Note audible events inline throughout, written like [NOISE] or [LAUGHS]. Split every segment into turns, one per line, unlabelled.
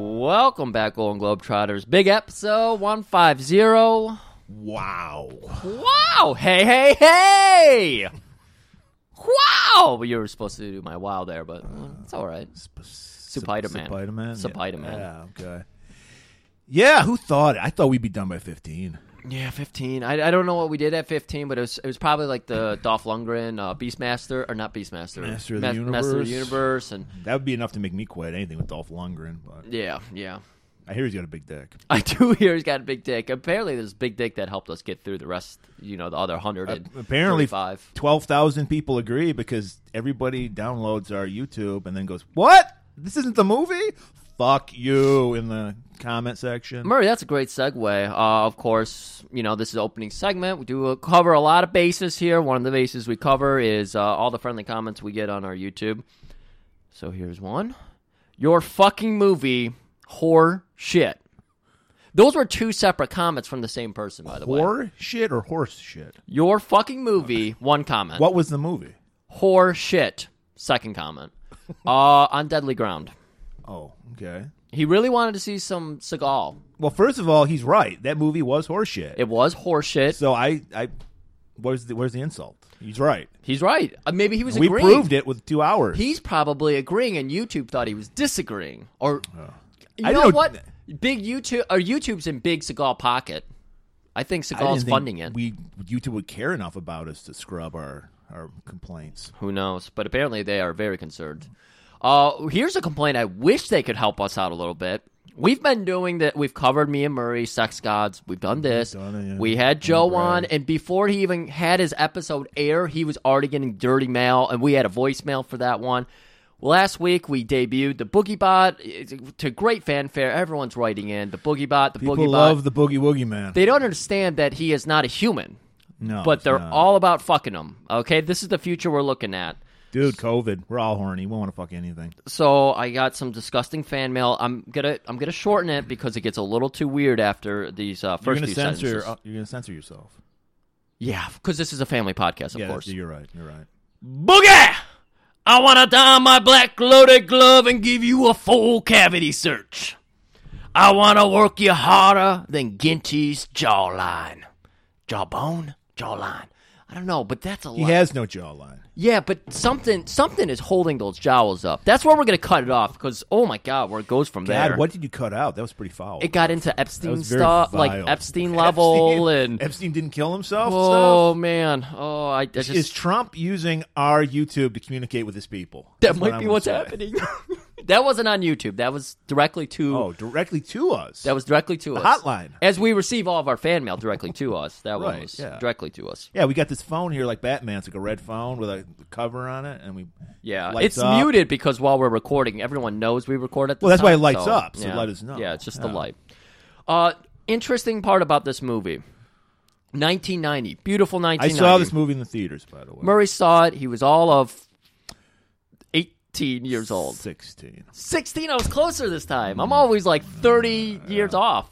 Welcome back, Golden Globetrotters. Big episode 150.
Wow.
Wow! Hey, hey, hey! Wow! You were supposed to do my wow there, but well, it's all right. Spider-Man.
Spider-Man.
Spider-Man.
Yeah, okay. Yeah, who thought it? I thought we'd be done by 15.
Yeah, 15. I, I don't know what we did at 15, but it was, it was probably like the Dolph Lundgren uh, Beastmaster, or not Beastmaster.
Master of the
Ma- Master of the Universe.
Universe.
And
That would be enough to make me quit anything with Dolph Lundgren, but
yeah, yeah. [LAUGHS]
I hear he's got a big dick.
I do hear he's got a big dick. Apparently, there's big dick that helped us get through the rest, you know, the other 100. and
Apparently,
35.
12,000 people agree because everybody downloads our YouTube and then goes, What? This isn't the movie? Fuck you in the comment section.
Murray, that's a great segue. Uh, of course, you know this is the opening segment. We do uh, cover a lot of bases here. One of the bases we cover is uh, all the friendly comments we get on our YouTube. So here's one: Your fucking movie, whore shit. Those were two separate comments from the same person, by the way.
Whore shit or horse shit?
Your fucking movie, one comment.
What was the movie?
Whore shit, second
[LAUGHS]
comment. uh, on Deadly Ground.
Oh, okay.
He really wanted to see some Seagal.
Well, first of all, he's right. That movie was horse shit.
It was horse shit.
So I, I, where's the where's the insult? He's right.
He's right. Uh, maybe he was
we
agreeing.
proved it with two hours.
He's probably agreeing, and YouTube thought he was disagreeing. Or you
I
know,
know-
what? Big YouTube or YouTube's in Big Seagal pocket. I think
I didn't
Seagal's
think
funding it.
We YouTube would care enough about us to scrub our our complaints.
Who knows? But apparently they are very concerned. Uh, here's a complaint. I wish they could help us out a little bit. We've been doing that. We've covered me and Murray, sex gods. We've done this.
done it, yeah.
We had Joe on, and before he even had his episode air, he was already getting dirty mail, and we had a voicemail for that one. Last week we debuted the Boogie Bot It's- to great fanfare. Everyone's writing in the Boogie Bot, the
People
Boogie
love
Bot.
the boogie woogie man.
They don't understand that he is not a human,
no,
but
it's
they're
not.
all about fucking him. Okay, this is the future we're looking at.
dude. COVID. We're all horny. We want to fuck anything.
so I got some disgusting fan mail. I'm gonna I'm gonna shorten it because it gets a little too weird after these uh, 1st
You're gonna
few
censor.
sentences.
uh, you're gonna censor yourself.
yeah, because this is a family podcast, of
yeah,
course.
you're right. You're right.
Boogie, I wanna don my black loaded glove and give you a full cavity search. I wanna work you harder than Ginty's jawline, jawbone, jawline. I don't know, but that's a
He
lot.
has no jawline.
yeah, but something something is holding those jowls up. That's where we're gonna cut it off because oh my god, where it goes from there.
God, what did you cut out? That was pretty foul.
it got into Epstein
was very
stuff, like
vile. [LAUGHS]
Epstein level,
Epstein,
and
Epstein didn't kill himself.
oh man, oh I, I just
Is Trump using our YouTube to communicate with his people?
that
That's what
might
I'm
be
gonna
what's
say.
happening. [LAUGHS] that wasn't on YouTube. That was directly to
Oh, directly to us.
that was directly to us.
hotline.
as we receive all of our fan mail directly to us. That one
Right,
was
yeah.
directly to us.
yeah, we got this phone here like Batman. It's like a red phone with a cover on it, and we
Yeah,
lights
it's
up.
muted because while we're recording, everyone knows we record at. The
Well, that's why it
time,
lights
so,
up, so
yeah.
let us know.
Yeah, it's just the
Yeah.
light. Uh, interesting part about this movie, 1990, beautiful
I
1990.
saw this movie in the theaters, by the way.
Murray saw it. He was all of 18 years old.
Sixteen.
16, I was closer this time. I'm always like 30 years off.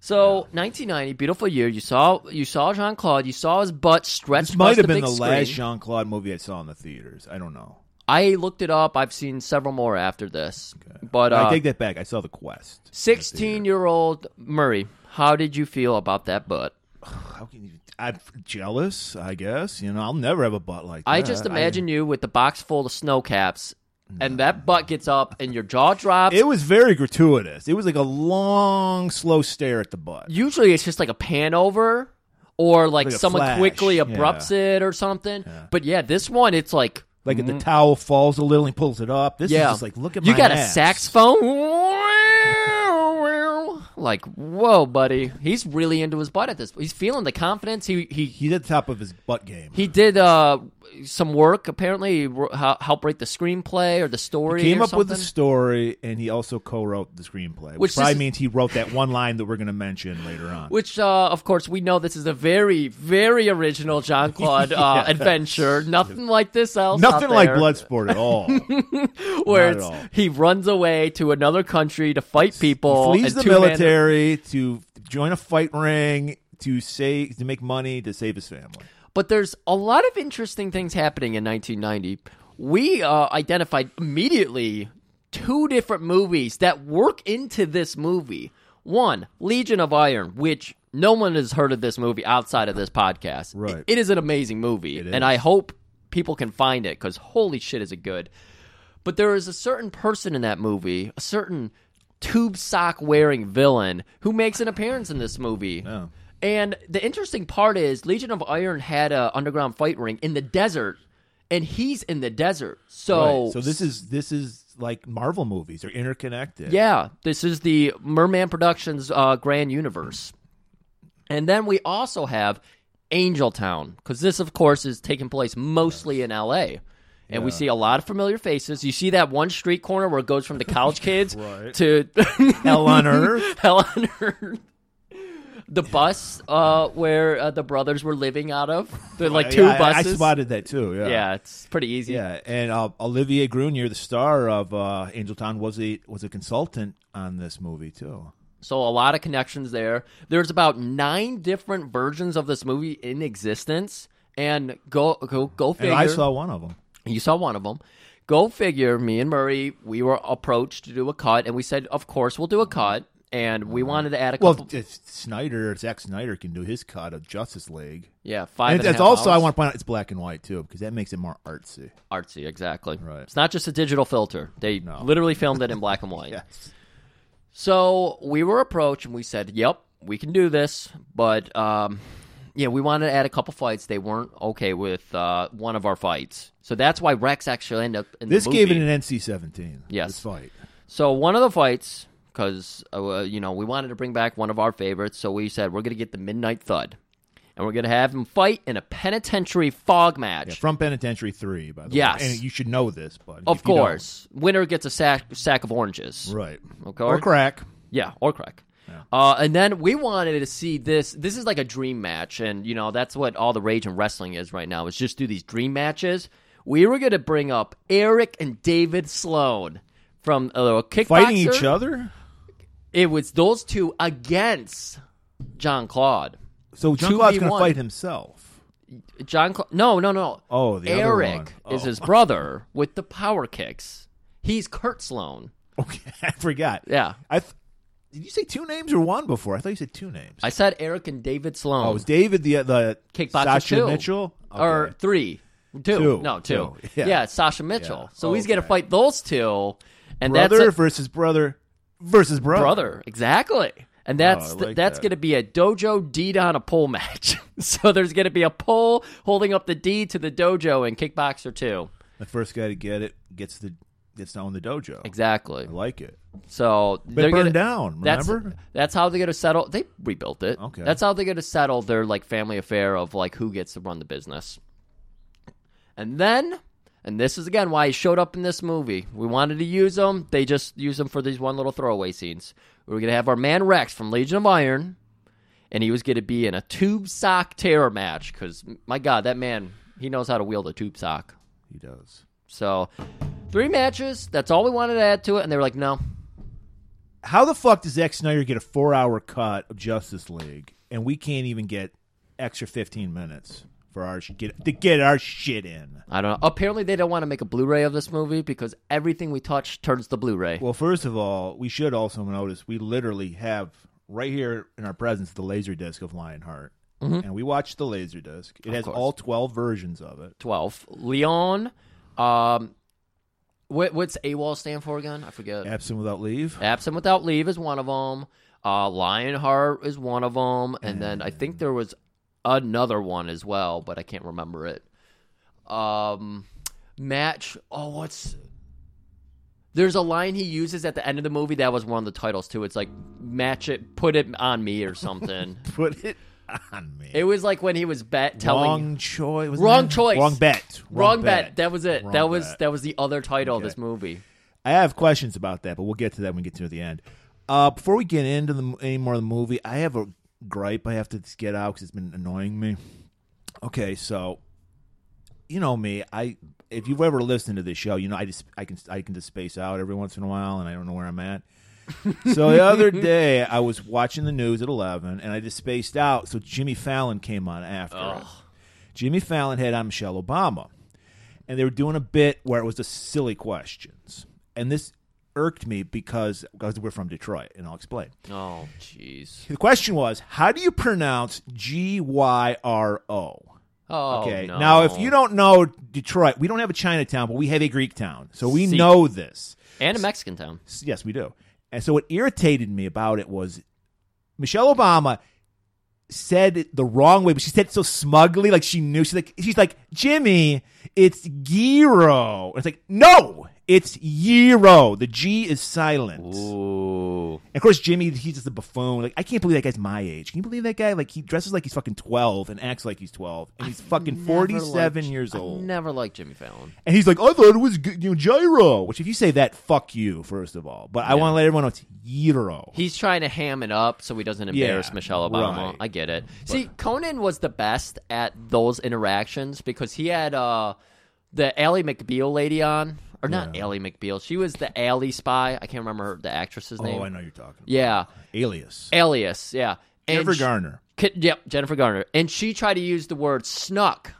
So 1990, beautiful year. You saw you saw Jean Claude. You saw his butt stretched.
This might
across
have been
big
the
screen.
last Jean Claude movie I saw in the theaters. I don't know.
I looked it up. I've seen several more after this. But
I
uh,
take that back. I saw The Quest.
16 year old Murray, how did you feel about that butt?
How can you? I'm jealous. I guess you know. I'll never have a butt like that.
I just imagine you with the box full of snow caps, and that butt gets up, and your jaw drops.
It was very gratuitous. It was like a long, slow stare at the butt.
usually it's just like a pan over or like,
Like a
someone
flash,
quickly
yeah.
abrupts it or something. But yeah, this one it's like
Like if the towel falls a little, he pulls it up. This
Mm-hmm. yeah,
is just like look at
you
my
got a
ass.
saxophone. like whoa, buddy, he's really into his butt at this. He's feeling the confidence. He he
He's at the top of his butt game.
he did uh, some work apparently. He wr- hel- helped write the screenplay or the story.
Came
or
up with the
something.
story, and he also co-wrote the screenplay, which,
Which
probably
this is-
means he wrote that one line that we're going to mention later on.
Which, uh, of course, we know this is a very, very original Jean
[LAUGHS]
Claude uh,
Yeah.
adventure. Nothing like this else. out
Nothing like
there.
Bloodsport
[LAUGHS]
at all.
where
Not at
it's,
all.
he runs away to another country to fight people.
Flees
and
the
two men-
military to join a fight ring to save to make money to save his family.
But there's a lot of interesting things happening in 1990. We uh, identified immediately two different movies that work into this movie. One, Legion of Iron, which no one has heard of this movie outside of this podcast.
Right.
it is an amazing movie, and I hope people can find it because holy shit, is it good! But there is a certain person in that movie, a certain tube sock wearing villain who makes an appearance in this movie.
Oh.
And the interesting part is Legion of Iron had a underground fight ring in the desert, and he's in the desert. So,
Right. So this is this is like Marvel movies. They're interconnected.
yeah, this is the Merman Productions uh, Grand Universe. And then we also have Angel Town, because this, of course, is taking place mostly in LA. And we see a lot of familiar faces. You see that one street corner where it goes from the
[LAUGHS]
college kids
Right.
to [LAUGHS]
Hell on Earth.
Hell on Earth. The bus uh, where uh, the brothers were living out of. They're like two
Yeah, I- I,
buses.
spotted that too. Yeah.
yeah, it's pretty easy.
Yeah, and uh, Olivier Grunier, the star of uh, Angel Town, was a was a consultant on this movie too.
So a lot of connections there. There's about nine different versions of this movie in existence, and go go go
And
figure.
I saw one of them.
you saw one of them. Go figure. Me and Murray, we were approached to do a cut, and we said, of course, we'll do a cut, and we wanted to add a
Well,
couple.
if Snyder, Zack Snyder, can do his cut of Justice League.
Yeah, five. and
And
a
that's
half
also, I
hours.
want to point out, it's black and white too, because that makes it more artsy.
artsy exactly
Right.
it's not just a digital filter they
No.
literally filmed it in black and
[LAUGHS]
white so we were approached and we said yep we can do this but um yeah we wanted to add a couple fights they weren't okay with uh one of our fights so that's why rex actually ended up in
This
the
gave it
movie.
an NC seventeen.
Yes.
This fight.
So one of the fights, because uh, you know we wanted to bring back one of our favorites, so we said we're gonna get the Midnight Thud, and we're gonna have him fight in a penitentiary fog match.
Yeah, from Penitentiary Three, by the
Yes.
way. And you should know this, but
of
if you don't-
course, winner gets a sack sack of oranges.
right?
Okay.
Or crack.
Yeah, or crack. Uh, and then we wanted to see this. This is like a dream match, and you know that's what all the rage in wrestling is right now. Is just do these dream matches. We were gonna bring up Eric and David Sloan from a little kickboxer.
Fighting each other.
It was those two against John Claude.
So Jean Claude's going to
2v1.
fight himself.
John, Cla- no, no, no.
Oh, the other
Eric
one.
is
Oh.
his brother with the power kicks. He's Kurt Sloan.
[LAUGHS] Okay, I forgot.
Yeah,
I th- did you say two names or one before? I thought you said two names.
I said Eric and David Sloan.
oh, was David the the
Kickboxer
Sasha
two.
Mitchell
or
Okay.
three, two,
Two.
no, two.
Two. [LAUGHS]
Yeah.
Yeah.
Sasha Mitchell.
Yeah.
So he's going to
Okay.
fight those two, and
brother
that's a,
versus brother versus brother.
brother exactly. And that's
Oh, I
th-
like
that's
that.
going to be a dojo deed on a pole match. [LAUGHS] so there's going to be a pole holding up the deed to the dojo in Kickboxer two.
The first guy to get it gets the gets down the dojo.
Exactly.
I like it.
So
But
they're
it
going
burned
to
down.
that's
Remember?
that's how they're going to settle. They rebuilt it.
Okay.
That's how they're going to settle their like family affair of like who gets to run the business. And then, and this is again why he showed up in this movie. We wanted to use him. They just used him for these one little throwaway scenes. We were going to have our man Rex from Legion of Iron, and he was going to be in a tube sock terror match because my God, that man he knows how to wield a tube sock.
he does.
So, three matches. That's all we wanted to add to it, and they were like, no.
How the fuck does Zack Snyder get a four hour cut of Justice League and we can't even get extra fifteen minutes for our sh- get to get our shit in?
I don't know. Apparently, they don't want to make a Blu-ray of this movie because everything we touch turns to Blu-ray.
Well, first of all, we should also notice we literally have right here in our presence the laser disc of Lionheart. And we watched the laser disc. It has
Mm-hmm. course.
all 12 versions of it.
Twelve. Leon. Um, what, what's AWOL stand for again? I forget.
Absent without leave.
Absent without leave is one of them. Uh, Lionheart is one of them, and then I think there was another one as well, but I can't remember it. Um, match. Oh, what's there's a line he uses at the end of the movie that was one of the titles too. It's like match it, put it on me or something.
[LAUGHS] Put it on me.
It was like when he was bet telling
wrong choice. was
Wrong
it?
choice.
Wrong bet.
Wrong bet. That was it.
Wrong
that was
bet.
that was the other title of this movie.
I have questions about that, but we'll get to that when we get to the end. Uh, before we get into the, any more of the movie, I have a gripe I have to get out because it's been annoying me. Okay, so you know me, I if you've ever listened to this show, you know I just I can I can just space out every once in a while, and I don't know where I'm at. so the other day, I was watching the news at eleven, and I just spaced out. So Jimmy Fallon came on after. It. Jimmy Fallon had on Michelle Obama and they were doing a bit where it was the silly questions. And this irked me because because we're from Detroit, and I'll explain.
Oh, jeez.
The question was, how do you pronounce G Y R O?
Oh,
Okay.
no.
Now, if you don't know Detroit, we don't have a Chinatown, but we have a Greek town, so we
See.
know this.
and a Mexican town.
S- Yes, we do. And so what irritated me about it was Michelle Obama said it the wrong way, but she said it so smugly, like she knew. She's like, she's like, Jimmy, it's gyro. It's like, no, it's gyro. The G is silent.
Ooh.
And of course, Jimmy, he's just a buffoon. Like, I can't believe that guy's my age. Can you believe that guy? Like, he dresses like he's fucking 12 and acts like he's 12. And he's fucking
Never
47
liked-
years
I
old.
never liked Jimmy Fallon.
And he's like, I thought it was g- you know, gyro. Which, if you say that, fuck you, first of all. But I want to let everyone know it's gyro.
He's trying to ham it up so he doesn't embarrass
Yeah,
Michelle Obama.
right.
I get it. See, Conan was the best at those interactions because he had uh, the Ally McBeal lady on, or not Ally McBeal. She was the Ally spy. I can't remember her- the actress's name.
oh, I know you're talking. About.
Yeah,
Alias.
Alias. Yeah, and
Jennifer
she-
Garner.
Ki- Yep, Jennifer Garner, and she tried to use the word snuck,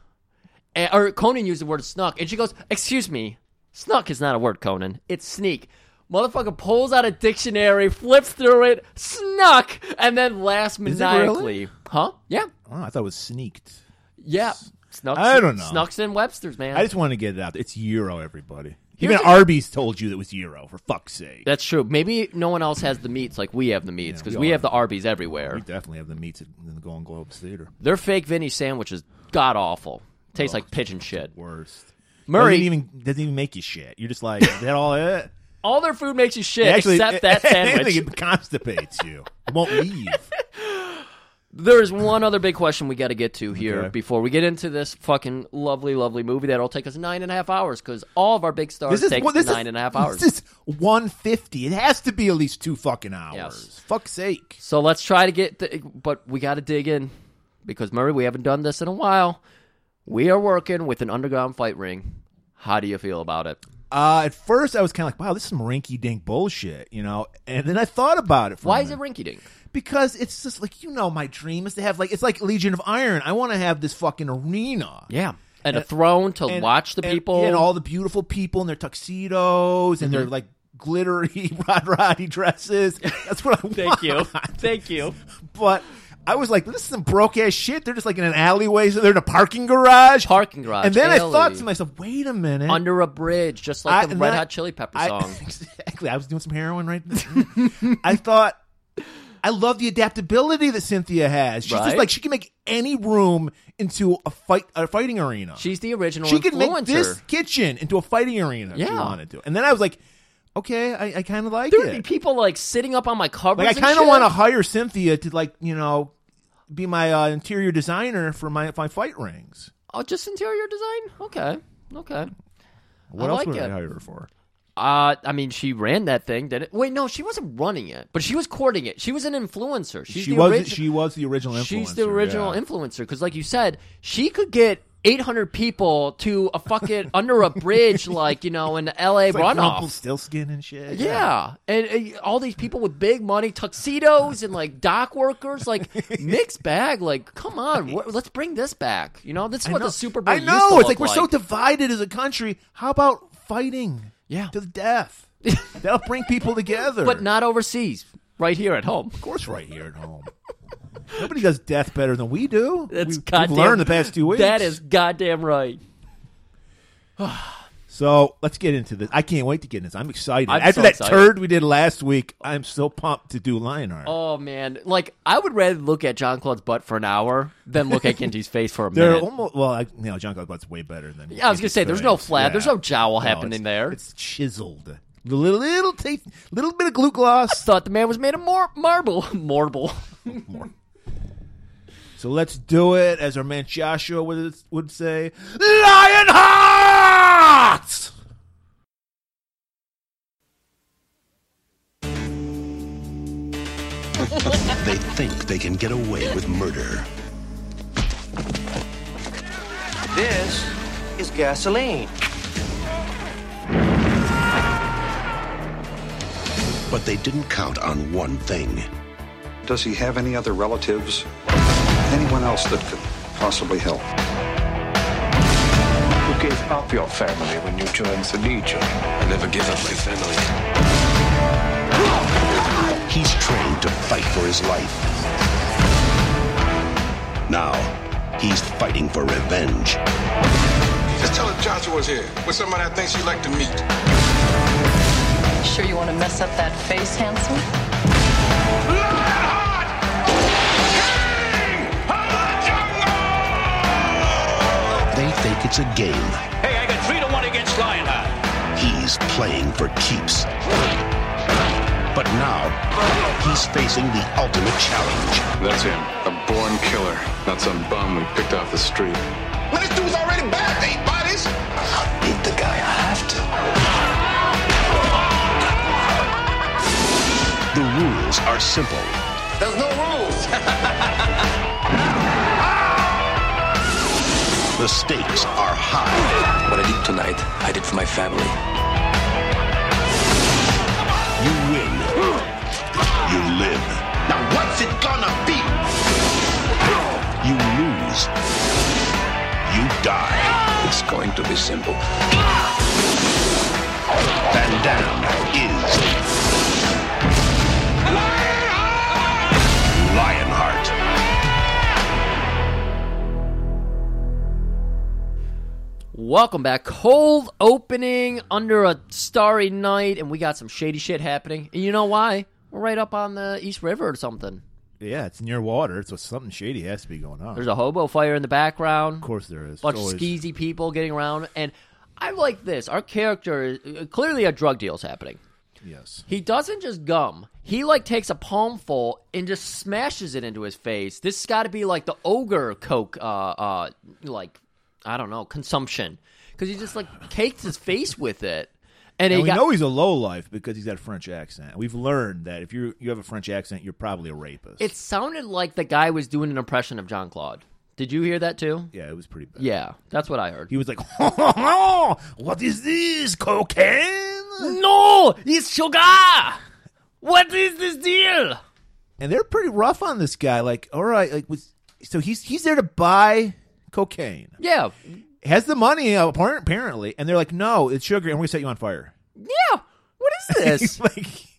and, or Conan used the word snuck, and she goes, "Excuse me, snuck is not a word, Conan. It's sneak." Motherfucker pulls out a dictionary, flips through it, snuck, and then laughs
it really?
maniacally. Huh? Yeah,
Oh, I thought it was sneaked.
yeah. Snucks,
I don't know.
Snucks and Webster's, man.
I just wanted to get it out. there. It's gyro, everybody.
Here's
Even
a-
Arby's told you that it was gyro, for fuck's sake.
That's true. Maybe no one else has the meats like we have the meats
Yeah,
because
we
we,
all
have the Arby's everywhere.
we definitely have the meats at- in the Golden Globes Theater.
Their fake Vinny sandwich is god awful. Tastes like pigeon shit.
Worst.
Murray,
Doesn't even, doesn't even make you shit. You're just like, is that all it?
all their food makes you shit [LAUGHS]
Actually,
except that
I
sandwich.
think [LAUGHS] it constipates you. It won't leave.
There's one other big question we got to get to here
Okay.
before we get into this fucking lovely, lovely movie that'll take us nine and a half hours because all of our big stars
This is
take
well, this
nine
is,
and a half hours.
This is one fifty. It has to be at least two fucking hours.
Yes.
Fuck's sake.
so let's try to get, the, but we got to dig in because Murray, we haven't done this in a while. We are working with an underground fight ring. How do you feel about it?
Uh, at first, I was kind of like, "Wow, this is some rinky dink bullshit," you know. And then I thought about it. For
Why
a
is it
minute.
rinky dink?
Because it's just like you know, my dream is to have like it's like Legion of Iron. I want to have this fucking arena.
Yeah. And, a throne to
And-
watch the
and-
people. Mm-hmm. [LAUGHS]
and all the beautiful people in their tuxedos and their like glittery [LAUGHS] rod roddy dresses. That's what I
[LAUGHS]
want.
Thank you. Thank you.
[LAUGHS] But I was like, this is some broke ass shit. They're just like in an alleyway, so they're in a parking garage.
Parking garage.
and then I
alley.
thought to myself, wait a minute.
under a bridge, just
I-
like the
and
Red
then I-
Hot Chili Pepper
I- [LAUGHS]
song.
exactly. I was doing some heroin right then. I thought I love the adaptability that Cynthia has. She's just
Right.
like she can make any room into a fight a fighting arena.
She's the original
she
influencer.
could make this kitchen into a fighting arena if she
Yeah.
wanted to. And then I was like, okay, I, I kind of like
There would be
it.
people like sitting up on my covers.
Like I
kind of
want to hire Cynthia to like you know be my uh, interior designer for my my fight rings.
Oh, just interior design. Okay, okay.
What
I
else
like
would I
it.
hire her for?
Uh, I mean, she ran that thing, didn't? Wait, no, she wasn't running it, but she was courting it. She was an influencer. She's
she
the
was
origi-
she was the original influencer.
She's the original
yeah.
influencer because, like you said, she could get 800 people to a fucking under a bridge, like you know, in L.A.
Like
runoff.
Rumpelstiltskin and shit.
Yeah, and uh, all these people with big money, tuxedos, and like dock workers,
[LAUGHS]
like mixed bag. Like, come on, wh- let's bring this back. You know, this is
I
what
know.
the Super Bowl.
I
used to
know.
look
It's like we're so [LAUGHS] divided as a country. How about fighting?
Yeah.
to the death.
[LAUGHS]
That'll bring people together.
but not overseas. Right here at home.
of course, right here at home. Nobody does death better than we do.
That's
we, have
goddamn.
learned the past two weeks.
[LAUGHS] That is goddamn right.
So let's get into this. I can't wait to get into this. I'm excited.
I'm
After
so
that
excited.
turd we did last week, I'm so pumped to do Lionheart.
Oh man, like I would rather look at John Claude's butt for an hour than look at Ginty's face for a
They're
minute.
almost well. I, you know, John Godbut's way better than.
Yeah, I was gonna say there's no flab,
Yeah.
there's no jowl happening
it's-
there.
It's chiseled. Little little taste, little bit of glue gloss.
Thought the man was made of mar- marble, [LAUGHS] marble.
So let's do it, as our man Joshua would, would say, Lionheart!
They think they can get away with murder.
This is gasoline.
But they didn't count on one thing
Does he have any other relatives? Anyone else that could possibly help?
You gave up your family when you joined the Legion.
I never give up my family.
He's trained to fight for his life. Now, he's fighting for revenge.
Just tell her Joshua's here with somebody I think she'd like to meet.
Sure you want to mess up that face, handsome?
They think it's a game.
Hey, I got three to one against Lionheart.
He's playing for keeps. But now, he's facing the ultimate challenge.
That's him, a born killer, not some bum we picked off the street. This dude's already back. Eight bodies.
Beat the guy, I have to. The rules are simple.
There's no rules. [LAUGHS]
The stakes are high.
What I did tonight, I did for my family.
You win. You live. Now what's it gonna be? You lose. You die.
It's going to be simple.
Van Damme is Lionheart.
Welcome back. Cold opening under a starry night, and we got some shady shit happening. And you know why? We're right up on the East River or something.
Yeah, it's near water, so something shady has to be going on.
There's a hobo fire in the background.
of course, there is.
bunch
Always.
of skeezy people getting around, and I like this. Our character is- uh, clearly a drug deal's happening.
Yes.
He doesn't just gum. He like takes a palmful and just smashes it into his face. This has got to be like the ogre coke, uh, uh, like I don't know, consumption because he just like cakes his face with it, and,
And
he
we
got
know he's a low life because he's got a French accent. We've learned that if you you have a French accent, you're probably a rapist.
it sounded like the guy was doing an impression of John Claude. Did you hear that too?
yeah, it was pretty bad.
Yeah, that's what I heard.
He was like, [LAUGHS] "Oh, "What is this cocaine?"
no, it's sugar. What is this deal?
And they're pretty rough on this guy. Like, all right, like was so he's he's there to buy cocaine.
Yeah,
Has the money appar- apparently, and they're like, "No, it's sugar, and we set you on fire." [LAUGHS]
yeah. What is this?
like, [LAUGHS]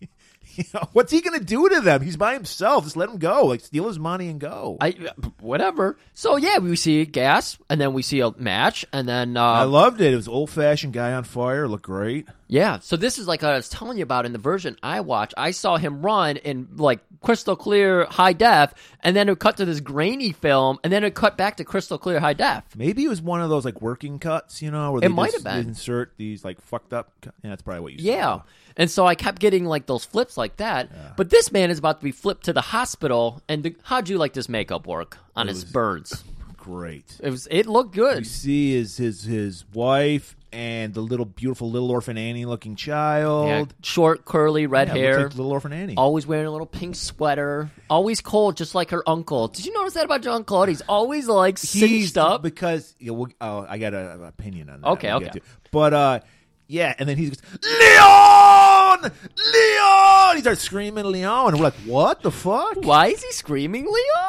you know, what's he gonna do to them? He's by himself. Just let him go. Like, steal his money and go.
I whatever. So yeah, we see gas, and then we see a match, and then uh,
I loved it. It was old fashioned guy on fire. Looked great.
yeah. So this is like I was telling you about in the version I watched. I saw him run in like crystal clear high def, and then it would cut to this grainy film, and then it cut back to crystal clear high def.
Maybe it was one of those like working cuts, you know, where
It
they
might
just
have been.
insert these like fucked up. Cut. Yeah, that's probably what you.
Yeah.
saw.
And so I kept getting like those flips like that. But this man is about to be flipped to the hospital. And the, how'd you like this makeup work on his birds?
great.
It was. It looked good.
You see his his his wife and the little beautiful little orphan Annie looking child.
Yeah, short, curly, red
Yeah, it looks
hair.
like little orphan Annie.
Always wearing a little pink sweater. Always cold, just like her uncle. Did you notice that about John Claude? He's always like
He's
cinched up.
because yeah, we'll, oh, I got a- an opinion on that.
Okay,
We'll get
okay.
to it. But uh, yeah, and then he's just, Leon, Leon. He starts screaming Leon, and we're like, what the fuck?
Why is he screaming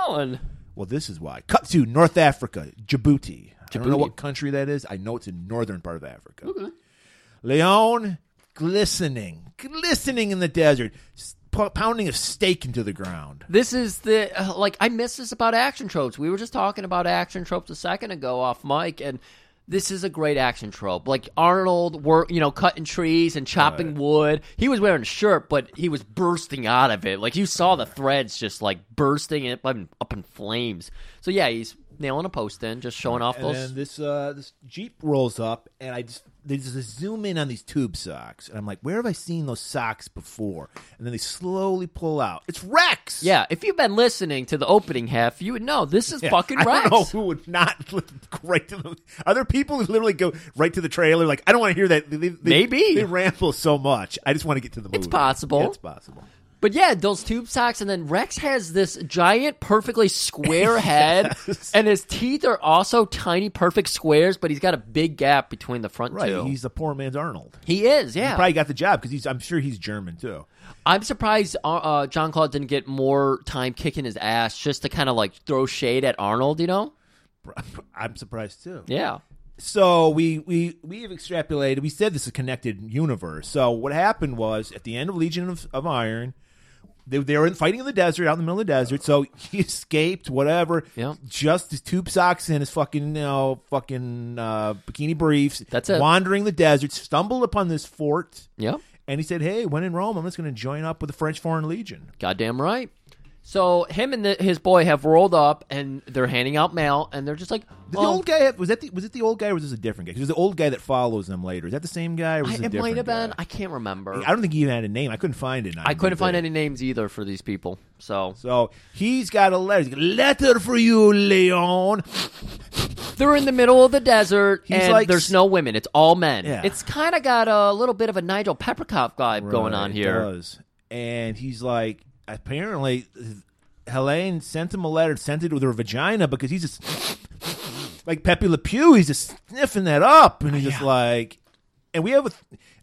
Leon?
Well, this is why. Cut to North Africa, Djibouti. I don't know
Djibouti.
what country that is. I know it's in northern part of Africa. Leon, glistening, glistening in the desert, s- p- pounding a stake into the ground.
This is the uh, like I miss this about action tropes. We were just talking about action tropes a second ago off mic, and this is a great action trope. Like Arnold, were you know, cutting trees and chopping wood. He was wearing a shirt, but he was bursting out of it. Like you saw the threads just like bursting it up in, up in flames. So yeah, he's nailing a post in, just showing off
And
those.
then this uh, this jeep rolls up, and I just they just zoom in on these tube socks, and I'm like, where have I seen those socks before? And then they slowly pull out. It's Rex.
yeah, if you've been listening to the opening half, you would know this is
Yeah,
fucking Rex.
[LAUGHS] I don't know who would not [LAUGHS] look right to the. Are there people who literally go right to the trailer? Like, I don't want to hear that. They, they-
Maybe.
they ramble so much. I just want to get to the movie.
It's possible.
Yeah, it's possible.
But yeah, those tube socks, and then Rex has this giant, perfectly
[LAUGHS]
square head, and his teeth are also tiny, perfect squares, but he's got a big gap between the front
Right.
two.
He's the poor man's Arnold.
he is,
He
yeah.
probably got the job because he's. I'm sure he's German too. [LAUGHS]
I'm surprised uh, uh, John Claude didn't get more time kicking his ass just to kind of like throw shade at Arnold, you know?
Bro, I'm surprised too.
Yeah.
so we we we have extrapolated. We said this is a connected universe. So what happened was at the end of Legion of, of Iron, they they were in- fighting in the desert, out in the middle of the desert. So he [LAUGHS] escaped, whatever.
Yeah.
Just his tube socks and his fucking you know, fucking uh, bikini briefs.
That's it.
Wandering the desert, stumbled upon this fort.
Yep.
And he said, "Hey, when in Rome, I'm just going to join up with the French Foreign Legion."
Goddamn right. So him and the, his boy have rolled up and they're handing out mail and they're just like,
Did
oh,
the old guy have, was that the, was it the old guy or was this a different guy? 'Cause There's the old guy that follows them later. Is that the same guy? Or
I-
was this a
it
different
might have
guy?
been. I can't remember.
I don't think he even had a name. I couldn't find it.
I couldn't find any names either for these people. So
So he's got a letter. He's got a letter for you, Leon.
they're in the middle of the desert
He's
and
like-
there's no women. It's all men.
Yeah.
It's kind of got a little bit of a Nigel Peppercott vibe going on
Right,
here.
does. And he's like, apparently, Helene sent him a letter, sent it with her vagina because he's just like Pepe Le Pew. He's just sniffing that up, and he's just like, and we have a.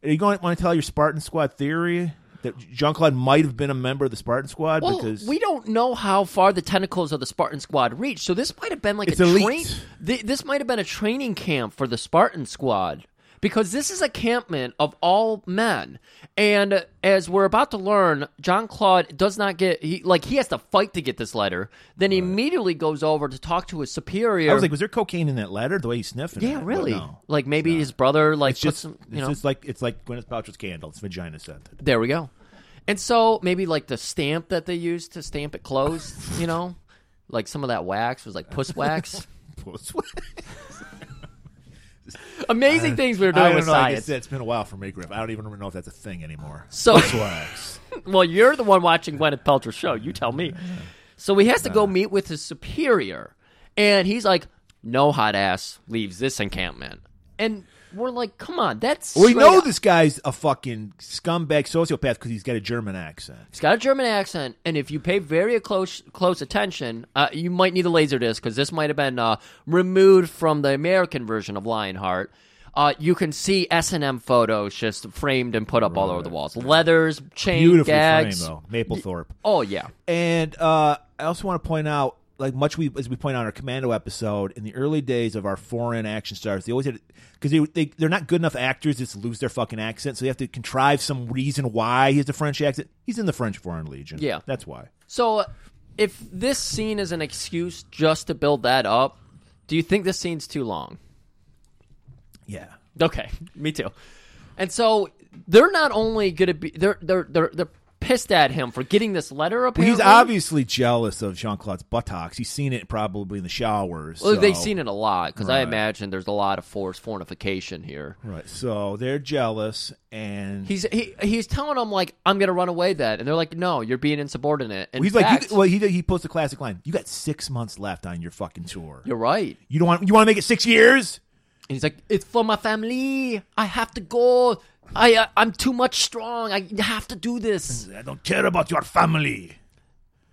Are you going to want to tell your Spartan Squad theory that Jean Claude might have been a member of the Spartan Squad
Well,
because
we don't know how far the tentacles of the Spartan squad reach, so this might have been like
It's
a
elite.
train. Th- this might have been a training camp for the Spartan squad because this is a campment of all men, and as we're about to learn, John Claude does not get he like he has to fight to get this letter. Then he immediately goes over to talk to his superior.
I was like, was there cocaine in that letter? The way he's sniffing. it?
yeah,
But
really?
no.
Like maybe his brother like
It's
puts
just,
some, you
it's
know.
just like it's like Gwyneth Paltrow's candle. It's vagina [LAUGHS] scented.
There we go. And so maybe like the stamp that they used to stamp it closed, you know, like some of that wax was like puss wax. [LAUGHS] Amazing things we were doing
I don't
with
know. Like I
science.
said, it's been a while for me, Griff. I don't even know if that's a thing anymore.
So-
Puss
[LAUGHS]
wax.
well, you're the one watching Gwyneth Paltrow's show. You tell me. So he has to go meet with his superior, and he's like, "No hot ass leaves this encampment." And we're like, "Come on, that's
we
straight
know
up-
this guy's a fucking scumbag sociopath because he's got a German accent.
He's got a German accent, and if you pay very close close attention, uh, you might need a laser disc because this might have been uh, removed from the American version of Lionheart. Uh, you can see S and M photos just framed and put up all over the walls, leathers, chain
Beautiful
gags.
frame though, Maplethorpe.
Oh yeah,
And uh, I also want to point out, like much we as we point out in our Commando episode, in the early days of our foreign action stars, they always had because they, they they're not good enough actors to just lose their fucking accent, so they have to contrive some reason why he has the French accent. He's in the French Foreign Legion.
Yeah.
that's why.
So, uh, if this scene is an excuse just to build that up, do you think this scene's too long?
Yeah,
Okay, [LAUGHS] me too. And so they're not only going to be they're they're they're they're pissed at him for getting this letter.
well,
Apparently,
he's obviously jealous of Jean Claude's buttocks. He's seen it probably in the showers.
Well,
so.
they've seen it a lot because I imagine there's a lot of forced fornification here.
Right, so they're jealous, and
He's he, he's telling them like I'm gonna run away then, and they're like, No, you're being insubordinate. And
He's like,
fact,
you, well, he he posts a classic line. You got six months left on your fucking tour.
you're right.
You don't want you want to make it six years.
And he's like, It's for my family. I have to go. I uh, I'm too much strong. I have to do this.
I don't care about your family.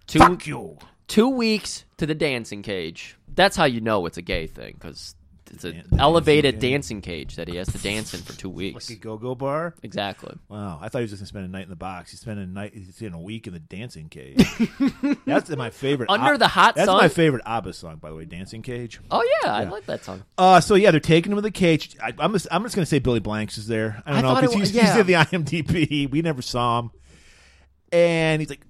Two
Fuck you.
two weeks to the dancing cage. That's how you know it's a gay thing because it's an
the
elevated dancing cage that he has to dance in [LAUGHS] for two weeks.
Go go bar.
Exactly.
Wow, I thought he was just gonna spend a night in the box. He spent a night, he spent a week in the dancing cage. that's my favorite.
Under the hot
That's
sun?
my favorite ABBA song, by the way. Dancing cage.
Oh yeah, I like that song.
Uh, so yeah, they're taking him to the cage. I, I'm just, I'm just gonna say Billy Blanks is there. I
I
don't know
thought it
because
wa-
he's,
yeah.
he's in the IMDb. We never saw him, and he's like,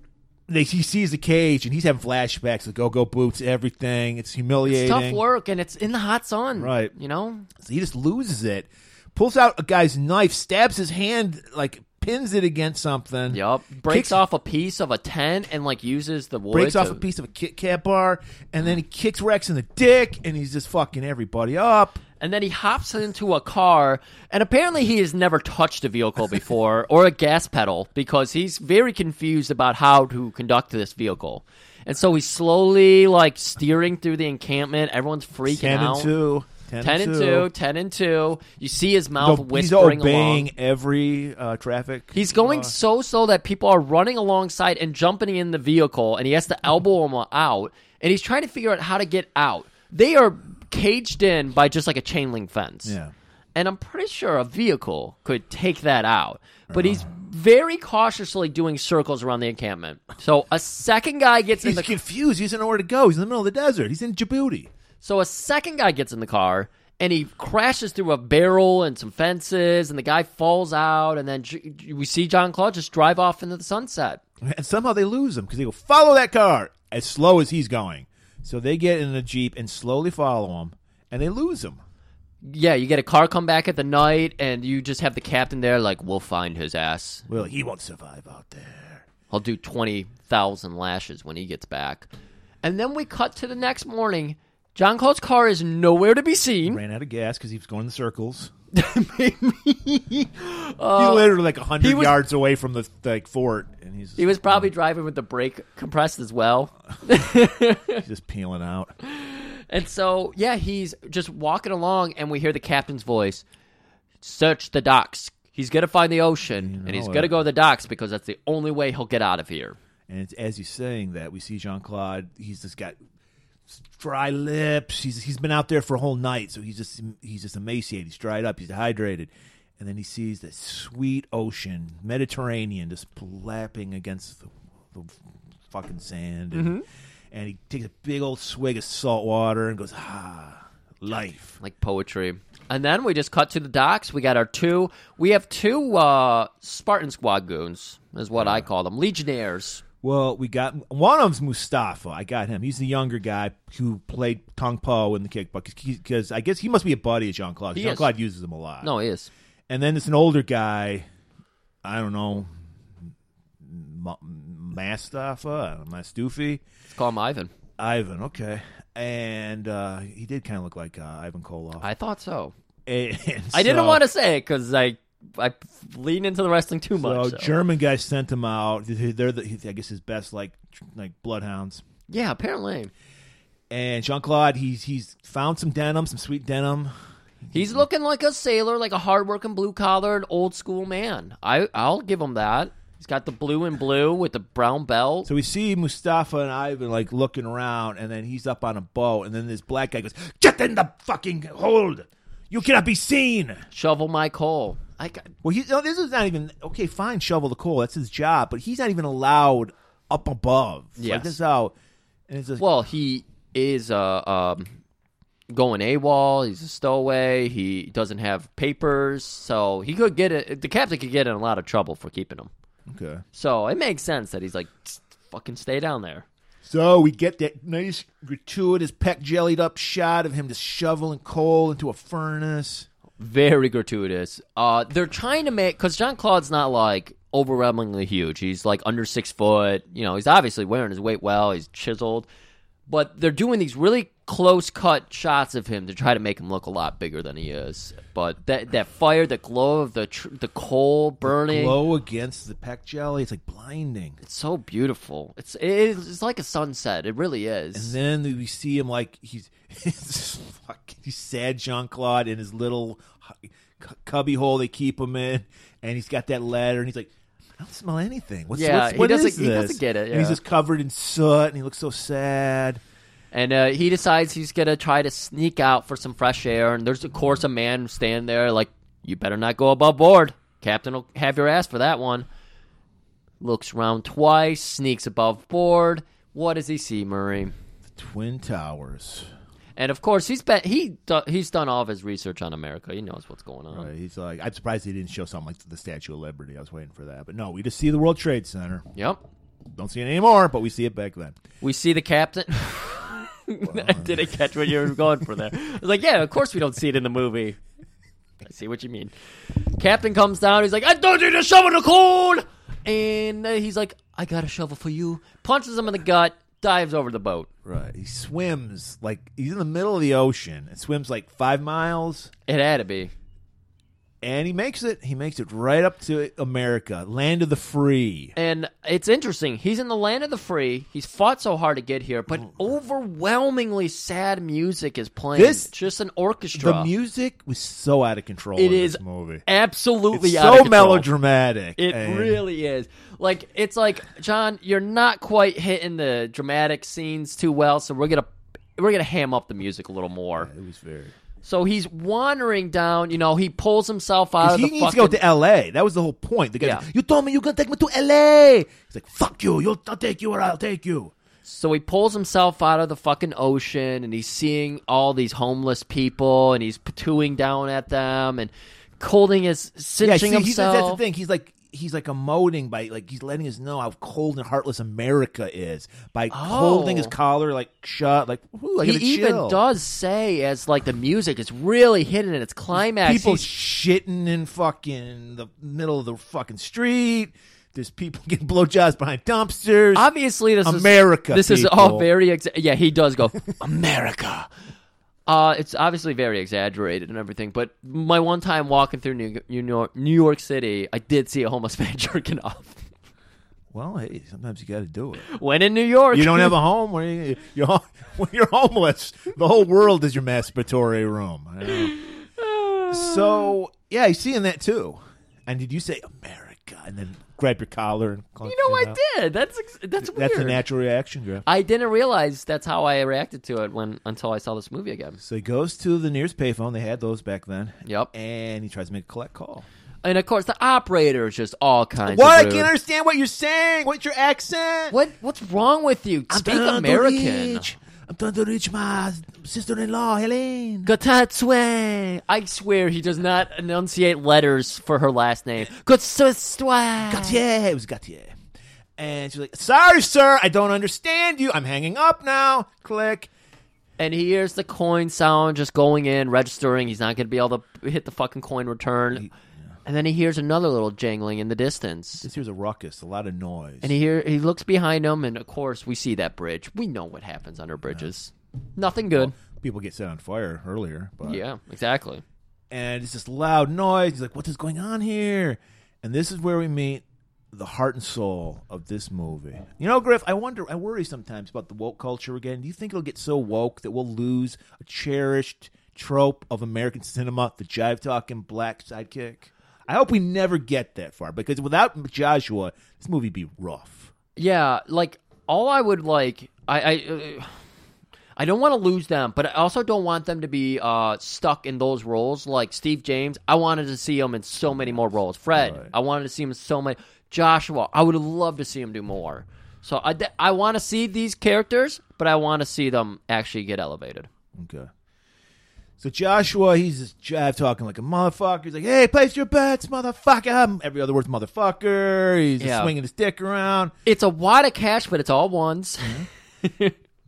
they, he sees the cage and he's having flashbacks. The go go boots, everything. It's humiliating.
It's tough work and it's in the hot sun.
Right.
You know?
So he just loses it, pulls out a guy's knife, stabs his hand, like pins it against something.
Yup. Breaks
Kicks-
off a piece of a tent and like uses the wood.
Breaks off
to-
a piece of a Kit Kat bar, and then he kicks Rex in the dick, and he's just fucking everybody up.
And then he hops into a car and apparently he has never touched a vehicle before [LAUGHS] or a gas pedal because he's very confused about how to conduct this vehicle. And so he's slowly like steering through the encampment. Everyone's freaking
Ten
out.
and two. Ten,
10 and 2, 10 and 2. You see his mouth
No, he's
whispering
obeying
along.
every uh, traffic.
He's going
law.
so slow that people are running alongside and jumping in the vehicle, and he has to
[LAUGHS]
elbow them out. And he's trying to figure out how to get out. They are caged in by just like a chain link fence.
Yeah.
And I'm pretty sure a vehicle could take that out. But
Uh.
he's very cautiously doing circles around the encampment. So a second guy gets in
He's
the
confused. He doesn't know where to go. He's in the middle of the desert. He's in Djibouti.
So a second guy gets in the car and he crashes through a barrel and some fences, and the guy falls out, and then J- J- we see John Claude just drive off into the sunset.
And somehow they lose him because they go, follow that car as slow as he's going. So they get in a Jeep and slowly follow him, and they lose him.
Yeah, you get a car come back at the night, and you just have the captain there, like, we'll find his ass.
Well, he won't survive out there.
I'll do 20,000 lashes when he gets back. And then we cut to the next morning. John Claude's car is nowhere to be seen.
Ran out of gas because he was going
[LAUGHS]
in circles. he literally like
Uh, he
hundred
was-
yards away from the like fort, and he's just,
He was probably driving with the brake compressed as well.
he's just peeling out.
And so, yeah, he's just walking along, and we hear the captain's voice search the docks. He's going to find the ocean, and he's
know
going to
it.
go to the docks because that's the only way he'll get out of here.
And it's as he's saying that, we see Jean Claude. He's just got dry lips. He's he's been out there for a whole night, so he's just he's just emaciated. He's dried up. He's dehydrated. And then he sees the sweet ocean, Mediterranean, just lapping against the, the fucking sand. And, and he takes a big old swig of salt water and goes, ah, life.
like poetry. And then we just cut to the docks. We got our two. We have two uh, Spartan squad goons, is what I call them, legionnaires.
Well, we got one of them's Mustafa. I got him. He's the younger guy who played Tong Po in the kickbox because I guess he must be a buddy of Jean Claude.
He
Jean
is.
Claude uses him a lot.
No, he is.
and then it's an older guy. I don't know, Ma- Mastafa, Mastufi,
Let's call him Ivan.
Ivan. Okay, and uh, he did kind of look like uh, Ivan Koloff.
I thought so.
[LAUGHS] And
I didn't
so-
want to say it because I I lean into the wrestling too
So
much. so.
German guy sent him out. They're the, I guess his best like like bloodhounds.
Yeah, apparently
And Jean Claude, he's he's found some denim, some sweet denim.
he's looking like a sailor, like a hardworking blue collar, an old school man. I I'll give him that. He's got the blue and blue with the brown belt.
So we see Mustafa and Ivan like looking around, and then he's up on a boat, and then this black guy goes, "Get in the fucking hold! You cannot be seen."
Shovel my coal. I got,
Well, he, no, this is not even okay. Fine, shovel the coal. That's his job, but he's not even allowed up above.
Yes.
Like this is how, and it's just,
Well, he is uh, um, going AWOL. He's a stowaway. He doesn't have papers, so he could get it. The captain could get in a lot of trouble for keeping him.
okay.
So it makes sense that he's like, "Just fucking stay down there.
So we get that nice gratuitous peck jellied up shot of him just shoveling coal into a furnace.
Very gratuitous. Uh, they're trying to make because John Claude's not like overwhelmingly huge. He's like under six foot. You know, he's obviously wearing his weight well. He's chiseled, but they're doing these really close cut shots of him to try to make him look a lot bigger than he is. But that that fire, the glow of the tr- the coal burning,
Glow against the peck jelly. It's like blinding.
it's so beautiful. It's it is, it's like a sunset. It really
And
is.
then we see him like he's, [LAUGHS] he's fucking he's sad Jean Claude in his little hu- cu- cubby hole they keep him in, and he's got that ladder, and he's like, I don't smell anything. What's,
Yeah,
what's,
he
what is
doesn't- he
this?"
doesn't get it,
And he's
yeah.
just covered in soot, and he looks so sad.
And uh, he decides he's gonna try to sneak out for some fresh air. And there's of course a man standing there like, "You better not go above board. Captain will have your ass for that one." Looks round twice, sneaks above board. What does he see, Murray?
The Twin Towers.
And of course, he's been he do, he's done all of his research on America. He knows what's going on.
Right, He's like, I'm surprised they didn't show something like the Statue of Liberty. I was waiting for that, but no, we just see the World Trade Center.
Yep.
Don't see it anymore, but we see it back then.
We see the captain.
[LAUGHS]
I didn't catch what you were going for there. I was like, yeah, of course we don't see it in the movie. I see what you mean. Captain comes down. He's like, I told you to shovel the coal. And uh, he's like, I got a shovel for you. Punches him in the gut. Dives over the boat.
Right, he swims like he's in the middle of the ocean and swims like five miles.
It had to be.
and he makes it. He makes it right up to America, land of the free.
And it's interesting. He's in the land of the free. He's fought so hard to get here, but overwhelmingly sad music is playing.
Oh. This-
just an orchestra.
The music was so out of control.
It
in
is
this movie.
absolutely
It's
out of
so
control.
melodramatic.
It
and-
really is. Like it's like John, you're not quite hitting the dramatic scenes too well, so we're gonna we're gonna ham up the music a little more.
It was very.
So he's wandering down. You know, he pulls himself out of
He
the
needs to
fucking.
go to L.A. That was the whole point. The guy,
Yeah.
you told me you gonna take me to L.A. He's like, "Fuck you! You'll I'll take you, or I'll take you."
So he pulls himself out of the fucking ocean and he's seeing all these homeless people and he's patooing down at them and holding his
Yeah,
cinching
see, he's,
himself.
that's the thing. He's like he's like emoting by like he's letting us know how cold and heartless America is by holding his collar like shut, like ooh,
Oh.
I
He
gotta
even
chill.
does say as like the music is really hitting its climax.
people
he's-
shitting in fucking the middle of the fucking street. There's people [LAUGHS] getting blowjobs behind dumpsters.
obviously this
America,
is this is all
people.
very ex- yeah he does go [LAUGHS] America. Uh, it's obviously very exaggerated and everything, but my one time walking through New, New York, New York City, I did see a homeless [LAUGHS] man jerking off.
well, hey, sometimes you got
[LAUGHS]
to do it.
When in New York,
You
[LAUGHS]
don't have a home where you, you're ho- [LAUGHS] when you're homeless. The whole world is your masturbatory room.
[SIGHS]
I know. So yeah, he's seeing that too. And did you say America? And then grab your collar and clunk
You know
it
I
up?
did. That's ex- that's weird.
That's a natural reaction, girl.
I didn't realize that's how I reacted to it when until I saw this movie again.
So he goes to the nearest payphone. They had those back then.
Yep.
And he tries to make a collect call.
And of course, the operator is just all kinds.
What? I
Of rude.
can't understand what you're saying. What's your accent?
What what's wrong with you?
I'm
Speak
trying to
American.
reach- I'm trying to reach my sister-in-law, Helene.
Kotatswe. I swear he does not enunciate letters for her last name. Kotatswe.
Gautier. It was Gautier. And she's like, sorry, sir, I don't understand you. I'm hanging up now. Click.
And he hears the coin sound just going in, registering. He's not going to be able to hit the fucking coin return. And then he hears another little jangling in the distance.
This here's a ruckus, a lot of noise.
And he hear, he looks behind him, and of course we see that bridge. We know what happens under bridges. Nothing good.
People get set on fire earlier. But,
Yeah, exactly.
And it's this loud noise. He's like, what is going on here? And this is where we meet the heart and soul of this movie. You know, Griff, I wonder, I worry sometimes about the woke culture again. Do you think it'll get so woke that we'll lose a cherished trope of American cinema, the jive talking black sidekick? I hope we never get that far because without Joshua, this movie'd be rough.
Yeah, like all I would like, I I, uh, I don't want to lose them, but I also don't want them to be uh, stuck in those roles. Like Steve James, I wanted to see him in so many more roles. Fred, I wanted to see him in so many. Joshua, I would love to see him do more. So I d- I want to see these characters, but I want to see them actually get elevated.
Okay. So Joshua, he's just jive talking like a motherfucker. He's like, "Hey, place your bets, motherfucker." Um, Every other word's motherfucker. He's just
Yeah.
swinging his dick around,
It's a wad of cash, but it's all ones. [LAUGHS]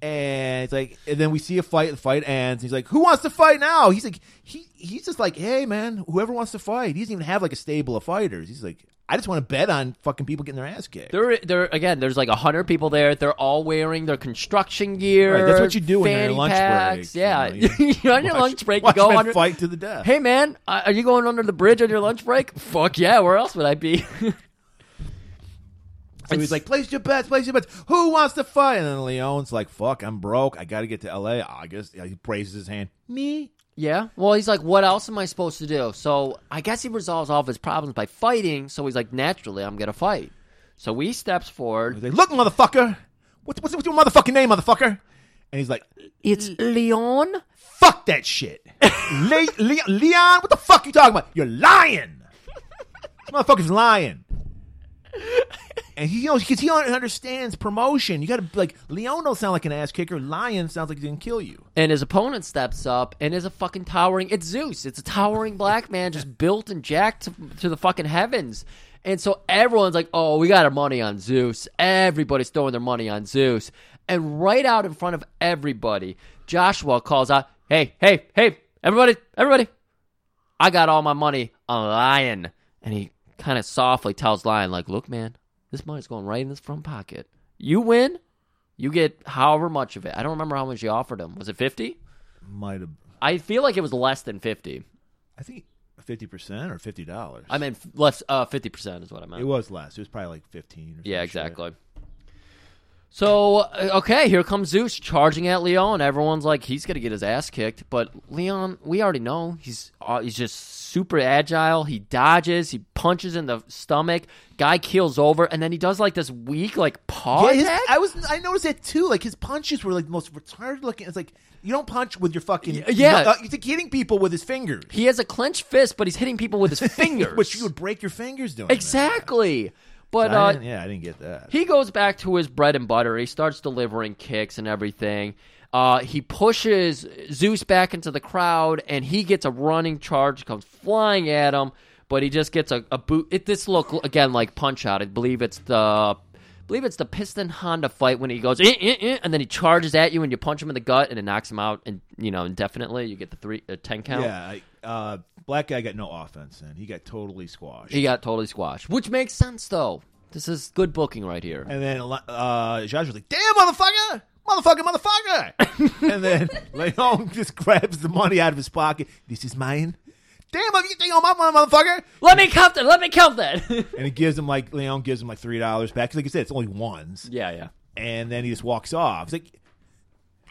and it's like, and then we see a fight. The fight ends. He's like, "Who wants to fight now?" He's like, he he's just like, "Hey, man, whoever wants to fight." He doesn't even have like a stable of fighters. He's like, "I just want to bet on fucking people getting their ass [LAUGHS] kicked."
There, there again. There's like hundred people there. They're all wearing their construction gear.
Right, that's what you do when you're on
fanny
your lunch
packs.
break,
[LAUGHS] Yeah,
you know, you
you are on your
watch-
lunch break. You
watch
go
men
under.
fight to the death.
Hey man, uh, are you going under the bridge on your lunch
[LAUGHS]
break? Fuck yeah. Where else would I be? [LAUGHS]
So he's like, place your bets, place your bets. Who wants to fight? And then Leon's like, fuck, I'm broke. I got to get to LA. I guess he raises his hand. Me?
yeah. Well, he's like, what else am I supposed to do? So I guess he resolves all of his problems by fighting. So he's like, naturally, I'm gonna fight. So he steps forward.
He's like, look, motherfucker. What's, what's, what's your motherfucking name, motherfucker? And he's like,
It's Leon.
fuck that [LAUGHS] shit. Le- Le- Leon, what the fuck you talking about? You're lying. This motherfucker's lying. And he knows because he understands promotion. You got to like Leon don't sound like an ass kicker. Lion sounds like he's gonna kill you.
And his opponent steps up and is a fucking towering. It's Zeus. It's a towering black man just built and jacked to, to the fucking heavens. And so everyone's like, oh, we got our money on Zeus. Everybody's throwing their money on Zeus. And right out in front of everybody, Joshua calls out, hey, hey, hey, everybody, everybody, I got all my money on Lion. And he kind of softly tells Lion, like, look, man, this money's going right in his front pocket. You win, you get however much of it. I don't remember how much you offered him. Was it 50?
Might have,
I feel like it was less than 50.
I think, fifty percent or fifty dollars.
I meant f- less uh 50% is what I
It
meant.
was less. It was probably like fifteen. Or
Yeah,
some
exactly. So, uh, okay, here comes Zeus charging at Leon. Everyone's like he's going to get his ass kicked, but Leon, we already know he's uh, he's just super agile. He dodges, he punches in the stomach. Guy keels over and then he does like this weak like paw
Shit. Yeah, Oh, his-
attack.
I was. I noticed that too. Like his punches were like the most retarded looking. It's like you don't punch with your fucking.
yeah.
uh, he's like hitting people with his fingers, [LAUGHS]
he has a clenched fist, but he's hitting people with his fingers.
which you would break your fingers doing. that.
Exactly. But
I
uh,
didn't- yeah, I didn't get that.
he goes back to his bread and butter. He starts delivering kicks and everything. Uh, he pushes Zeus back into the crowd, and he gets a running charge, comes flying at him, but he just gets a, a boot. It this look again like punch out. I believe it's the, believe it's the Piston Honda fight when he goes, "Eh, eh, eh," and then he charges at you, and you punch him in the gut, and it knocks him out, and you know indefinitely. You get the three, uh, ten count.
yeah, I, uh, black guy got no offense, and he got totally squashed.
He got totally squashed, which makes sense though. This is good booking right here.
And then uh, Josh was like, "Damn, motherfucker,
[LAUGHS]
motherfucker, motherfucker!" and then Leon just grabs the money out of his pocket. This is mine. Damn, have you think on my money, motherfucker?
Let me count that. Let me count that. [LAUGHS]
And he gives him like Leon gives him like three dollars back. 'Cause Like you said, it's only ones.
yeah, yeah.
And then he just walks off. It's like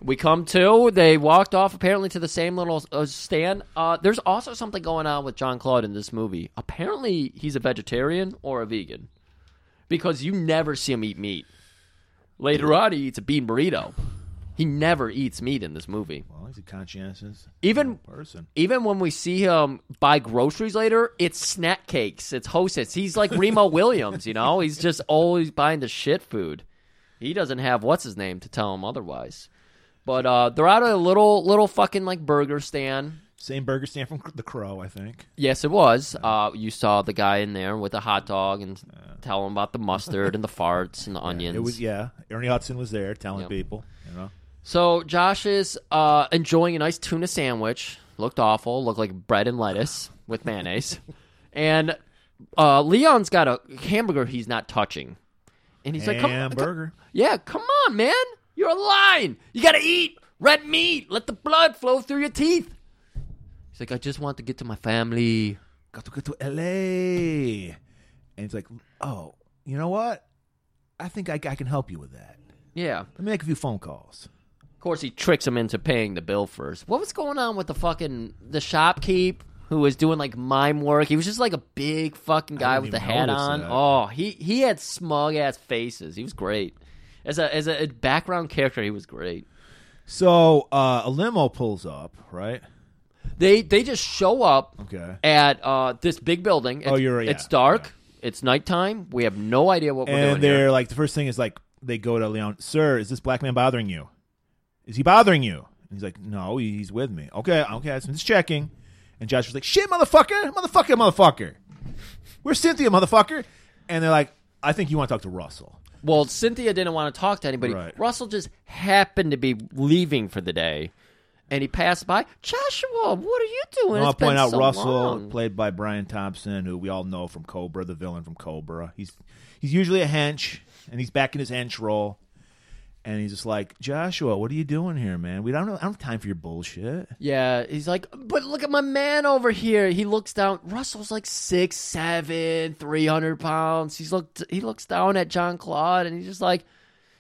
We come to. They walked off apparently to the same little uh, stand. Uh, there's also something going on with John Claude in this movie. Apparently, he's a vegetarian or a vegan because you never see him eat meat. Later on, he eats a bean burrito. He never eats meat in this movie.
well, he's a conscientious
Even
person.
even when we see him buy groceries later, it's snack cakes, it's Hostess. He's like
[LAUGHS]
Remo Williams, you know. He's just always buying the shit food. He doesn't have what's his name to tell him otherwise. But uh, they're out at a little little fucking like burger stand.
Same burger stand from The Crow, I think.
Yes, it was. Uh, you saw the guy in there with a hot dog and tell him about the mustard and the farts and the onions.
It was yeah. Ernie Hudson was there telling
Yep.
people, you know.
So Josh is uh, enjoying a nice tuna sandwich. Looked awful. Looked like bread and lettuce with mayonnaise. and uh, Leon's got a hamburger he's not touching. And he's like, come on. co-
Hamburger.
yeah, come on, man. You're a lion. You got to eat red meat. Let the blood flow through your teeth. He's like, I just want to get to my family.
got to go to LA. And it's like, oh, you know what? I think I, I can help you with that.
Yeah.
Let me make a few phone calls.
Of course, he tricks him into paying the bill first. What was going on with the fucking the shopkeep who was doing like mime work? He was just like a big fucking guy
didn't
with the
even
hat
notice
on.
that.
Oh, he he had smug ass faces. He was great as a as a background character. He was great.
So uh, a limo pulls up, right?
They they just show up
Okay. Oh,
at uh, this big building. It's,
you're right,
It's
yeah,
dark. It's nighttime. We have no idea what we're doing
and they're
here.
like, the first thing is like, they go to Leon, sir, is this black man bothering you? Is he bothering you? And he's like, no, he- he's with me. Okay, okay, so I'm just checking. And Josh was like, shit, motherfucker, motherfucker, motherfucker. Where's Cynthia, motherfucker? And they're like, I think you want to talk to Russell.
Well, Cynthia didn't want to talk to anybody.
Right.
Russell just happened to be leaving for the day, and he passed by. Joshua, what are you doing?
And I'll
It's been
point out
so
Russell,
long."
played by Brian Thompson, who we all know from Cobra, the villain from Cobra. He's he's usually a hench, and he's back in his hench role. And he's just like, Joshua, what are you doing here, man? We don't, I don't have time for your bullshit.
Yeah, he's like, but look at my man over here. He looks down. Russell's like six seven, three hundred pounds. He's looked. He looks down at John Claude, and he's just like,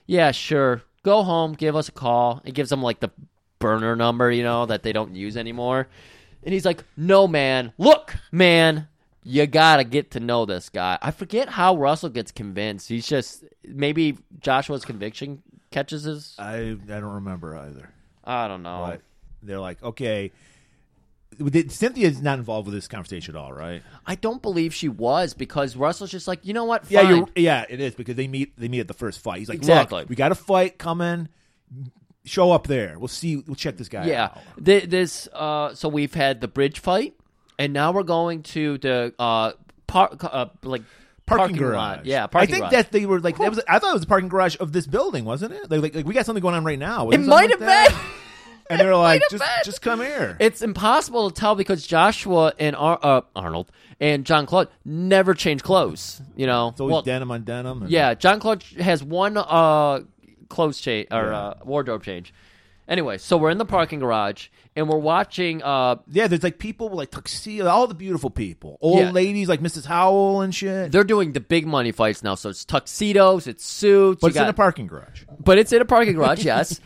"Yeah, sure. Go home. Give us a call." It gives him like the burner number, you know, that they don't use anymore. And he's like, "No, man. Look, man. You gotta get to know this guy." I forget how Russell gets convinced. He's just maybe Joshua's conviction catches his.
I I don't remember either.
I don't know.
But they're like, okay, Did- Cynthia's not involved with this conversation at all, right?
I don't believe she was because Russell's just like, you know what?
Yeah,
Fine.
you're, yeah, it is because they meet they meet at the first fight. He's like,
Exactly.
look, we got a fight coming. Show up there. We'll see. We'll check this guy.
yeah.
out.
Th- this. Uh, so we've had the bridge fight, and now we're going to the uh, park, uh like
parking,
lot.
garage.
Yeah, parking
I think
garage.
that they were like that was. I thought it was the parking garage of this building, wasn't it? Like, like, like we got something going on right now.
it
Wasn't
might have
something like
been. [LAUGHS]
that? And they're like,
have
just
been.
just come here.
It's impossible to tell because Joshua and Ar- uh, Arnold and John Claude never change clothes. You know,
it's always
Well,
denim on denim. and-
Yeah, John Claude has one uh clothes change or uh, wardrobe change. Anyway, so we're in the parking garage and we're watching uh
yeah. There's like people with like tuxedo, all the beautiful people, old
Yeah.
ladies like Mrs. Howell and shit.
They're doing the big money fights now, so it's tuxedos, it's suits,
but
you
it's in
got-
a parking garage.
but it's in a parking garage,
[LAUGHS]
yes.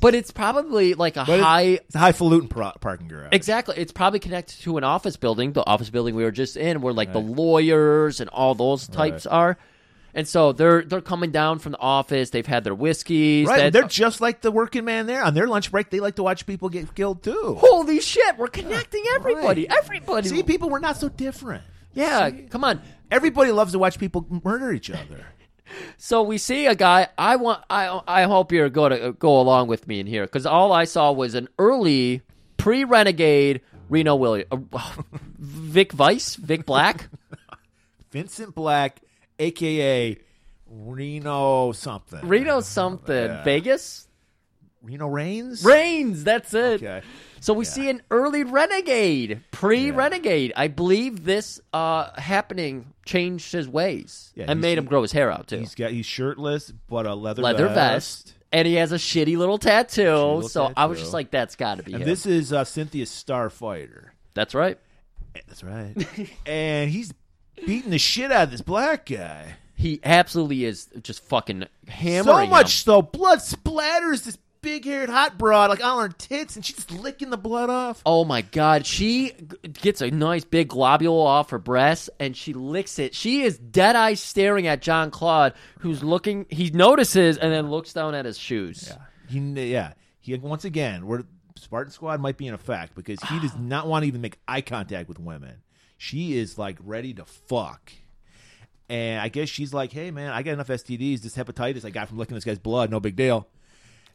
but it's probably like a
But it's-
high.
it's a highfalutin pro- parking garage.
Exactly, it's probably connected to an office building, the office building we were just in, where like the lawyers and all those types are. And so they're they're coming down from the office. They've had their whiskeys.
Right,
that-
they're just like the working man there. On their lunch break, they like to watch people get killed too.
holy shit. We're connecting everybody.
Right.
Everybody.
See, people were not so different.
Yeah, come on.
Everybody loves to watch people murder
[LAUGHS]
each other.
So we see a guy. I want. I I hope you're going to go along with me in here because all I saw was an early pre-renegade Reno Williams, uh, [LAUGHS] Vic Vice, Vic Black.
Vincent Black, aka Reno something.
[LAUGHS] Reno something Vegas
Reno Reigns.
Reigns. That's it.
Okay.
So we see an early renegade, pre-renegade. I believe this uh, happening changed his ways
Yeah,
and
he's-
made him grow his hair out too.
He's got he's shirtless, but a leather
Leather vest. And he has a shitty little tattoo,
little
so I was
tattoo.
just like, "That's got to be
And
him."
this is uh, Cynthia's starfighter.
That's right.
That's right. [LAUGHS] and he's beating the shit out of this black guy.
He absolutely is just fucking hammering.
So much
him.
so, blood splatters this big haired hot broad like on her tits, and she's just licking the blood off.
Oh my god, she g- gets a nice big globule off her breast and she licks it. She is dead eye staring at John Claude, who's looking. He notices and then looks down at his shoes.
He, yeah. He once again, we're Spartan Squad might be in effect because he [SIGHS] does not want to even make eye contact with women. She is like ready to fuck. And I guess she's like, hey man, I got enough STDs. This hepatitis I got from licking this guy's blood, no big deal.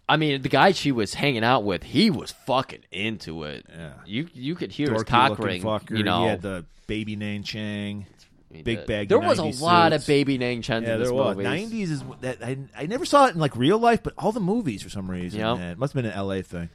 I mean, the guy she was hanging out with, he was fucking into it. Yeah. You you could hear his
Dorky
cock
looking
ring.
fucker.
You know,
he had the baby name Chang, big bag.
There was
90s
a lot
suits.
of baby Nang Chens
Yeah,
in
there
this
was.
movie.
Nineties is that I, I never saw it in like real life, but all the movies for some reason.
Yep.
man. It must have been an L.A. thing.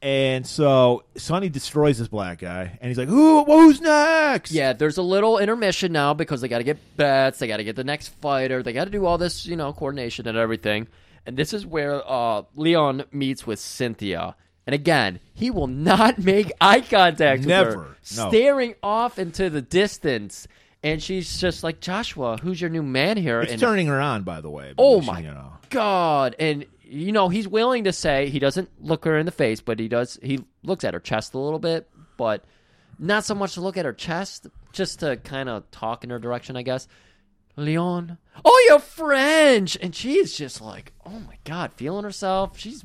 And so Sonny destroys this black guy, and he's like, "Who? Who's next?"
Yeah, there's a little intermission now because they got to get bets, they got to get the next fighter, they got to do all this, you know, coordination and everything. And this is where uh, Leon meets with Cynthia. And again, he will not [LAUGHS] make eye contact with her,
Never. No.
staring off into the distance. And she's just like, Joshua, who's your new man here?
it's
and
turning her on, by the way.
Oh
she,
my
You know,
God! And you know he's willing to say he doesn't look her in the face, but he does. He looks at her chest a little bit, but not so much to look at her chest, just to kind of talk in her direction, I guess. Leon, oh, you're French, and she's just like, oh my God, feeling herself. She's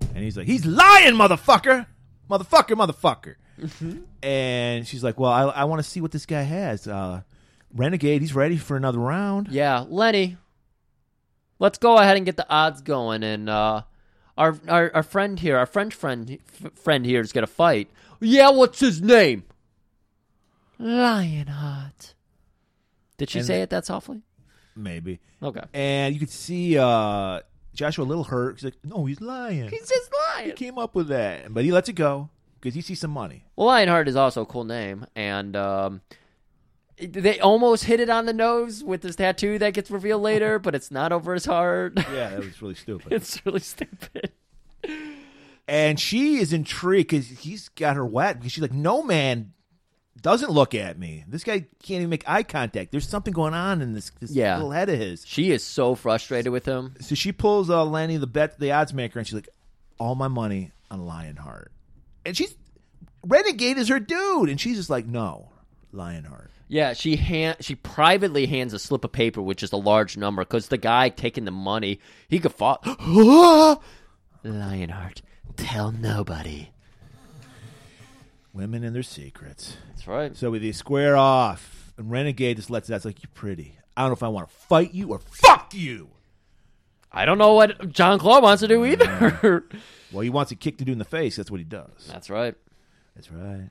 and he's like, "He's lying, motherfucker, motherfucker, motherfucker."
Mm-hmm.
And she's like, "Well, I, I want to see what this guy has. Uh, Renegade, he's ready for another round."
yeah, Lenny. Let's go ahead and get the odds going, and uh, our, our our friend here, our French friend f- friend here is gonna fight. Yeah, what's his name? Lionheart. Did she
And
say
the-
it that softly?
Maybe.
Okay.
And you could see uh, Joshua a little hurt. He's like, "No, he's lying."
He's just lying.
came up with that, but he lets it go because he sees some money.
Well, Lionheart is also a cool name, and um, it- they almost hit it on the nose with this tattoo that gets revealed later, but it's not over his heart. [LAUGHS]
Yeah, that was really stupid.
it's really stupid.
and she is intrigued because he's got her wet because she's like, "No man doesn't look at me. This guy can't even make eye contact. There's something going on in this, this
Yeah.
little head of his."
She is so frustrated with him.
So she pulls uh, Lenny, the bet, the odds maker, and she's like, "All my money on Lionheart," and she's renegade is her dude, and she's just like, "No, Lionheart."
Yeah, she hand she privately hands a slip of paper with just a large number because the guy taking the money he could fall. [GASPS] Lionheart, tell nobody.
Women and their secrets.
That's right.
So they square off, and Renegade just lets it out. It's like, you're pretty. I don't know if I want to fight you or fuck you.
I don't know what John Claude wants to do either.
Well, he wants to kick the dude in the face. That's what he does.
Mm. That's right.
That's right.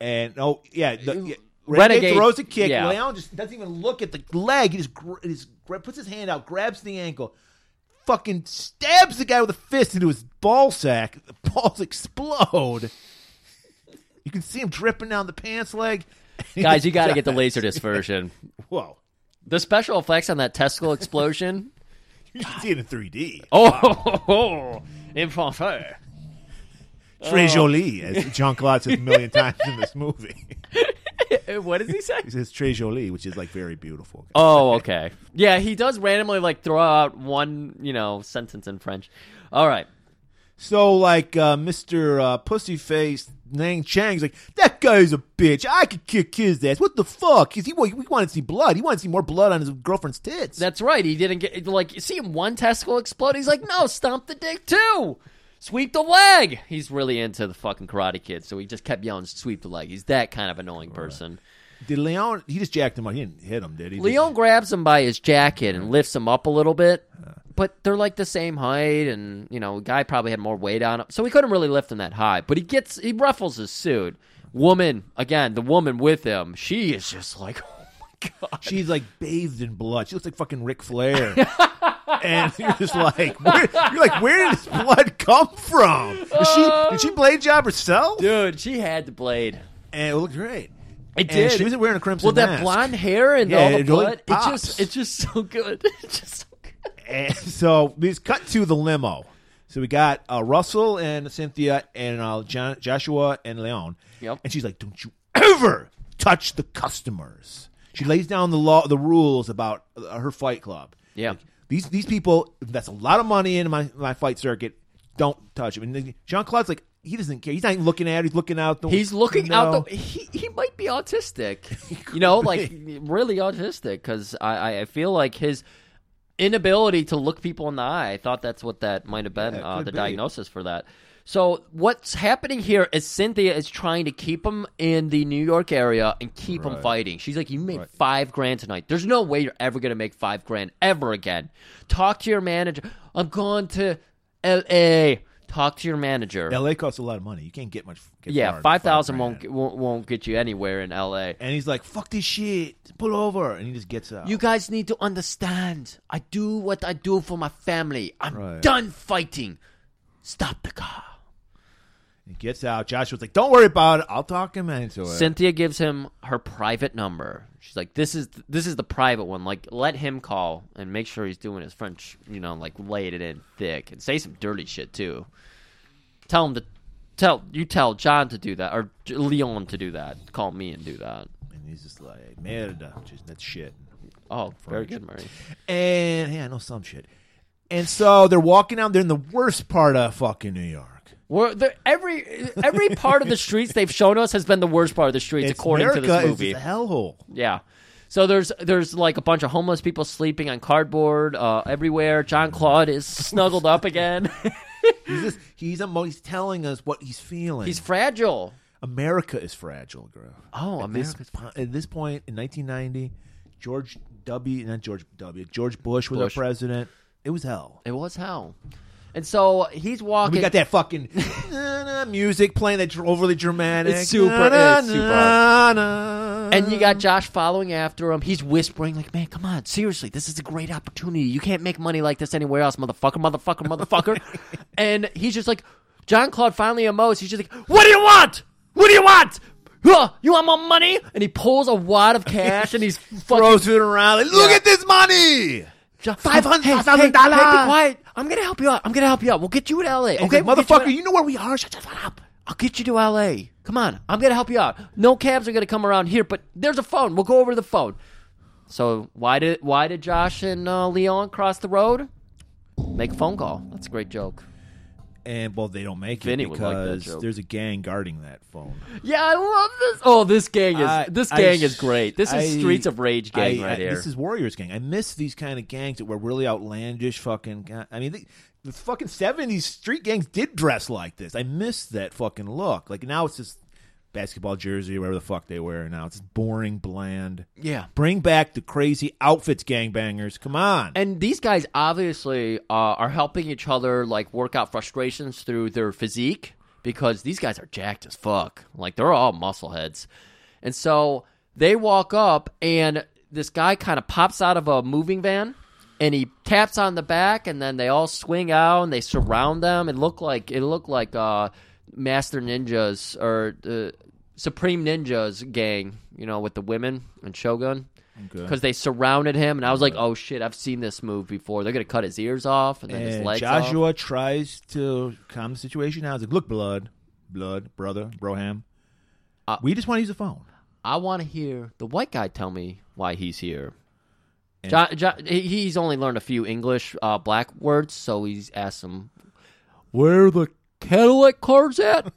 And, oh, yeah. the- yeah, Renegade,
Renegade-
throws a kick.
yeah.
Leon just doesn't even look at the leg. He just, gr- he just gra- puts his hand out, grabs the ankle, fucking stabs the guy with a fist into his ball sack. The [LAUGHS] balls explode. You can see him dripping down the pants leg.
[LAUGHS]
[LAUGHS]
Guys, you got [LAUGHS] to get the laserdisc version.
Whoa.
The special effects on that testicle explosion.
You can see it in 3D.
[LAUGHS] Oh, [LAUGHS] in français. Oh.
Très
[LAUGHS]
joli, as Jean Claude says a million times in this movie. [LAUGHS]
Eh, What does he say?
He says très joli, which is like very beautiful.
[LAUGHS] Oh, okay. Yeah, he does randomly like throw out one, you know, sentence in French. All right.
So, like, uh, Mr. Uh, Pussyface Nang Chang's like, that guy's a bitch. I could kick his ass. What the fuck? Because he, wa- he wanted to see blood. He wanted to see more blood on his girlfriend's tits.
That's right. He didn't get like you see him one testicle explode. He's like, no, stomp the dick too. Sweep the leg. He's really into the fucking Karate Kid, so he just kept yelling, "Sweep the leg." He's that kind of annoying person.
Did Leon? He just jacked him up. He didn't hit him, did he?
Leon grabs him by his jacket and lifts him up a little bit, but they're like the same height, and you know, guy probably had more weight on him, so he couldn't really lift him that high. But he gets he ruffles his suit. Woman again, the woman with him, she is just like, [LAUGHS] oh my god,
She's like bathed in blood. She looks like fucking
[LAUGHS]
Ric Flair. and you're just like, where, you're like, where did this blood come from? Is she, did she blade job herself?
dude, she had the blade.
And it looked great.
It
And
did.
she wasn't wearing a crimson
Well, that
mask.
blonde hair and
Yeah,
all the
it really
blood, it
pops.
just it's just so good. [LAUGHS] It's just so good.
And [LAUGHS] so these cut to the limo. So we got uh, Russell and Cynthia and uh, John, Joshua and Leon.
Yep.
And she's like, "Don't you ever touch the customers." She lays down the law, the rules about uh, her fight club.
Yeah.
Like, these these people that's a lot of money in my my fight circuit. Don't touch them. And Jean Claude's like, he doesn't care. He's not even looking at her. He's looking out the.
He's looking out the.
window.
He, he might be autistic.
[LAUGHS]
you know, like really autistic, because I, I- I feel like his inability to look people in the eye, I thought that's what that might have been
Yeah, it
uh,
could
the
be.
diagnosis for that. So what's happening here is Cynthia is trying to keep him in the New York area and keep him fighting. She's like, "You made five grand tonight. There's no way you're ever gonna make five grand ever again. Talk to your manager. I'm going to L.A. Talk to your manager.
L.A. costs a lot of money. You can't get much. Get far
Yeah,
in
five thousand
grand.
won't, get- won't won't get you anywhere in L.A.
And he's like, "Fuck this shit. Pull over." And he just gets out.
You guys need to understand. I do what I do for my family. I'm
Right.
done fighting. Stop the car.
He gets out. Joshua's like, "Don't worry about it. I'll talk him into it."
Cynthia gives him her private number. She's like, "This is this is the private one. Like, let him call and make sure he's doing his French. You know, like laid it in thick and say some dirty shit too. Tell him to tell you tell John to do that or J- Leon to do that. Call me and do that.
and he's just like, "Merda, just
[LAUGHS]
that shit."
Oh, very good, Murray.
And hey, I know some shit. And so they're walking out. They're in the worst part of fucking New York.
We're, there- every every part of the streets they've shown us has been the worst part of the streets, according
America
to this
is
movie.
just a hellhole.
Yeah. So there's there's like a bunch of homeless people sleeping on cardboard uh, everywhere. John Claude is snuggled up again. [LAUGHS]
He's just, he's a mo- he's telling us what he's feeling.
He's fragile.
America is fragile, girl.
Oh,
At this
America's
po- at this point in 1990, George W. Not George W. George Bush was
Bush.
our president. It was hell.
It was hell. And so he's walking.
We got that fucking na, na, music playing that's overly dramatic.
It's super-
Na, na,
it's super.
na, na.
And you got Josh following after him. He's whispering, like, man, come on, seriously, this is a great opportunity. You can't make money like this anywhere else, motherfucker, motherfucker, [LAUGHS] motherfucker. and he's just like, John Claude finally emotes. He's just like, what do you want? What do you want? Huh, You want more money? And he pulls a wad of cash and [LAUGHS]
[LAUGHS]
he's fucking
throws it around. Like, Look
Yeah.
at this money.
five hundred
Hey,
thousand
hey, hey, be
dollars.
quiet.
I'm gonna help you out. I'm gonna help you out. We'll get you to LA.
And
Okay,
he's like, motherfucker,
you
you know where we are. Shut the fuck up.
I'll get you to LA. Come on, I'm gonna help you out. No cabs are gonna come around here, but there's a phone. We'll go over the phone. So why did why did Josh and uh, Leon cross the road? Make a phone call. That's a great joke.
And well, they don't make
Vinny
it
would like that
because
joke.
there's a gang guarding that phone.
Yeah, I love this. Oh, this gang is
I-
this
I-
gang is great. This
I-
is Streets of Rage gang
I-
right
I-
here.
This is Warriors gang. I miss these kind of gangs that were really outlandish. Fucking, ga- I mean, the, the fucking seventies street gangs did dress like this. I miss that fucking look. Like now it's just basketball jersey, whatever the fuck they wear. Now it's just boring, bland.
Yeah.
bring back the crazy outfits, gangbangers. Come on.
and these guys obviously uh, are helping each other like work out frustrations through their physique because these guys are jacked as fuck like they're all muscleheads and so they walk up and this guy kind of pops out of a moving van and he taps on the back and then they all swing out and they surround them it looked like it looked like uh, master ninjas or uh, supreme ninjas gang you know with the women and shogun because they surrounded him, and I was like, "Oh shit, I've seen this move before. They're gonna cut his ears off and then his
And
legs off."
Joshua tries to calm the situation down. He's like, "Look, blood, blood, brother, broham.
Uh,
we just want to use the phone."
I want to hear the white guy tell me why he's here. Jo- Jo- he- he's only learned a few English uh, black words, so he's asked him where the Cadillac cars at.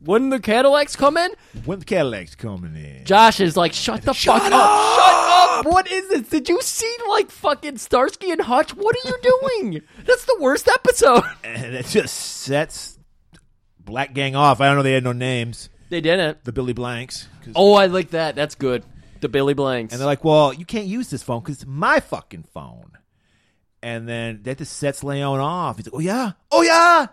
when the Cadillacs come in,
When the Cadillac's coming in,
Josh is like, "Shut the fuck up! Shut up! What
[LAUGHS]
is this? Did you see like fucking Starsky and Hutch? What are you doing? [LAUGHS] That's the worst episode."
and it just sets Black Gang off. I don't know; they had no names.
[LAUGHS] They didn't.
the Billy Blanks. 'cause-
Oh, I like that. That's good. The Billy Blanks.
And they're like, well, you can't use this phone because it's my fucking phone. And then that just sets Leon off. He's like, oh, yeah? Oh, yeah?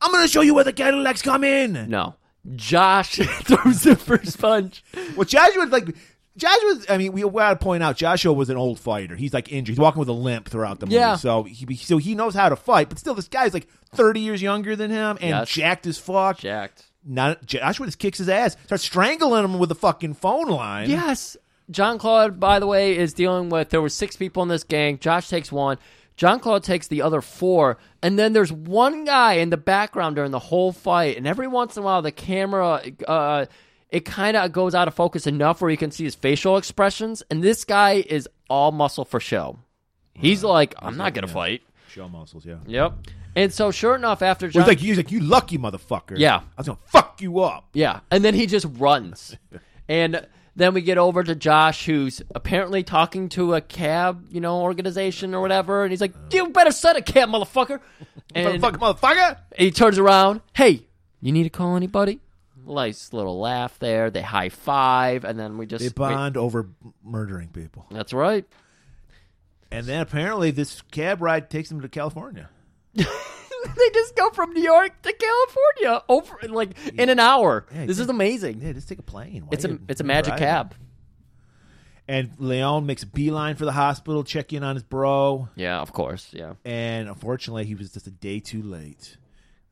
I'm going to show you where the Cadillacs come in.
no. Josh [LAUGHS] throws the first punch.
Well, Joshua, like, Joshua's, I mean, we got to point out, Joshua was an old fighter. He's like injured. He's walking with a limp throughout the movie.
Yeah.
So he, so he knows how to fight. But still, this guy's like 30 years younger than him and
Yes.
jacked as fuck.
Jacked.
Not, Joshua just kicks his ass, starts strangling him with a fucking phone line.
Yes. John Claude, by the way, is dealing with there were six people in this gang. Josh takes one. John Claude takes the other four, and then there's one guy in the background during the whole fight. And every once in a while, the camera, uh, it kind of goes out of focus enough where you can see his facial expressions. And this guy is all muscle for show. He's like, I'm not gonna fight.
Show muscles, yeah.
Yep. And so, sure enough, after John,
He's like, he's like, you lucky motherfucker.
Yeah.
I was going to fuck you up.
Yeah, and then he just
[LAUGHS]
runs, and then we get over to Josh, who's apparently talking to a cab, you know, organization or whatever, and he's like, "You better set a cab, motherfucker!" And
[LAUGHS] motherfucker, motherfucker.
he turns around, "Hey, you need to call anybody?" Nice little laugh there. They high five, and then we just
They
we-
bond over murdering people.
that's right. [LAUGHS]
And then apparently this cab ride takes them to California.
they just go from New York to California over like in an hour.
Yeah,
this
yeah.
is amazing.
Yeah, just take a plane. Why
It's a
you-
it's a magic
ride?
cab.
And Leon makes a beeline for the hospital, check in on his bro.
Yeah, of course. Yeah.
And unfortunately, he was just a day too late.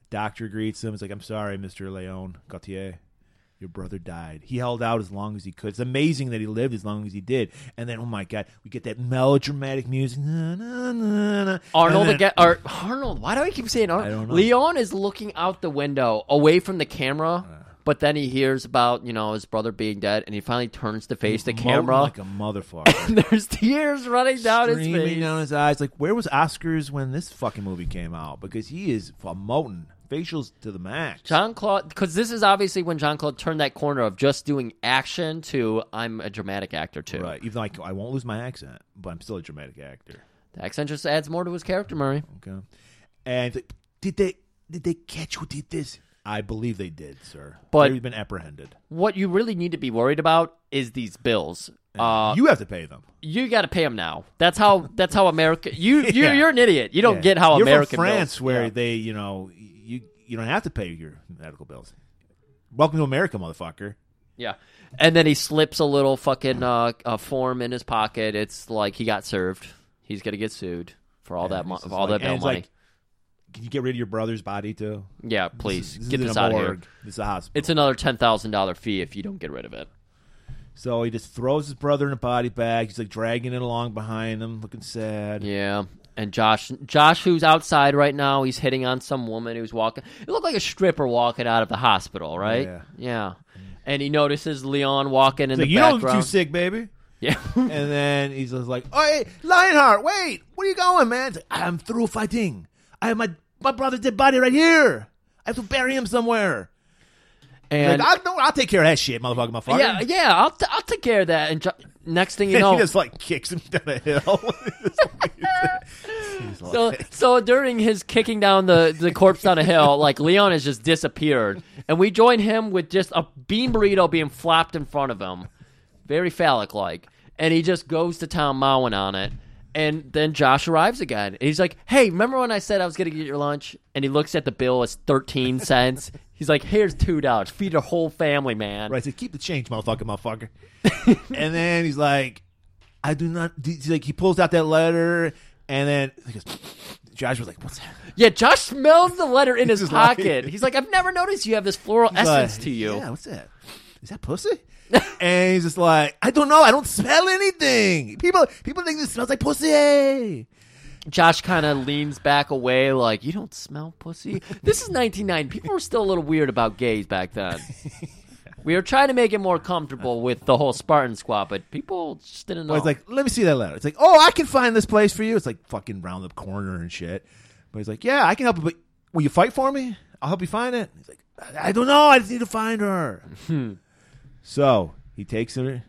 Doctor greets him. He's like, I'm sorry, Mr. Leon Gautier. Your brother died. He held out as long as he could. It's amazing that he lived as long as he did. And then, oh my God, we get that melodramatic music. Na, na, na, na.
Arnold
And then-
again. Or Arnold. Why do I keep saying Arnold?
I don't know.
Leon is looking out the window, away from the camera.
Uh.
But then he hears about you know his brother being dead, and he finally turns to face the
Moaning
camera. [LAUGHS]
like a motherfucker.
and there's tears running down his
streaming
face.
down his eyes. Like, where was Oscars when this fucking movie came out? Because he is a motin. Facials to the max.
John Claude, because this is obviously when John Claude turned that corner of just doing action to I'm a dramatic actor too.
Right. Even though like, I won't lose my accent, but I'm still a dramatic actor.
The accent just adds more to his character, Murray.
Okay. And like, did they did they catch who did this? I believe they did, sir.
But-
they've been apprehended.
What you really need to be worried about is these bills. Uh,
you have to pay them.
you got to pay them now. That's how. That's how America. You
[LAUGHS]
you
Yeah.
you're an idiot. You don't
Yeah.
get how
You're
American
from France,
bills-
where
Yeah.
they you know you you don't have to pay your medical bills. Welcome to America, motherfucker.
Yeah. And then he slips a little fucking uh, uh, form in his pocket. It's like he got served. He's gonna get sued for all that
And
mo-
it's just
all
like-
that bail
and it's
money.
like, can you get rid of your brother's body too?
yeah, please
This
get
isn't
this
a
out of here.
morgue. This is a hospital.
It's another ten thousand dollar fee if you don't get rid of it.
so he just throws his brother in a body bag. He's like dragging it along behind him, looking sad.
Yeah. And Josh, Josh, who's outside right now, he's hitting on some woman who's walking. It looked like a stripper walking out of the hospital, right?
Yeah.
Yeah. And he notices Leon walking in
He's like,
the
you don't look
background.
too sick, baby. [LAUGHS]
yeah.
And then he's just like, "Oh, hey, Lionheart, wait, where are you going, man?" It's like, I'm through fighting. I have my my brother's dead body right here. I have to bury him somewhere.
and
like, I, no, I'll take care of that shit, motherfucker, motherfucker. [LAUGHS]
yeah, yeah, I'll t- I'll take care of that. And jo- next thing you
And
know,
[LAUGHS] he just like kicks him down a hill. [LAUGHS] He's like-
so, so during his kicking down the, the corpse down a
[LAUGHS]
hill, like Leon has just disappeared, and we join him with just a bean burrito being flopped in front of him, very phallic like, and he just goes to town mowing on it. And then Josh arrives again. And he's like, "Hey, remember when I said I was gonna get your lunch?" And he looks at the bill; it's thirteen
[LAUGHS]
cents. He's like, "Here's two dollars. Feed your whole family, man."
Right, so keep the change, motherfucker,
[LAUGHS]
motherfucker. and then he's like, I do not. He's like, he pulls out that letter, and then he goes, Josh was like, what's that?
Yeah, Josh smells the letter in his
He's like-
pocket. he's like, "I've never noticed you have this floral essence
like,
to you."
Yeah, what's that? Is that pussy? [LAUGHS] and he's just like, I don't know. I don't smell anything. People, people think this smells like pussy.
Josh kind of leans back away, like, you don't smell pussy? This is 1990. People were still a little weird about gays back
[LAUGHS]
then. We were trying to make it more comfortable with the whole Spartan squad, but people just didn't know.
But he's like, let me see that letter. It's like, oh, I can find this place for you. It's like fucking round the corner and shit. But he's like, yeah, I can help you. But will you fight for me? I'll help you find it. He's like, I I don't know. I just need to find her.
Hmm.
so he takes her.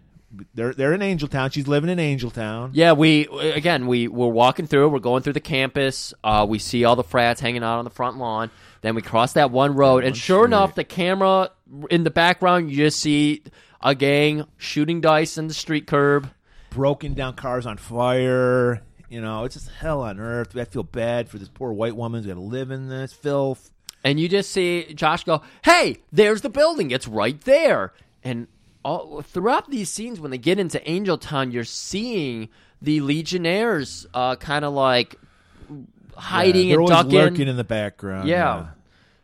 They're they're in Angel Town. She's living in Angel Town.
yeah, we again we we're walking through, we're going through the campus. Uh,
Oh,
we see all the frats hanging out on the front lawn. Then we cross that one road, and sure enough, the camera in the background, you just see a gang shooting dice in the street curb.
broken down cars on fire. You know, it's just hell on earth. I feel bad for this poor white woman who's got to live in this filth.
and you just see Josh go, "Hey, there's the building. It's right there." And all, throughout these scenes, when they get into Angel Town, you're seeing the Legionnaires uh, kind of like hiding
they're
and
always
ducking.
lurking in the background.
yeah.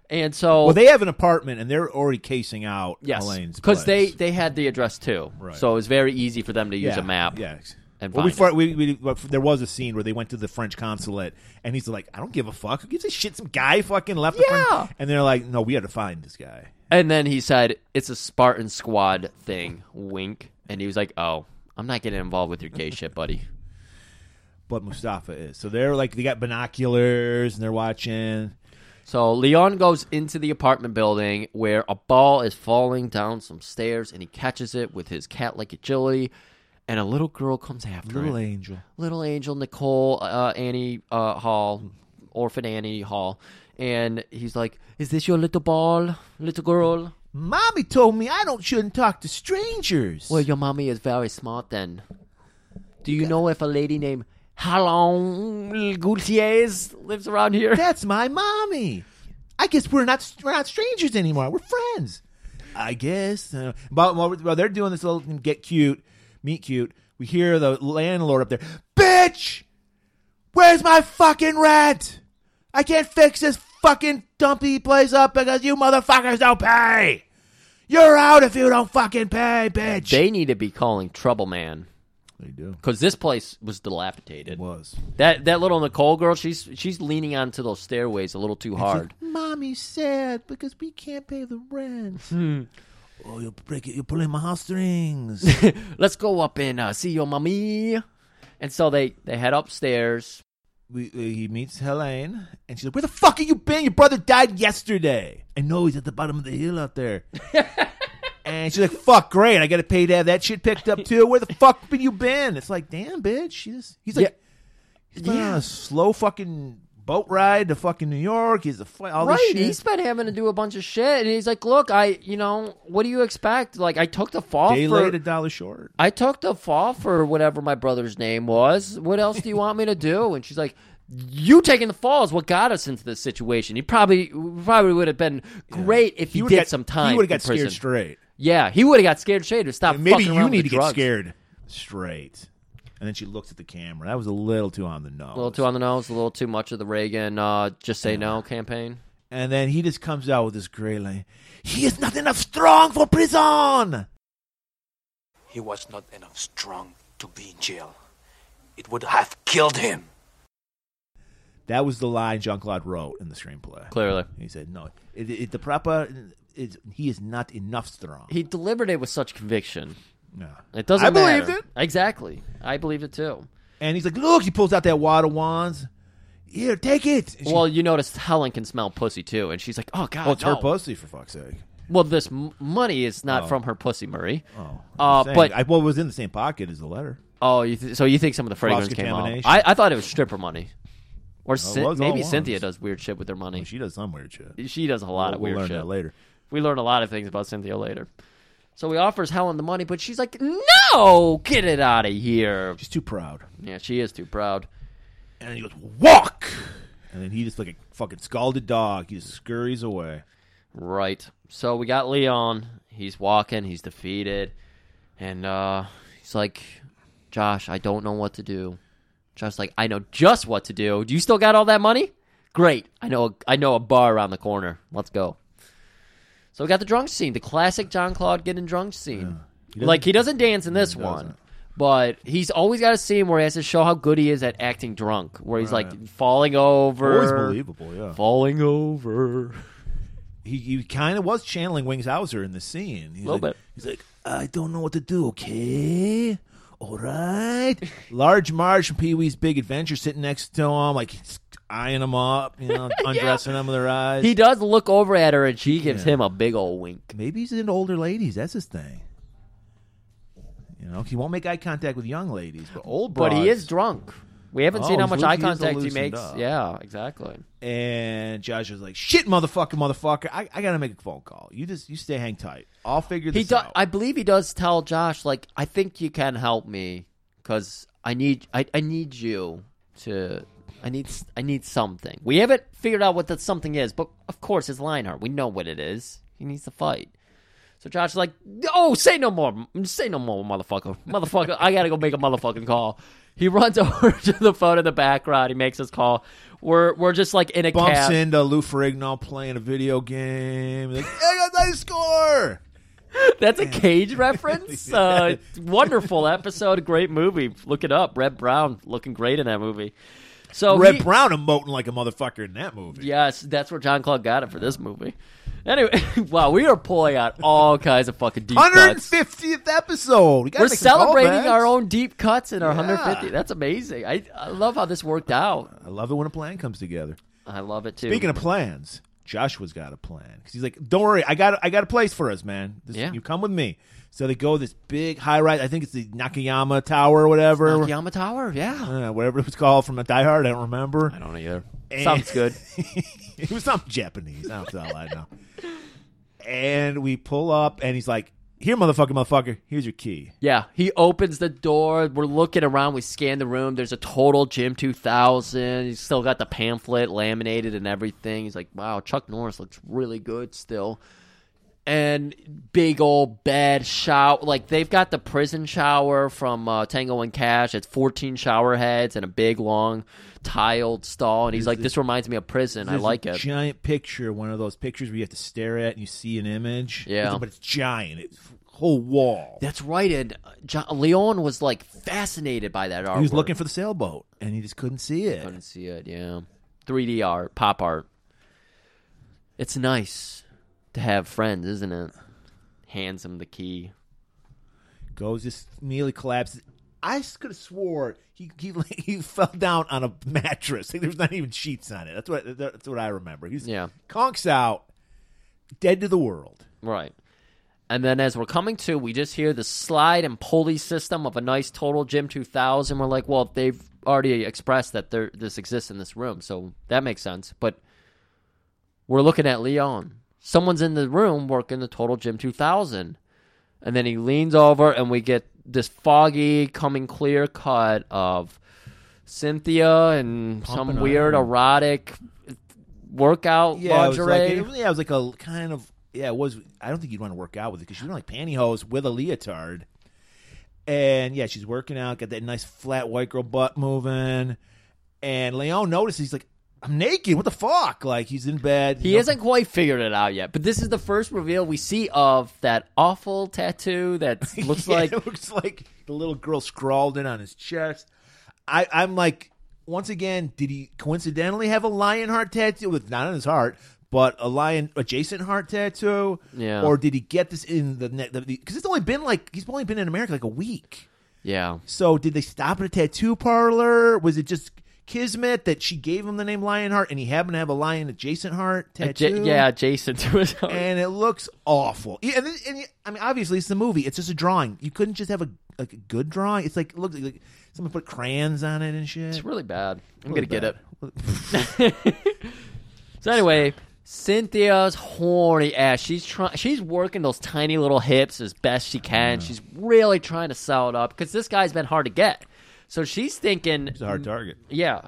and so
Well, they have an apartment and they're already casing out
yes,
Elaine's
because they
place.
they had the address too,
Right.
so it was very easy for them to use
yeah,
a map.
Yeah.
and
well, we,
find
fir- we, we, well, there was a scene where they went to the French consulate, and he's like, "I don't give a fuck. Who gives a shit? Some guy fucking left." The
Yeah.
French-" and they're like, "No, we got to find this guy."
And then he said, "It's a Spartan squad thing." Wink. And he was like, "Oh, I'm not getting involved with your gay shit,
[LAUGHS]
buddy."
But Mustafa is. So they're like, they got binoculars and they're watching.
So Leon goes into the apartment building where a ball is falling down some stairs and he catches it with his cat like agility. And a little girl comes after
Little
him.
angel.
Little angel, Nicole, uh, Annie uh, Hall, orphan Annie Hall. And he's like, Is this your little ball, little girl?
Mommy told me I don't shouldn't talk to strangers.
Well, your mommy is very smart then. Do you know if a lady named Halon Gutierrez lives around here?
that's my mommy. I guess we're not we're not strangers anymore. We're friends. I guess. Uh, But while, while they're doing this little get cute, meet cute, we hear the landlord up there, "Bitch, where's my fucking rent? I can't fix this fucking dumpy place up because you motherfuckers don't pay. You're out if you don't fucking pay, bitch."
They need to be calling Trouble Man.
They do.
because this place was dilapidated.
Was
That that little Nicole girl, she's she's leaning onto those stairways a little too hard.
Mommy's sad because we can't pay the
[LAUGHS]
rent.
Hmm.
oh, you're breaking, you're pulling my heartstrings.
Let's go up and uh, see your mommy. And so they they head upstairs.
[LAUGHS] we, we- he meets Helene, and she's like, "Where the fuck have you been? Your brother died yesterday. I know he's at the bottom of the hill
[LAUGHS]
out there." and she's like, "Fuck, great! I got to pay to have that shit picked up too. Where the fuck have you been?" It's like, "Damn, bitch." She's he's like, he's been on a slow fucking boat ride to fucking New York. He's a fu- all
Right,
this shit.
he's been having to do a bunch of shit, and he's like, "Look, I, you know, what do you expect? Like, I took the fall
Day
for,
late, a dollar short.
I took the fall for whatever my brother's name was. What else do you want me to do? And she's like, You taking the fall is what got us into this situation. He probably probably would have been great if he,
would've
did
got-
some time.
He would have
in
got scared
prison.
straight.
Yeah, he would have got scared straight to stop.
And maybe
fucking
you
around
need
with the
to get
drugs.
scared straight. And then she looks at the camera. That was a little too on the nose.
A little too on the nose, a little too much of the Reagan uh, "just say no" campaign.
and then he just comes out with this gray line. He is not enough strong for prison.
He was not enough strong to be in jail. It would have killed him.
That was the line Jean Claude wrote in the screenplay.
Clearly,
He said, "No, it, it, the proper is he is not enough strong."
he delivered it with such conviction.
Yeah.
It doesn't.
I believed
matter.
it.
exactly. I believed it too.
And he's like, "Look!" He pulls out that wad of wands. Here, take it. And she-
Well, you notice Helen can smell pussy too, and she's like, "Oh God,
oh, it's
no."
her pussy for fuck's sake.
Well, this m- money is not from her pussy, Murray.
Oh,
Uh,
I'm saying,
but-
I, well, it was in the same pocket as the letter.
Oh, you th- so you think some of the fragrance came off?
Cross-contamination.
I-, I thought it was stripper money, or Cyn-
was all
maybe
ones.
Cynthia does weird shit with her money.
She does some weird shit.
She does a lot of
we'll
weird
learn
shit.
that later.
We learn a lot of things about Cynthia later. So he offers Helen the money, but she's like, "No, get it out of here."
She's too proud.
Yeah, she is too proud.
And he goes, walk! And then he just, like a fucking scalded dog, he just scurries away.
Right. So we got Leon. He's walking. He's defeated, and uh, he's like, "Josh, I don't know what to do." Josh's like, "I know just what to do. Do you still got all that money? Great. I know. I know a bar around the corner. Let's go." So we got the drunk scene, the classic John Claude getting drunk scene. like he doesn't dance in this one, but he's always got a scene where he has to show how good he is at acting drunk, where he's like falling over,
Always believable, yeah.
falling over.
He, he kind of was channeling Wings Hauser in the scene. He's
Little
like,
bit.
He's like, I don't know what to do, okay? All right. Large Marge from Pee Wee's Big Adventure sitting next to him, like eyeing him up,
[LAUGHS]
you know, undressing him with her eyes.
He does look over at her, and she gives him a big old wink.
Maybe he's into older ladies. That's his thing. You know, he won't make eye contact with young ladies, but old
But he
broads-
is drunk. We haven't
Oh,
seen how
he's
much
loo-
eye
he's a
contact he
loosened
makes.
up.
Yeah, exactly.
And Josh was like, "Shit, motherfucker, motherfucker! I, I gotta make a phone call. You just you stay hang tight. I'll figure
He
this
do-
out."
I believe he does tell Josh like I think you can help me cuz I need I, I need you to I need s- I need something. We haven't figured out what that something is, but of course it's Lionheart. We know what it is. He needs to fight. So Josh's like, "Oh, say no more. m- Say no more, motherfucker. Motherfucker, I got to go make a motherfucking call." He runs [LAUGHS] over to the phone in the background. He makes his call. We're we're just like in a
Bumps
cab.
into Lou Ferrigno playing a video game. Like, I got nice score.
That's a
[LAUGHS]
Cage reference. Uh, wonderful episode, great movie. Look it up. Red Brown looking great in that movie. So
Red
he-
Brown emoting like a motherfucker in that movie.
Yes, that's where John Clark got it for this movie. Anyway, [LAUGHS] wow, we are pulling out all kinds of fucking deep cuts.
150th episode. We gotta
We're
make some
celebrating
callbacks.
our own deep cuts in our
Yeah.
150. That's amazing. I, I love how this worked out.
I love it when a plan comes together.
I love it too.
Speaking of plans, Joshua's got a plan because he's like, "Don't worry, I got I got a place for us, man. This,
Yeah.
You come with me." So they go this big high rise. I think it's the Nakayama Tower or whatever,
Yama Tower, yeah.
Uh, whatever it was called from a Die Hard. I don't remember.
I don't either. Sounds good.
[LAUGHS] it was something Japanese. I don't know. I know. And we pull up, and he's like, "Here, motherfucker, motherfucker. Here's your key."
Yeah, he opens the door. We're looking around. We scan the room. There's a total Gym 2000. He's still got the pamphlet laminated and everything. He's like, wow, Chuck Norris looks really good still. And big old bed shower. Like, they've got the prison shower from uh, Tango and Cash. It's 14 shower heads and a big, long, tiled stall. And he's like, this reminds me of prison. I
There's
like
a
it.
Giant picture, one of those pictures where you have to stare at and you see an image.
Yeah.
but it's giant. It's whole wall.
That's right. And uh, John, Leon was like fascinated by that artwork.
He was looking for the sailboat, and he just couldn't see it.
Couldn't see it. Yeah, 3D art, pop art. It's nice to have friends, isn't it? Hands him the key.
Goes just nearly collapses. I could have swore he, he [LAUGHS] he fell down on a mattress. Like, There's not even sheets on it. That's what that's what I remember. He's
Yeah.
conks out, dead to the world.
Right. And then as we're coming to, we just hear the slide and pulley system of a nice total gym 2000. We're like, well, they've already expressed that there this exists in this room, so that makes sense. But we're looking at Leon. Someone's in the room working the total gym 2000. And then he leans over, and we get this foggy, coming clear cut of Cynthia and some
Pumping
weird
iron.
erotic workout
Yeah, it was
lingerie.
like, it was- yeah, it was like a kind of yeah. It was. I don't think you'd want to work out with it because she's wearing like pantyhose with a leotard, and yeah, she's working out, got that nice flat white girl butt moving, and Leon notices he's like, "I'm naked. What the fuck?" Like he's in bed.
He
you know,
hasn't quite figured it out yet, but this is the first reveal we see of that awful tattoo that looks
[LAUGHS] yeah,
like
it looks like the little girl scrawled in on his chest. I, I'm like, once again, did he coincidentally have a lion heart tattoo with not on his heart, but a lion adjacent heart tattoo?
Yeah.
Or did he get this in the net? Because it's only been like he's only been in America like a week.
yeah,
So did they stop at a tattoo parlor? Was it just kismet that she gave him the name Lionheart and he happened to have a lion adjacent heart tattoo? Eh.
J- yeah, Jason to his own.
and it looks awful. Yeah, and, it- and it- I mean, obviously, it's the movie. It's just a drawing. You couldn't just have a like a good drawing. It's like it looks like someone put crayons on it and shit.
it's really bad. I'm gonna get it.
it.
[LAUGHS] So anyway, Cynthia's horny ass. She's trying. She's working those tiny little hips as best she
Mm.
can. She's really trying to sell it up because this guy's been hard to get. So she's thinking
It's a hard target.
Yeah.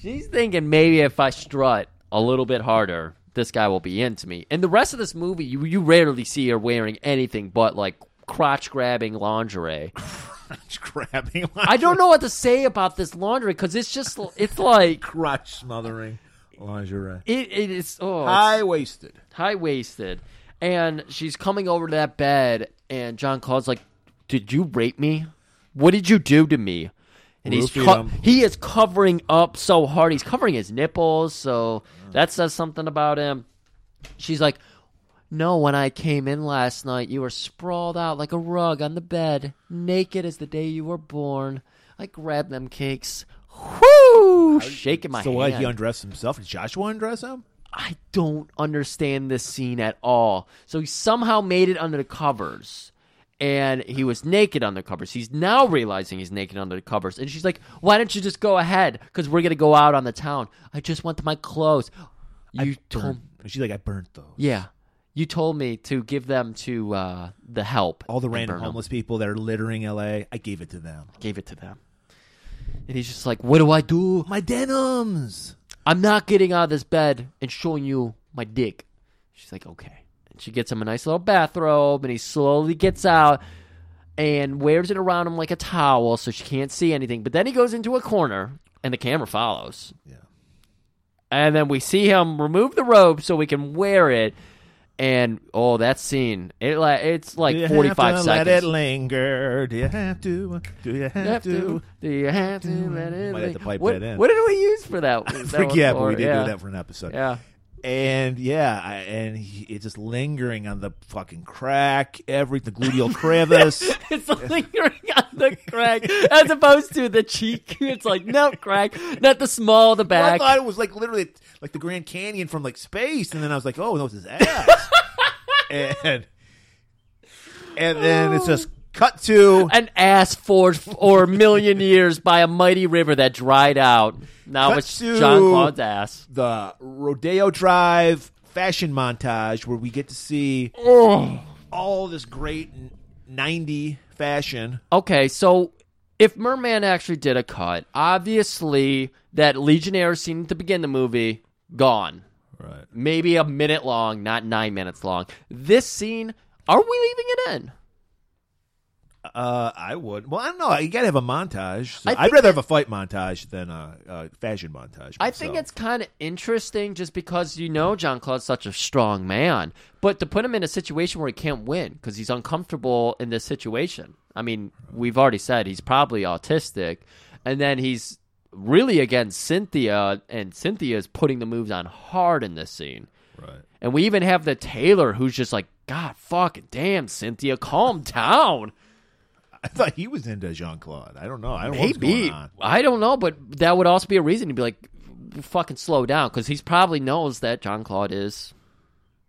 She's thinking maybe if I strut a little bit harder, this guy will be into me. And the rest of this movie, you, you rarely see her wearing anything but like crotch grabbing lingerie.
[LAUGHS] It's [LAUGHS] grabbing.
I don't know what to say about this laundry because it's just, it's like,
crotch smothering lingerie.
it, it is oh,
High waisted.
high waisted. And she's coming over to that bed, and John Claude's like, Did you rape me? What did you do to me? And he's
Roofied
co-
him.
he is covering up so hard. He's covering his nipples, so that says something about him. She's like, No, when I came in last night, you were sprawled out like a rug on the bed, naked as the day you were born. I grabbed them cakes. Whoo! Shaking my
so
hand.
what? He undressed himself. Did Joshua undress him?
I don't understand this scene at all. So he somehow made it under the covers. and he was naked under covers. He's now realizing he's naked under the covers. And she's like, Why don't you just go ahead? Because we're going to go out on the town. I just want my clothes. You told
And she's like, I burnt those.
Yeah. You told me to give them to uh, the help.
All the
and
random
burn 'em.
homeless people that are littering LA, I gave it to them.
Gave it to them. And he's just like, What do I do?
My denims.
I'm not getting out of this bed and showing you my dick. She's like, Okay. And she gets him a nice little bathrobe and he slowly gets out and wears it around him like a towel so she can't see anything. But then he goes into a corner and the camera follows.
Yeah.
And then we see him remove the robe so we can wear it. And oh, that scene! It like it's like
Do you
forty five
have to
seconds.
Let it linger. Do you have to? Do you have,
have
to?
to? Do you have to let it?
Might have
leak?
to pipe
what,
that in.
what did we use for that?
[LAUGHS] I
that one
forget, but
for?
we did
yeah.
do that for an episode.
Yeah.
And yeah, I, and he, it's just lingering on the fucking crack, every the gluteal crevice.
It's [LAUGHS] lingering on the crack, as opposed to the cheek. [LAUGHS] It's like no crack, not the small, the
Well, I
back.
thought it was like literally like the Grand Canyon from like space, and then I was like, oh, no, it's his ass. and and then it's just cut to
An ass forged for a million years by a mighty river that dried out. Now
Cut
it's
to-
John Claude's ass.
the Rodeo Drive fashion montage where we get to see all this great n- ninety fashion.
Okay, so if Merman actually did a cut, obviously that Legionnaire scene to begin the movie gone.
Right.
Maybe a minute long, not nine minutes long. This scene, are we leaving it in?
Uh, I would. Well, I don't know. You gotta have a montage. So
I
I'd
think
rather have a fight montage than a, a fashion montage.
I think
myself.
it's kind of interesting just because you know John Claude's such a strong man, but to put him in a situation where he can't win because he's uncomfortable in this situation. I mean, we've already said he's probably autistic, and then he's really against Cynthia, and Cynthia is putting the moves on hard in this scene. Right. And we even have the Taylor who's just like, God fucking damn, Cynthia, calm down.
[LAUGHS] I thought he was into Jean Claude. I don't know. I don't know what's
Maybe
going on.
I don't know, but that would also be a reason to be like, fucking slow down, because he's probably knows that John Claude is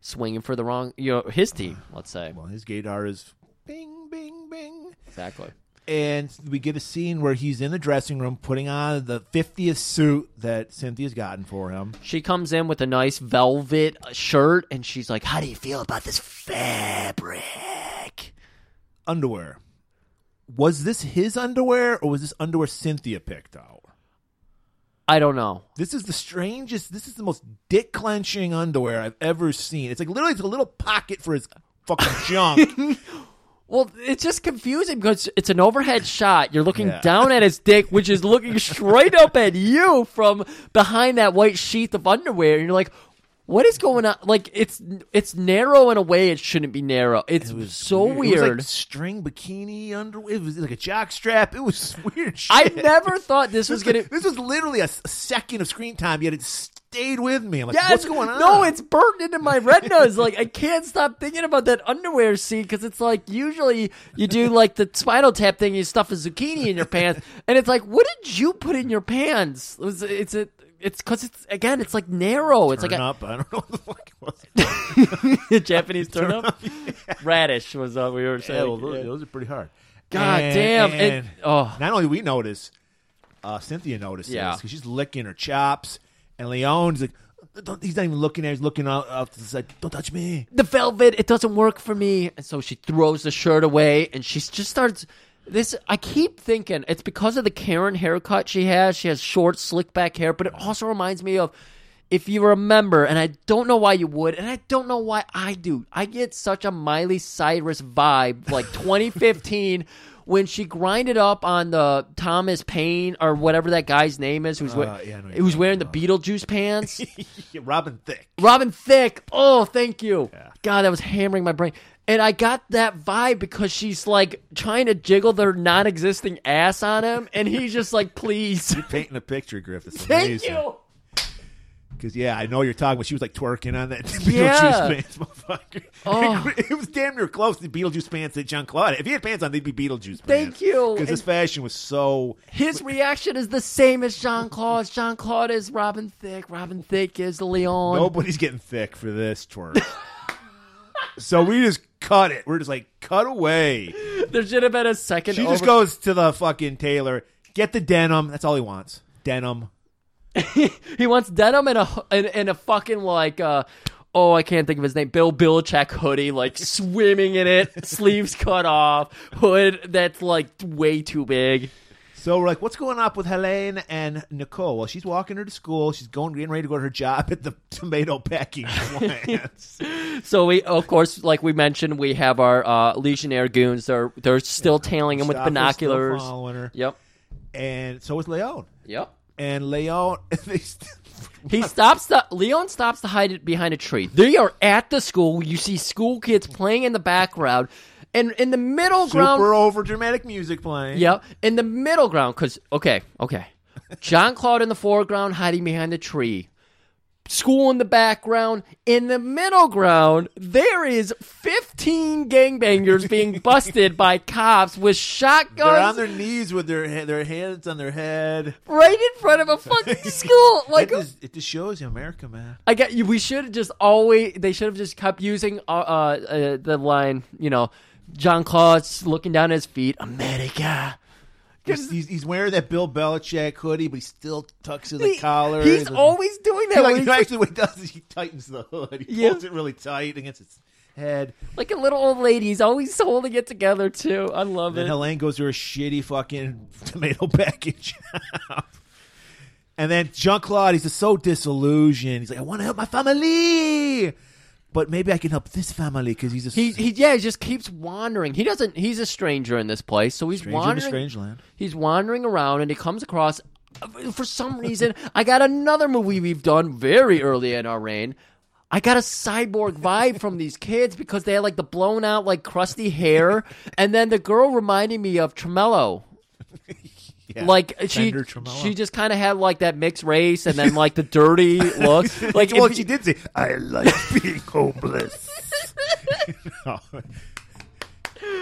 swinging for the wrong, you know, his team. Let's say
Well, his gaydar is bing, bing, bing.
exactly.
And we get a scene where he's in the dressing room putting on the 50th suit that Cynthia's gotten for him.
She comes in with a nice velvet uh, shirt, and she's like, "How do you feel about this fabric?"
Underwear. Was this his underwear or was this underwear Cynthia picked out?
I don't know.
This is the strangest, this is the most dick clenching underwear I've ever seen. It's like literally it's a little pocket for his
[LAUGHS]
fucking junk.
Well, it's just confusing because it's an overhead shot. You're looking
Yeah.
down at his dick, which is
[LAUGHS]
looking straight up at you from behind that white sheath of underwear, and you're like, "What is going on?" Like it's it's narrow in a way it shouldn't be narrow. It's so
It was
weird.
like string bikini underwear. It was like a jock strap. It was [LAUGHS] weird shit.
I never thought this was
This
gonna.
was- This was literally a s- a second of screen time, yet it stayed with me. I'm like,
Yes,
what's going on?
No, it's burnt into my retinas. like I can't stop thinking about that underwear scene because it's like usually you do like the spinal tap thing, you stuff a zucchini in your pants, and it's like, what did you put in your pants? It was- it's a, it's because it's again, it's like narrow. It's
Turn
like
up. I don't know [LAUGHS] what the fuck it
a [LAUGHS]
was.
Japanese turn up. Radish was what we were
yeah, well,
saying.
those, those are pretty hard.
God
And-
damn,
And,
and- oh.
Not only we notice, uh, Cynthia notices
Yeah.
because she's licking her chops, and Leon's like, don't, he's not even looking at. her, He's looking out, out to the side. Don't touch me.
the velvet it doesn't work for me and so she throws the shirt away and she just starts this i keep thinking it's because of the karen haircut she has she has short slick back hair but it also reminds me of if you remember and i don't know why you would and i don't know why i do i get such a miley cyrus vibe like 2015 [LAUGHS] when she grinded up on the thomas paine or whatever that guy's name is who's,
Uh, yeah, I know what you're
who's
talking
wearing the beetlejuice
[LAUGHS]
pants
Yeah, Robin Thicke.
Robin Thicke. Oh, thank you. God, that was hammering my brain. And I got that vibe because she's like trying to jiggle their non-existing ass on him, and he's just like,
[LAUGHS]
"Please,
Painting a picture, Griff. That's
thank you."
Because yeah, I know you're talking, but she was like twerking on that [LAUGHS] Beetlejuice
Yeah.
pants, motherfucker.
Oh.
[LAUGHS] it was damn near close to Beetlejuice pants that Jean Claude. If he had pants on, they'd be Beetlejuice.
Thank you.
Because his
And-
fashion was so.
His reaction is the same as Jean Claude's. Jean Claude is Robin Thicke. Robin Thicke is Leon.
[LAUGHS] Nobody's getting thick for this twerk. so we just cut it. We're just like, cut away.
There should have been a second.
She just
over-
goes to the fucking tailor, get the denim. That's all he wants. Denim.
He wants denim and a and, and a fucking like uh oh I can't think of his name Bill Belichick hoodie like swimming in it [LAUGHS] sleeves cut off hood that's like way too big.
So we're like, what's going up with Helene and Nicole? Well, she's walking her to school. She's going, getting ready to go to her job at the [LAUGHS] tomato [LAUGHS] packing plant.
So we of course like we mentioned we have our uh, Legionnaire goons they're they're still tailing him with
Mustafa's still
binoculars.
following her.
Yep.
And so is Leon.
Yep.
And Leon, [LAUGHS] they st-
He stops the Leon stops to hide it behind a tree. They are at the school. You see school kids playing in the background, and in the middle ground,
super over dramatic music playing.
Yep. In the middle ground, because, okay, okay. John Claude in the foreground, hiding behind the tree. School in the background. In the middle ground, there is 15 gangbangers
[LAUGHS]
being busted by cops with
They're on
shotguns
their knees with their ha- their hands on their head.
right in front of a
[LAUGHS]
fucking school. Like, "Oh."
it, just, it just shows you America, man.
I get you. We should just always. They should have just kept using uh, uh, the line. You know, John Claude's looking down at his feet. America.
He's, he's, he's wearing that Bill Belichick hoodie, but he still tucks in the
He-
collar.
He's
And-
always doing that.
[LAUGHS] He,
when
like,
he's
no, actually, what he does is he tightens the hood. He
Yeah.
pulls it really tight against its head.
Like a little old lady. He's always [LAUGHS] holding it together, too. I love
Then
it.
Helene goes to her shitty fucking [LAUGHS] tomato package. [LAUGHS] and then Jean Claude, he's just so disillusioned. He's like, I want to help my family, but maybe I can help this family because he's a
He, he, yeah, he just keeps wandering. He doesn't, he's a stranger in this place, so he's
stranger in a
wandering.
strange land.
He's wandering around and he comes across, for some reason, I got another movie we've done very early in our reign. I got a cyborg vibe from these kids because they had like the blown out, like crusty hair. and then the girl reminded me of Tremelo.
Yeah.
Like she,
Bender Tremolo.
she just kind of had like that mixed race and then like the
[LAUGHS]
dirty look. Like
well,
if
she
you-
did say, "I like [LAUGHS] being homeless." No. [LAUGHS]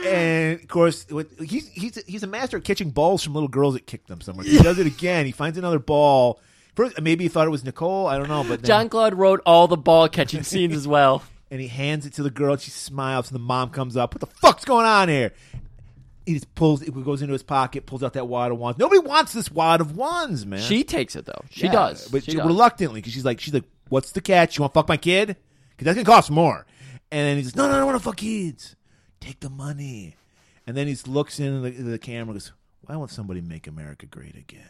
And of course, what- he's he's he's a master at catching balls from little girls that kick them somewhere. He does it again. He finds another ball. First, maybe he thought it was Nicole. I don't know, but then,
John Claude wrote all the ball
[LAUGHS]
catching scenes as well.
and he hands it to the girl. and She smiles, and the mom comes up. What the fuck's going on here? He just pulls. It goes into his pocket, pulls out that wad of wands. Nobody wants this wad of wands, man.
She takes it though. She
Yeah,
does.
but
she
she-
does.
reluctantly because she's like, she's like, "What's the catch? You want to fuck my kid? Because that's gonna cost more." And then he's like, "No, no, I don't want to fuck kids. Take the money." And then he looks into the, into the camera, and goes, "Why won't somebody make America great again?"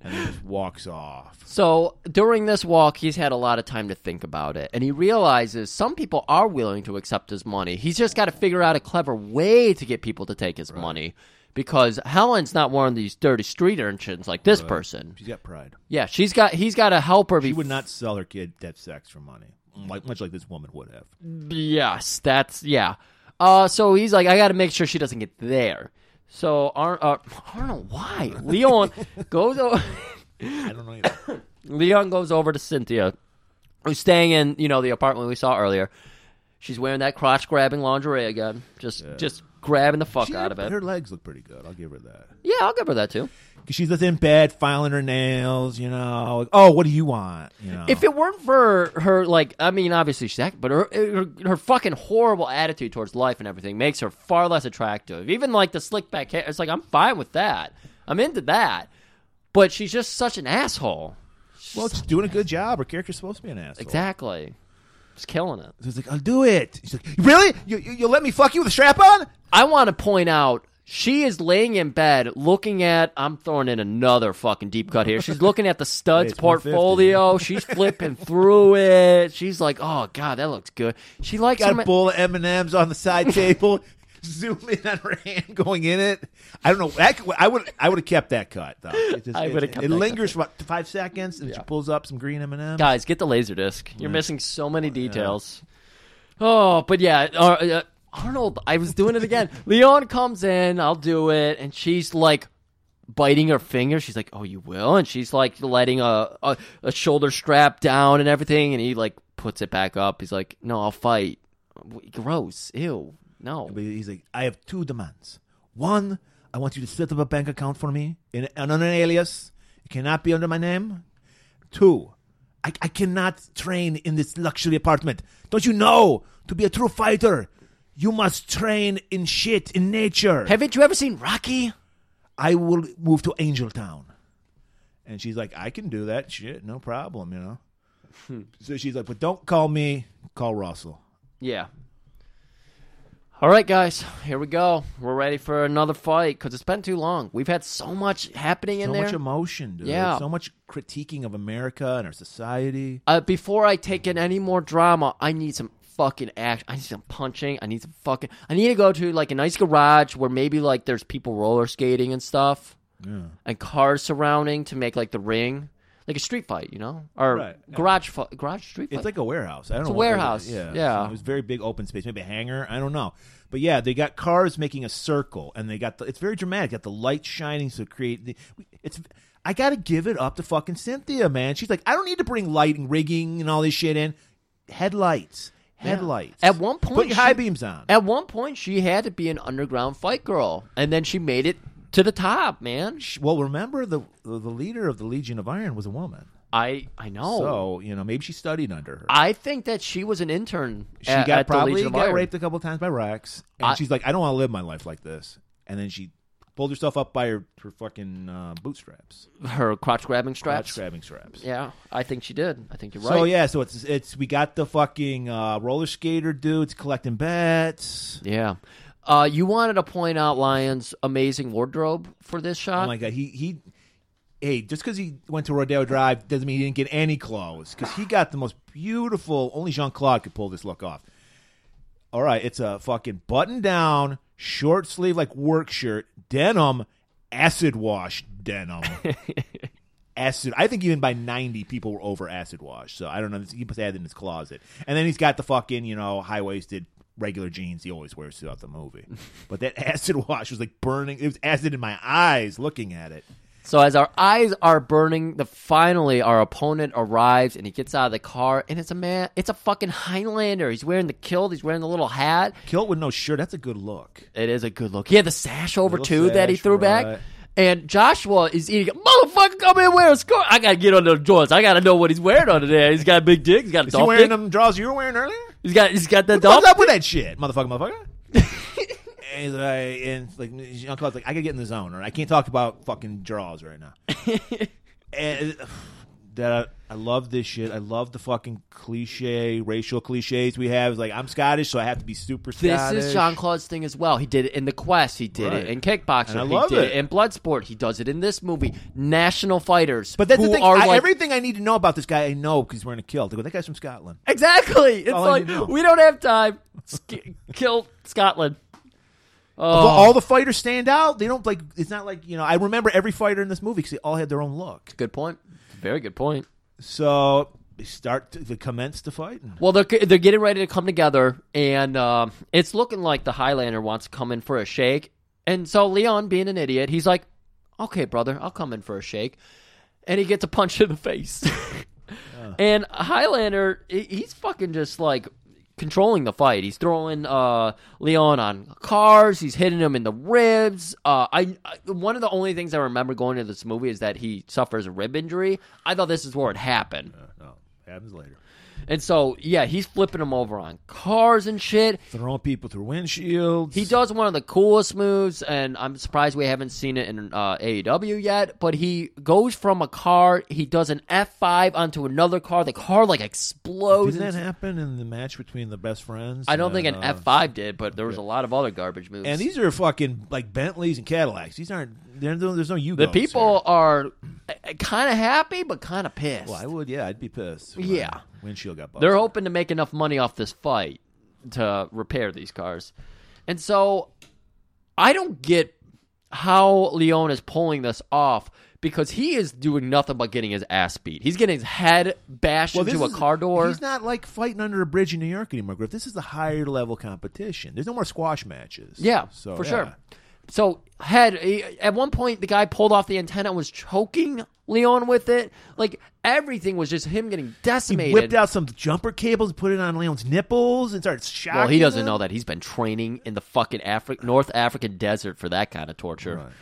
And then just walks off.
so during this walk, he's had a lot of time to think about it, and he realizes some people are willing to accept his money. He's just got to figure out a clever way to get people to take his money, because Helen's not one of these dirty street urchins like this person.
She's got pride.
Yeah, she's got. He's got to help her.
She
be-
would not sell her kid that sex for money, like much like this woman would have.
Yes, that's yeah. Uh, so he's like, I got to make sure she doesn't get there. So Ar- uh, [LAUGHS] Arnold, why
[LAUGHS]
Leon goes? o-
I don't know. Either.
[COUGHS] Leon goes over to Cynthia, who's staying in, you know, the apartment we saw earlier. She's wearing that crotch grabbing lingerie again. Just just grabbing the fuck
She-
out of it.
Her legs look pretty good. I'll give her that.
Yeah, I'll give her that too.
'Cause She's just in bed filing her nails. You know, like, oh, what do you want? You know,
If it weren't for her, like, I mean, obviously she's act- but her, her her fucking horrible attitude towards life and everything makes her far less attractive. Even like the slick back hair, it's like I'm fine with that. I'm into that, but she's just such an asshole.
well, she's doing a good job. Her character's supposed to be an asshole.
Exactly, just killing it.
So he's like, I'll do it. He's like, Really? You, you, you'll let me fuck you with a strap on?
I want to point out she is laying in bed looking at. I'm throwing in another fucking deep cut here. She's looking at the studs
[LAUGHS] It's 150.
portfolio. She's flipping through it. She's like, "Oh god, that looks good." She likes
Got
him-
a bowl of M and M's on
[LAUGHS]
the side table. Zoom in on her hand going in it. I don't know. That, I would I would have kept that cut though. It,
[LAUGHS]
just-
I
it-
would've kept
it
that
lingers for about five seconds, and she pulls up some green M and M's.
Guys, get the laser disc. You're missing so many details. Oh, but yeah, uh, uh, Arnold, I was doing it again. Leon comes in, I'll do it, and she's like biting her finger. She's like, "Oh, you will," and she's like letting a a, a shoulder strap down and everything, and he like puts it back up. He's like, "No, I'll fight." Gross. Ew. No.
But he's like, I have two demands. One, I want you to set up a bank account for me in, on an alias. It cannot be under my name. Two, I, I cannot train in this luxury apartment. Don't you know? To be a true fighter, You must train in shit in nature.
Haven't you ever seen Rocky?
I will move to Angel Town. And she's like, I can do that shit, no problem, you know. so she's like, but don't call me, call Russell.
Yeah. All right, guys, here we go. We're ready for another fight because it's been too long. We've had so much happening in
so
there.
much emotion, dude.
Yeah.
So much critiquing of America and our society.
uh, before I take in any more drama, I need some fucking action. I need some punching. I need some fucking. I need to go to like a nice garage where maybe like there's people roller skating and stuff, and cars surrounding to make like the ring, like a street fight, you know, or
Right, yeah.
garage fu- garage street.
It's
fight.
like a warehouse. I don't
It's
know.
a
what they-
warehouse,
Yeah.
yeah.
So it was very big open space, maybe a hangar. I don't know. But yeah, they got cars making a circle, and they got the. It's very dramatic. Got the light shining, so create. The, it's. I gotta give it up to fucking Cynthia, man. She's like, I don't need to bring light and rigging and all this shit in. Headlights, headlights.
At one point,
put your high
she-
beams on.
At one point, she had to be an underground fight girl, and then she made it to the top, man.
Sh- well, remember the the leader of the Legion of Iron was a woman,
I I know.
so you know maybe she studied under her.
I think that she was an intern.
she
at,
got
at the
probably
Legion of
got
Iron.
raped a couple times by Rex, and
I-
she's like, "I don't want to live my life like this." And then she pulled herself up by her, her fucking uh, bootstraps,
Her crotch grabbing straps.
crotch grabbing straps.
Yeah, I think she did. I think you're right.
So yeah, so it's it's we got the fucking uh, roller skater dudes collecting bats.
Yeah. Uh, you wanted to point out Lion's amazing wardrobe for this
Oh
shot.
my god, he he. Hey, just because he went to Rodeo Drive doesn't mean he didn't get any clothes. Because he got the most beautiful. Only Jean Claude could pull this look off. All right, it's a fucking button down, short sleeve like work shirt, denim, acid wash denim. acid. I think even by ninety, people were over acid wash. So I don't know. He must have had it in his closet. And then he's got the fucking you know high waisted regular jeans he always wears throughout the movie. but that acid wash was like burning. It was acid in my eyes looking at it.
so as our eyes are burning, the finally our opponent arrives and he gets out of the car and it's a man. It's a fucking Highlander. He's wearing the kilt. He's wearing the little hat.
Kilt with no shirt. That's a good look.
It is a good look. He had the sash over
Little
too that he
sash,
threw
right.
back. And Joshua is eating. Motherfucker, come in wear a skirt. I gotta get under the drawers. I gotta know what he's wearing under there. He's got a big dick. He's got a
Is he
dolphin.
wearing them drawers you were wearing earlier?
He's got. He's got the
What's
dolphin.
up with that shit, motherfucker,
[LAUGHS]
motherfucker? and he's like, and it's like Jean Claude's like, I gotta get in the zone, or I can't talk about fucking draws right
[LAUGHS]
now. and [SIGHS] that I, I love this shit. I love the fucking cliche racial cliches we have. It's like I'm Scottish, so I have to be super
This
Scottish.
is Jean Claude's thing as well. He did it in The Quest. He did
Right.
it in Kickboxer.
And I
he
love
did
it.
in Bloodsport. He does it in this movie. National fighters,
But that's
who
the thing.
Are
I,
like-
everything I need to know about this guy, I know because we're in a kill. They go, that guy's from Scotland.
[LAUGHS] exactly. It's
all I
like
need to know.
we don't have time. Sk- kill Scotland.
But
Oh.
all the fighters stand out. They don't like. It's not like you know. I remember every fighter in this movie because they all had their own look.
Good point. Very good point.
So they start to they commence to fighting.
Well, they're they're getting ready to come together, and um, it's looking like the Highlander wants to come in for a shake. And so Leon, being an idiot, he's like, "Okay, brother, I'll come in for a shake," and he gets a punch in the face. [LAUGHS] And Highlander, he- he's fucking just like controlling the fight. He's throwing uh, Leon on cars. He's hitting him in the ribs. Uh, I, I one of the only things I remember going to this movie is that he suffers a rib injury. I thought this is where it happened.
No, oh, happens later.
And so, yeah, he's flipping them over on cars and shit.
Throwing people through windshields.
He does one of the coolest moves, and I'm surprised we haven't seen it in uh, AEW yet. But he goes from a car, he does an F5 onto another car. The car like explodes.
Didn't that
and-
happen in the match between the best friends?
I don't think an
and, uh,
F5 did, but there was a lot of other garbage moves.
And these are fucking like Bentleys and Cadillacs. These aren't. There's no, there's no you.
the people are kind of happy, but kind of pissed.
Well, I would. Yeah, I'd be pissed. if my
Yeah.
windshield got busted.
They're hoping to make enough money off this fight to repair these cars. And so I don't get how Leon is pulling this off because he is doing nothing but getting his ass beat. He's getting his head bashed
Well,
into a
this is-
car door.
He's not like fighting under a bridge in New York anymore, Griff. This is the higher level competition. There's no more squash matches.
yeah,
so
for
yeah.
sure. So head he- at one point the guy pulled off the antenna and was choking Leon with it. Like everything was just him getting
He
decimated.
whipped out some jumper cables, put it on Leon's nipples, and started shocking.
Well, he doesn't
him.
know that he's been training in the fucking Afri- North African desert for that kind of torture.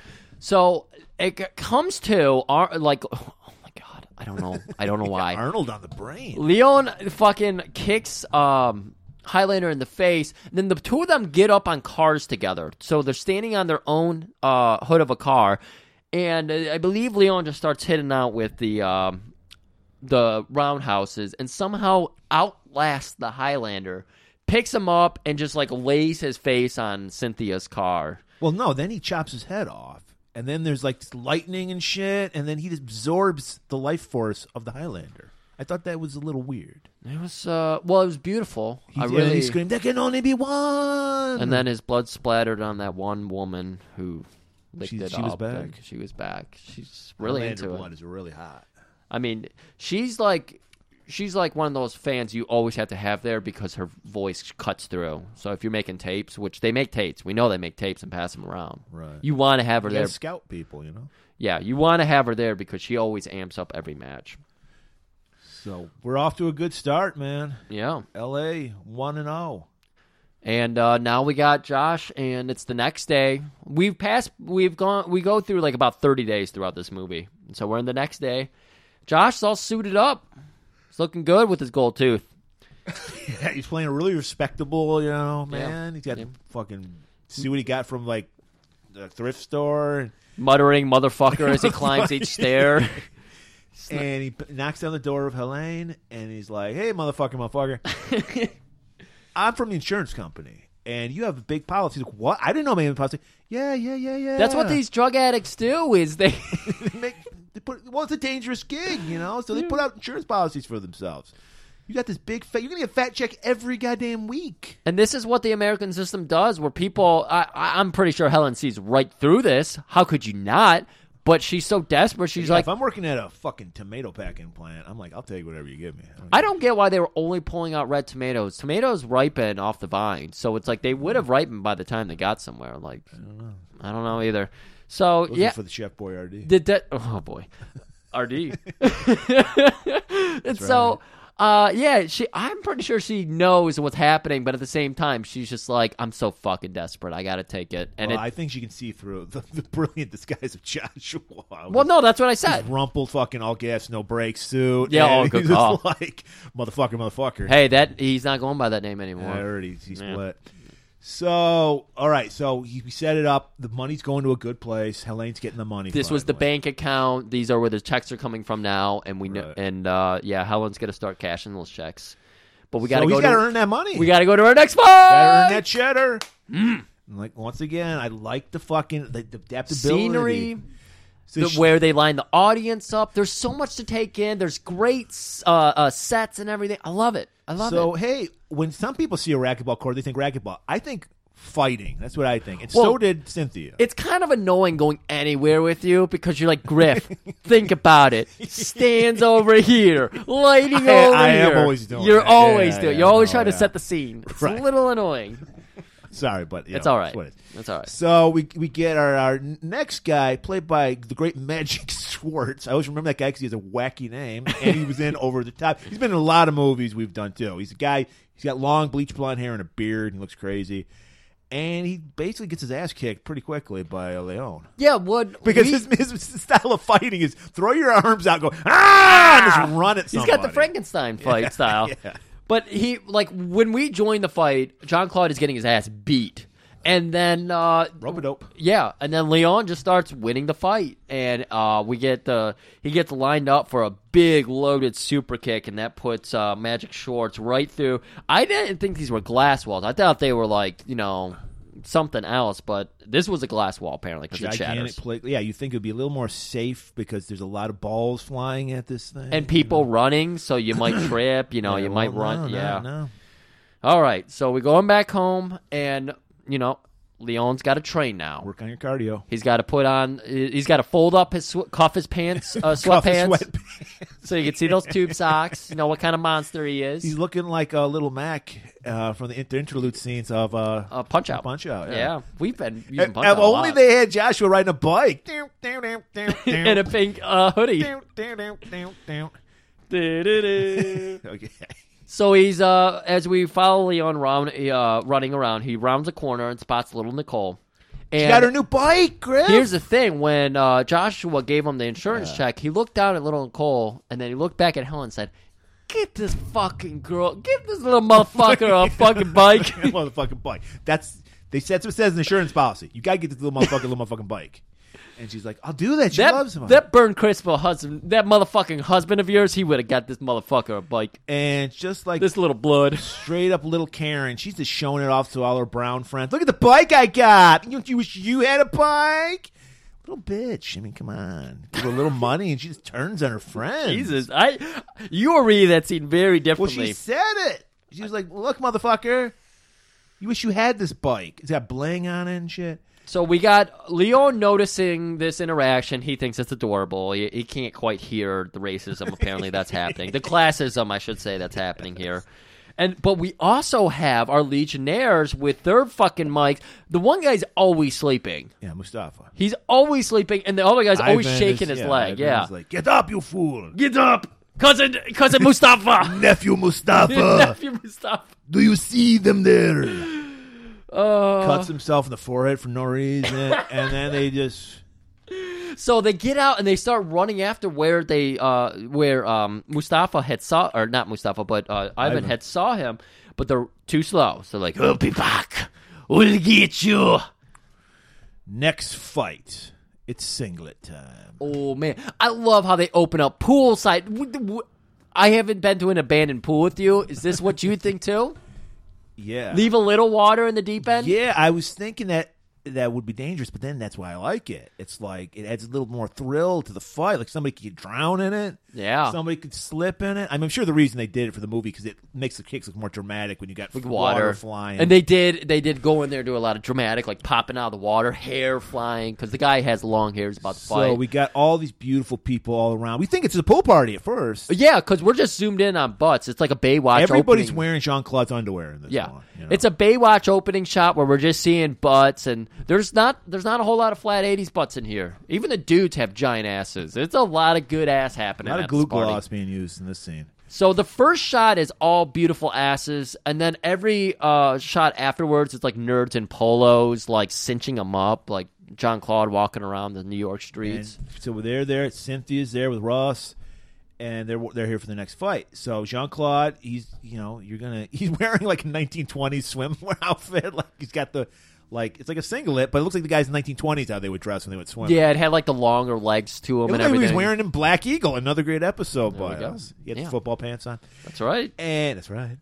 So it c- comes to our like, [LAUGHS] oh my god, I don't know, I don't know why.
Arnold on the brain.
Leon fucking kicks um Highlander in the face. Then the two of them get up on cars together. So they're standing on their own uh, hood of a car, and uh, I believe Leon just starts hitting out with the um, the roundhouses and somehow outlasts the Highlander, picks him up and just like lays his face on Cynthia's car.
Well, no, then he chops his head off. And then there's like lightning and shit, and then he absorbs the life force of the Highlander. I thought that was a little weird.
It was uh, well, it was beautiful.
He,
I
and
really
he screamed, "There can only be one."
and then his blood splattered on that one woman who licked
She-
it
she was
up and
back?
She was back. She's really
Highlander
into it.
blood is really hot.
I mean, she's like she's like one of those fans you always have to have there because her voice cuts through. So if you're making tapes, which they make tapes, we know they make tapes and pass them around.
Right.
You want to have her
You
there.
gotta scout people, you know.
Yeah, you want to have her there because she always amps up every match.
So we're off to a good start, man.
Yeah.
L.A. one and oh. zero.
And uh, now we got Josh, and it's the next day. We've passed. We've gone. We go through like about thirty days throughout this movie, and so we're in the next day. Josh's all suited up. He's looking good with his gold tooth.
Yeah, he's playing a really respectable, you know, man. He's got
Yeah.
fucking see what he got from like the thrift store,
Muttering "motherfucker" as he climbs each stair.
and he p- knocks down the door of Helene, and he's like, "Hey, motherfucker, motherfucker,
[LAUGHS]
I'm from the insurance company." And you have big policies. Like, what? I didn't know many policy. Yeah, yeah, yeah, yeah.
That's what these drug addicts do. Is they?
[LAUGHS]
[LAUGHS]
they make they put well it's a dangerous gig you know so they put out insurance policies for themselves you got this big fat you're gonna get a fat check every goddamn week
and this is what the American system does, where people. I, I, I'm pretty sure Helen sees right through this. How could you not? But she's so desperate. She's like,
if i'm working at a fucking tomato packing plant i'm like i'll take whatever you give me
I don't get why they were only pulling out red tomatoes. Tomatoes ripen off the vine, so it's like they would have ripened by the time they got somewhere. Like, I don't know, either. So
Those are
yeah,
for the chef boyardee
did that? Oh boy, RD. [LAUGHS] and so, uh, yeah, she. I'm pretty sure she knows what's happening, but at the same time, she's just like, I'm so fucking desperate. I gotta take it. And
well,
it,
i think she can see through the, the brilliant disguise of joshua
[LAUGHS] well, no, that's what I
[LAUGHS]
said.
rumpled fucking all gas no brakes suit
Yeah, oh,
and
good
[LAUGHS] he's just
call.
like motherfucker motherfucker
Hey, that he's not going by that name anymore.
I already he split. So all right, so he, we set it up. The money's going to a good place. Helene's getting the money.
this was the
finally.
bank account. These are where the checks are coming from now, and we know.
Right.
And uh, yeah, Helen's gonna start cashing those checks, but we gotta
so
go.
he's got to
to,
earn that money.
We gotta Mm. go to our next
Gotta
part.
earn that cheddar. And, Like once again, I like the fucking the, the adaptability.
scenery.
So
the-
she-
where they line the audience up. There's so much to take in. There's great uh, uh, sets and everything. I love it. I love
so
it.
hey, when some people see a racquetball court, they think racquetball. I think fighting. That's what I think. And
Well,
so did Cynthia.
It's kind of annoying going anywhere with you because you're like
[LAUGHS]
Griff. think about it. Stands over here, lighting
I-
over
I am
here.
always doing
You're
that. Yeah,
always
yeah,
doing.
yeah.
You're always
No,
trying to
yeah.
set the scene. It's a
Right.
little annoying.
Sorry, but you
It's
know,
all right.
what it is.
It's all right.
So we we get our, our next guy, played by the great [LAUGHS] Magic Schwartz. I always remember that guy because he has a wacky name, and he was
[LAUGHS]
in Over the Top. He's been in a lot of movies we've done too. He's a guy. He's got long bleach blonde hair and a beard. And he looks crazy, and he basically gets his ass kicked pretty quickly by Leon
Yeah, would
because
we-
his, his style of fighting is throw your arms out, go ah, and just run at
He's
somebody.
got the Frankenstein fight
[LAUGHS]
style. But he like when we join the fight, John Claude is getting his ass beat. And then uh
Robodope.
yeah, and then Leon just starts winning the fight and uh we get the he gets lined up for a big loaded super kick and that puts uh Magic Shorts right through. I didn't think these were glass walls. I thought they were like, you know, something else, but this was a glass wall apparently cuz it
Gigantic
shatters.
plate. Yeah, you think it would be a little more safe because there's a lot of balls flying at this thing.
And people running, so you
[COUGHS]
might trip, you know, you might
Well,
run.
no, no,
yeah.
no.
All right, so we're going back home, and you know, Leon's got to train now.
Work on your cardio.
He's got to put on. He's got to fold up his sw- cuff his
[LAUGHS]
pants, uh, sweatpants, so you can see those tube socks. You know what kind of monster he is.
He's looking like a little Mac uh, from the inter- interlude scenes of uh,
uh, punch out,
Punch Out, yeah.
we've been using
If
punch out. a
only
lot.
they had Joshua riding a bike. Down, down, down,
[LAUGHS]
down,
in a pink uh, hoodie.
down, down, down, down, down.
Du-du-du.
Okay.
[LAUGHS] so he's uh, as we follow Leon round, uh, running around, he rounds a corner and spots little Nicole. And
Got her new bike, Griff.
Here's the thing: when uh, Joshua gave him the insurance check, he looked down at little Nicole, and then he looked back at Helen and said, Get this fucking girl. Give this little
[LAUGHS]
motherfucker a fucking bike.
motherfucking bike. That's they said that's what it says in the insurance policy. You gotta get this little motherfucking little motherfucking bike. And she's like, I'll do that. She
[LAUGHS] That,
loves him.
that Bern Crispo husband, that motherfucking husband of yours, he would have got this motherfucker a bike.
and just like
This little
[LAUGHS]
blood.
straight up little Karen, she's just showing it off to all her brown friends. Look at the bike I got. You, you wish you had a bike. Little bitch. I mean, come on. Give her a little money, and she just turns on her friends.
Jesus, I you were reading that scene very
Well,
differently.
she said it. She was like, "Look, motherfucker, you wish you had this bike. It's got bling on it and shit."
so we got Leon noticing this interaction. He thinks it's adorable. He, he can't quite hear the racism. Apparently, that's happening. The classism, I should say, that's happening here. And but we also have our legionnaires with their fucking mics. The one guy's always sleeping.
Yeah, Mustafa.
He's always sleeping, and the other guy's always
Ivan
shaking
is-
his leg.
Ivan
yeah,
is like, "Get up, you fool,
get up, cousin, cousin
[LAUGHS]
Mustafa,
nephew
[LAUGHS]
Mustafa.
nephew Mustafa.
Do you see them there?"
Uh.
Cuts himself in the forehead for no reason, and then they just
So they get out and they start running after where they uh where um Mustafa had saw or not Mustafa but uh, Ivan, had saw him, but they're too slow. So like, I'll be back. We'll get you.
next fight. It's singlet time.
Oh man, I love how they open up poolside. W- w- I haven't been to an abandoned pool with you. Is this what you think too? [LAUGHS]
Yeah,
Leave a little water in the deep end.
yeah. I was thinking that that would be dangerous, but then that's why I like it. It's like it adds a little more thrill to the fight. Like somebody could drown in it.
Yeah.
somebody could slip in it. I mean, I'm sure the reason they did it for the movie because it makes the kicks look more dramatic when you got water. flying.
and they did they did go in there and do a lot of dramatic like popping out of the water hair flying because the guy has long hair he's about to
so
fight
we got all these beautiful people all around. We think it's a pool party at first.
Yeah, because we're just zoomed in on butts. It's like a Baywatch.
Everybody's
opening.
wearing Jean Claude's underwear in this.
Yeah,
one, you know?
it's a Baywatch opening shot where we're just seeing butts, and there's not there's not a whole lot of flat '80s butts in here. Even the dudes have giant asses. It's a lot of good ass happening.
lot
at
of
this
glue
party.
gloss being used in this scene.
So the first shot is all beautiful asses, and then every uh, shot afterwards, it's like nerds in polos, like cinching them up, like John Claude walking around the New York
And
streets.
so they're there. Cynthia's there with Ross, and they're they're here for the next fight. So Jean Claude, he's you know you're gonna [LAUGHS] he's wearing like a 1920s swimwear [LAUGHS] outfit. Like he's got the like it's like a singlet, but it looks like the guys in the 1920s how they would dress when they would swim.
yeah, it had like the longer legs to him
It
and
looked like he was
everything.
wearing them Black Eagle, another great episode by
we go.
us. He had
Yeah.
the football pants on.
That's right.
And that's right.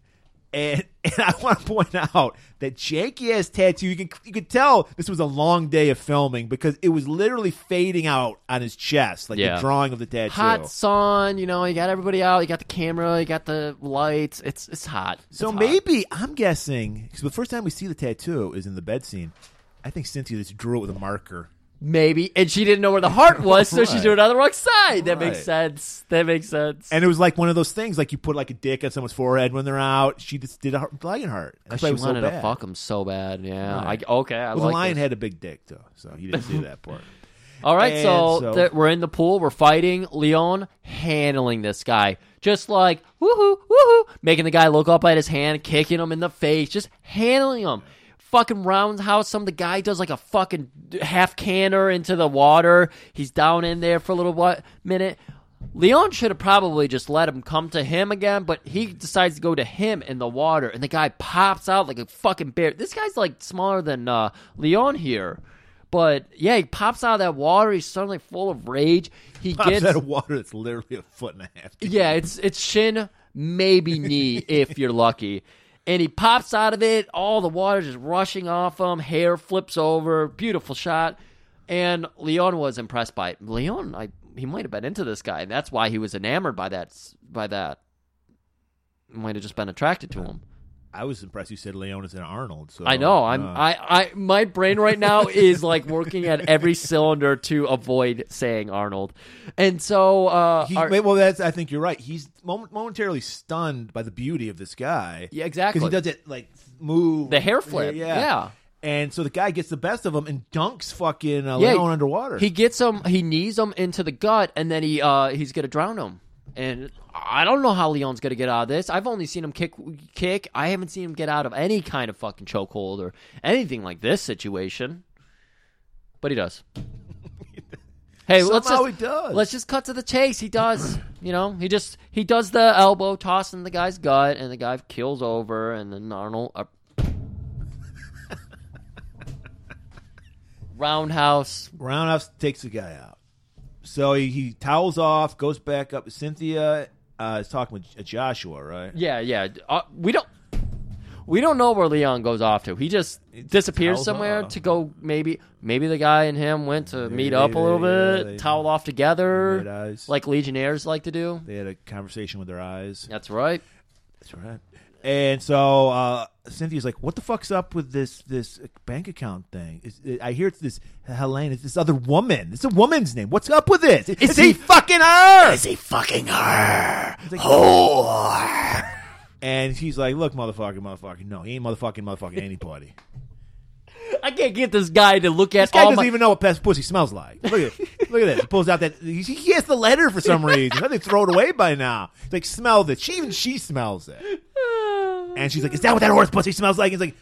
And, [LAUGHS] and I want to point out that janky ass tattoo. You can you could tell this was a long day of filming because it was literally fading out on his chest, like
Yeah.
the drawing of the tattoo.
hot sun. You know, you got everybody out. You got the camera. You got the lights. It's it's hot. It's
so
hot.
maybe I'm guessing because the first time we see the tattoo is in the bed scene. I think Cynthia just drew it with a marker.
maybe, and she didn't know where the
[LAUGHS]
heart was, so she's
Right.
doing it on the wrong side. That makes
Right.
sense. That makes sense.
And it was like one of those things, like you put like a dick on someone's forehead when they're out. She just did a heart- lion heart. That's why
she
it was so
wanted to
bad.
fuck him so bad. Yeah.
Right.
I, okay. I
Well,
like
the lion
this.
had a big dick though, so you didn't see that part. [LAUGHS]
All right, so,
And so-
th- we're in the pool. We're fighting. Leon handling this guy. Just like, woohoo, woohoo, making the guy look up at his hand, kicking him in the face, just handling him. Fucking roundhouse him. The guy does like a fucking half canner into the water. He's down in there for a little while, minute. Leon should have probably just let him come to him again, but he decides to go to him in the water, and the guy pops out like a fucking bear. This guy's like smaller than uh, Leon here. But yeah, he pops out of that water. He's suddenly full of rage. He
Pops
gets
out of water that's literally a foot and a half. deep.
yeah, it's it's shin, maybe
[LAUGHS]
knee if you're lucky. And he pops out of it. All the water just rushing off him. Hair flips over. Beautiful shot. And Leon was impressed by it. Leon, I he might have been into this guy, and that's why he was enamored by that s- by that. Might have just been attracted to him.
I was impressed you said Leonis and Arnold. So
I know. I'm.
uh,
I. I. My brain right now is like working at
[LAUGHS]
every cylinder to avoid saying Arnold, and so uh,
He,
our-
wait, well, that's. I think you're right. He's moment, momentarily stunned by the beauty of this guy.
Yeah, exactly.
Because he does it like move
The hair flip, yeah.
And so the guy gets the best of him and dunks fucking uh,
Yeah,
Leon underwater.
He gets him. He knees him into the gut, and then he uh, he's gonna drown him. And I don't know how Leon's gonna get out of this. I've only seen him kick kick. I haven't seen him get out of any kind of fucking chokehold or anything like this situation.
[LAUGHS]
But he does. hey, let's
Somehow
just
he does.
let's just cut to the chase. He does. [CLEARS THROAT] You know, he just he does the elbow toss in the guy's gut, and the guy kills over, and then Arnold
[LAUGHS]
uh, roundhouse.
Roundhouse takes the guy out. So he, he towels off, goes back up. Cynthia uh, is talking with J- Joshua, right?
Yeah, yeah. Uh, we don't we don't know where Leon goes off to. He just disappears
towels
somewhere
off.
to go. Maybe maybe the guy and him went to meet
they-
up a
they-
little
yeah,
bit,
they-
towel off
Made
together,
eyes.
like Legionnaires like to do.
They had a conversation with their eyes.
That's right.
That's right. And so uh, Cynthia's like, "What the fuck's up with this this bank account thing? Is, uh, I hear it's this Helene. It's this other woman. It's a woman's name. What's up with this? Is,
he-
fucking her? Is he fucking her? It's like, [LAUGHS] And she's like, "Look, motherfucker, motherfucker. No, he ain't motherfucking motherfucking anybody.
I can't get this guy to look at
This guy
all
doesn't
my-
even know what pest pussy smells like. Look at this. Look at [LAUGHS] this. He pulls out that he, he has the letter for some reason. They throw it away by now. It's like smell this. She even she
[SIGHS]
smells it. And she's like, "Is that what that horse pussy smells like?" He's like,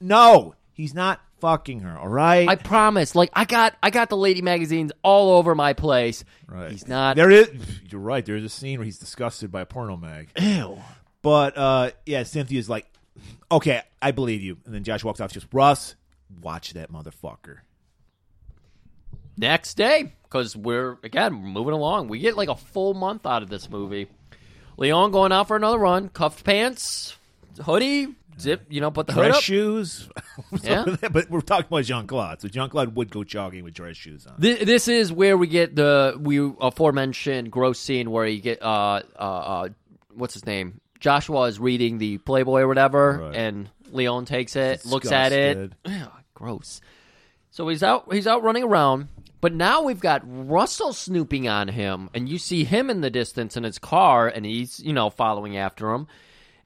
"No, he's not fucking her. All right."
I promise. Like I got I got the lady magazines all over my place.
right.
He's not
There is. You're right. There's a scene where he's disgusted by a porno mag. Ew. But uh, yeah, Cynthia's like, "Okay, I believe you." And then Josh walks off. Just Russ, watch that motherfucker.
next day because we're again moving along. We get like a full month out of this movie. Leon going out for another run, cuffed pants, hoodie, zip. You know, put the hood
dress
up.
shoes. [LAUGHS]
Yeah.
but we're talking about Jean Claude, so Jean Claude would go jogging with dress shoes on.
Thi- This is where we get the we aforementioned gross scene where you get uh uh, uh what's his name Joshua is reading the Playboy or whatever,
Right.
and Leon takes it, looks at it, Ew, gross. So he's out. He's out running around. But now we've got Russell snooping on him, and you see him in the distance in his car, and he's you know following after him.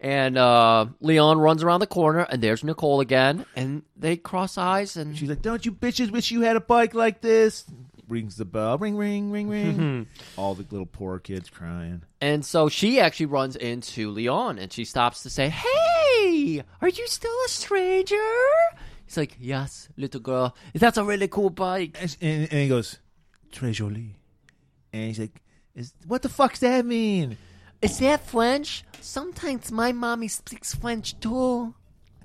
And uh, Leon runs around the corner, and there's Nicole again, and they cross eyes, and
She's like, "Don't you bitches wish you had a bike like this?" Rings the bell, ring, ring, ring, ring.
[LAUGHS]
All the little poor kids crying.
and so she actually runs into Leon, and she stops to say, "Hey, are you still a stranger?" He's like, "Yes, little girl. That's a really cool bike."
And, and, and he goes, "Très jolie," and he's like, "Is what the fuck's that mean?"
Is that French? Sometimes my mommy speaks French too.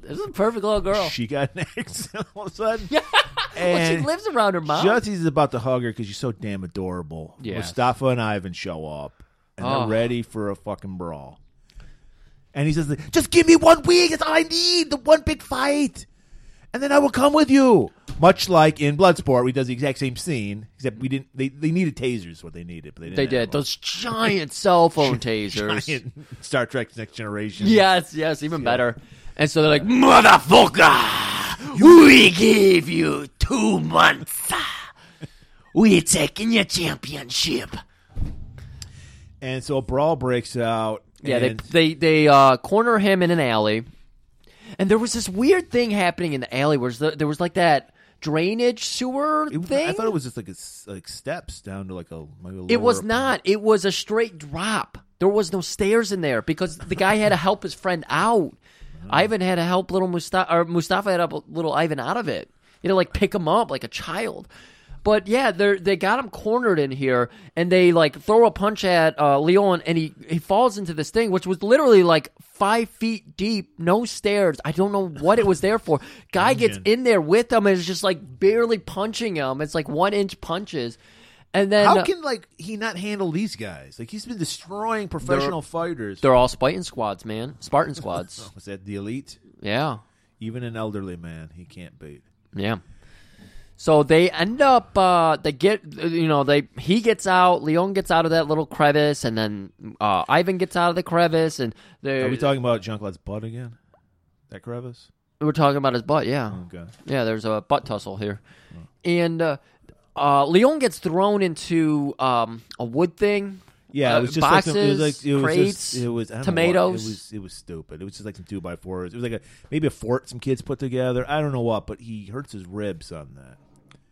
This is a perfect little girl.
She got [LAUGHS] an accent all of
[LAUGHS]
a sudden.
well, Oh. she
and-
lives around her mom.
Justi's about to hug her because she's so damn adorable.
Yes.
Mustafa and Ivan show up, and
Oh.
they're ready for a fucking brawl. And he says, "Just give me one week. That's all I need. The one big fight, and then I will come with you." Much like in Bloodsport, we does the exact same scene, except we didn't. They, they needed tasers, is what they needed, but they didn't.
they
have
did
them.
those giant cell phone tasers.
[LAUGHS] Giant Star Trek's Next Generation.
Yes, yes, even better. And so they're like, "Mm, "Motherfucker, we gave you two months. We're taking your championship."
And so a brawl breaks out.
Yeah,
and
they they they uh, corner him in an alley, and there was this weird thing happening in the alley where there there was like that drainage sewer
it was-
thing.
I thought it was just like a s like steps down to like a. Maybe a
It was
lower-
not. It was a straight drop. There was no stairs in there because the guy had to help his friend out.
Mm-hmm.
Ivan had to help little Mustafa, or Mustafa had to help little Ivan out of it. You know, like pick him up like a child. But yeah, they they got him cornered in here, and they like throw a punch at uh, Leon, and he he falls into this thing, which was literally like five feet deep, no stairs. I don't know what it was there
[LAUGHS]
for. Guy gets in there with him and is just like barely punching him. It's like one inch punches, and then uh,
How can like he not handle these guys? Like he's been destroying professional fighters.
They're all Spartan squads, man. Spartan
[LAUGHS]
squads.
Was that the elite?
yeah.
Even an elderly man, he can't beat.
Yeah. So they end up uh they get you know, they he gets out, Leon gets out of that little crevice and then uh Ivan gets out of the crevice and they
Are we talking about Jean Claude's butt again? That crevice?
we're talking about his butt, yeah.
Okay.
Yeah, there's a butt tussle here.
Oh.
And uh uh, Leon gets thrown into um, a wood thing.
Yeah,
uh,
it was just
boxes,
like some- it was like it was
crates,
just, it was I don't know why-
tomatoes.
it was it was stupid. It was just like some two by fours. It was like a maybe a fort some kids put together. I don't know what, but he hurts his ribs on that.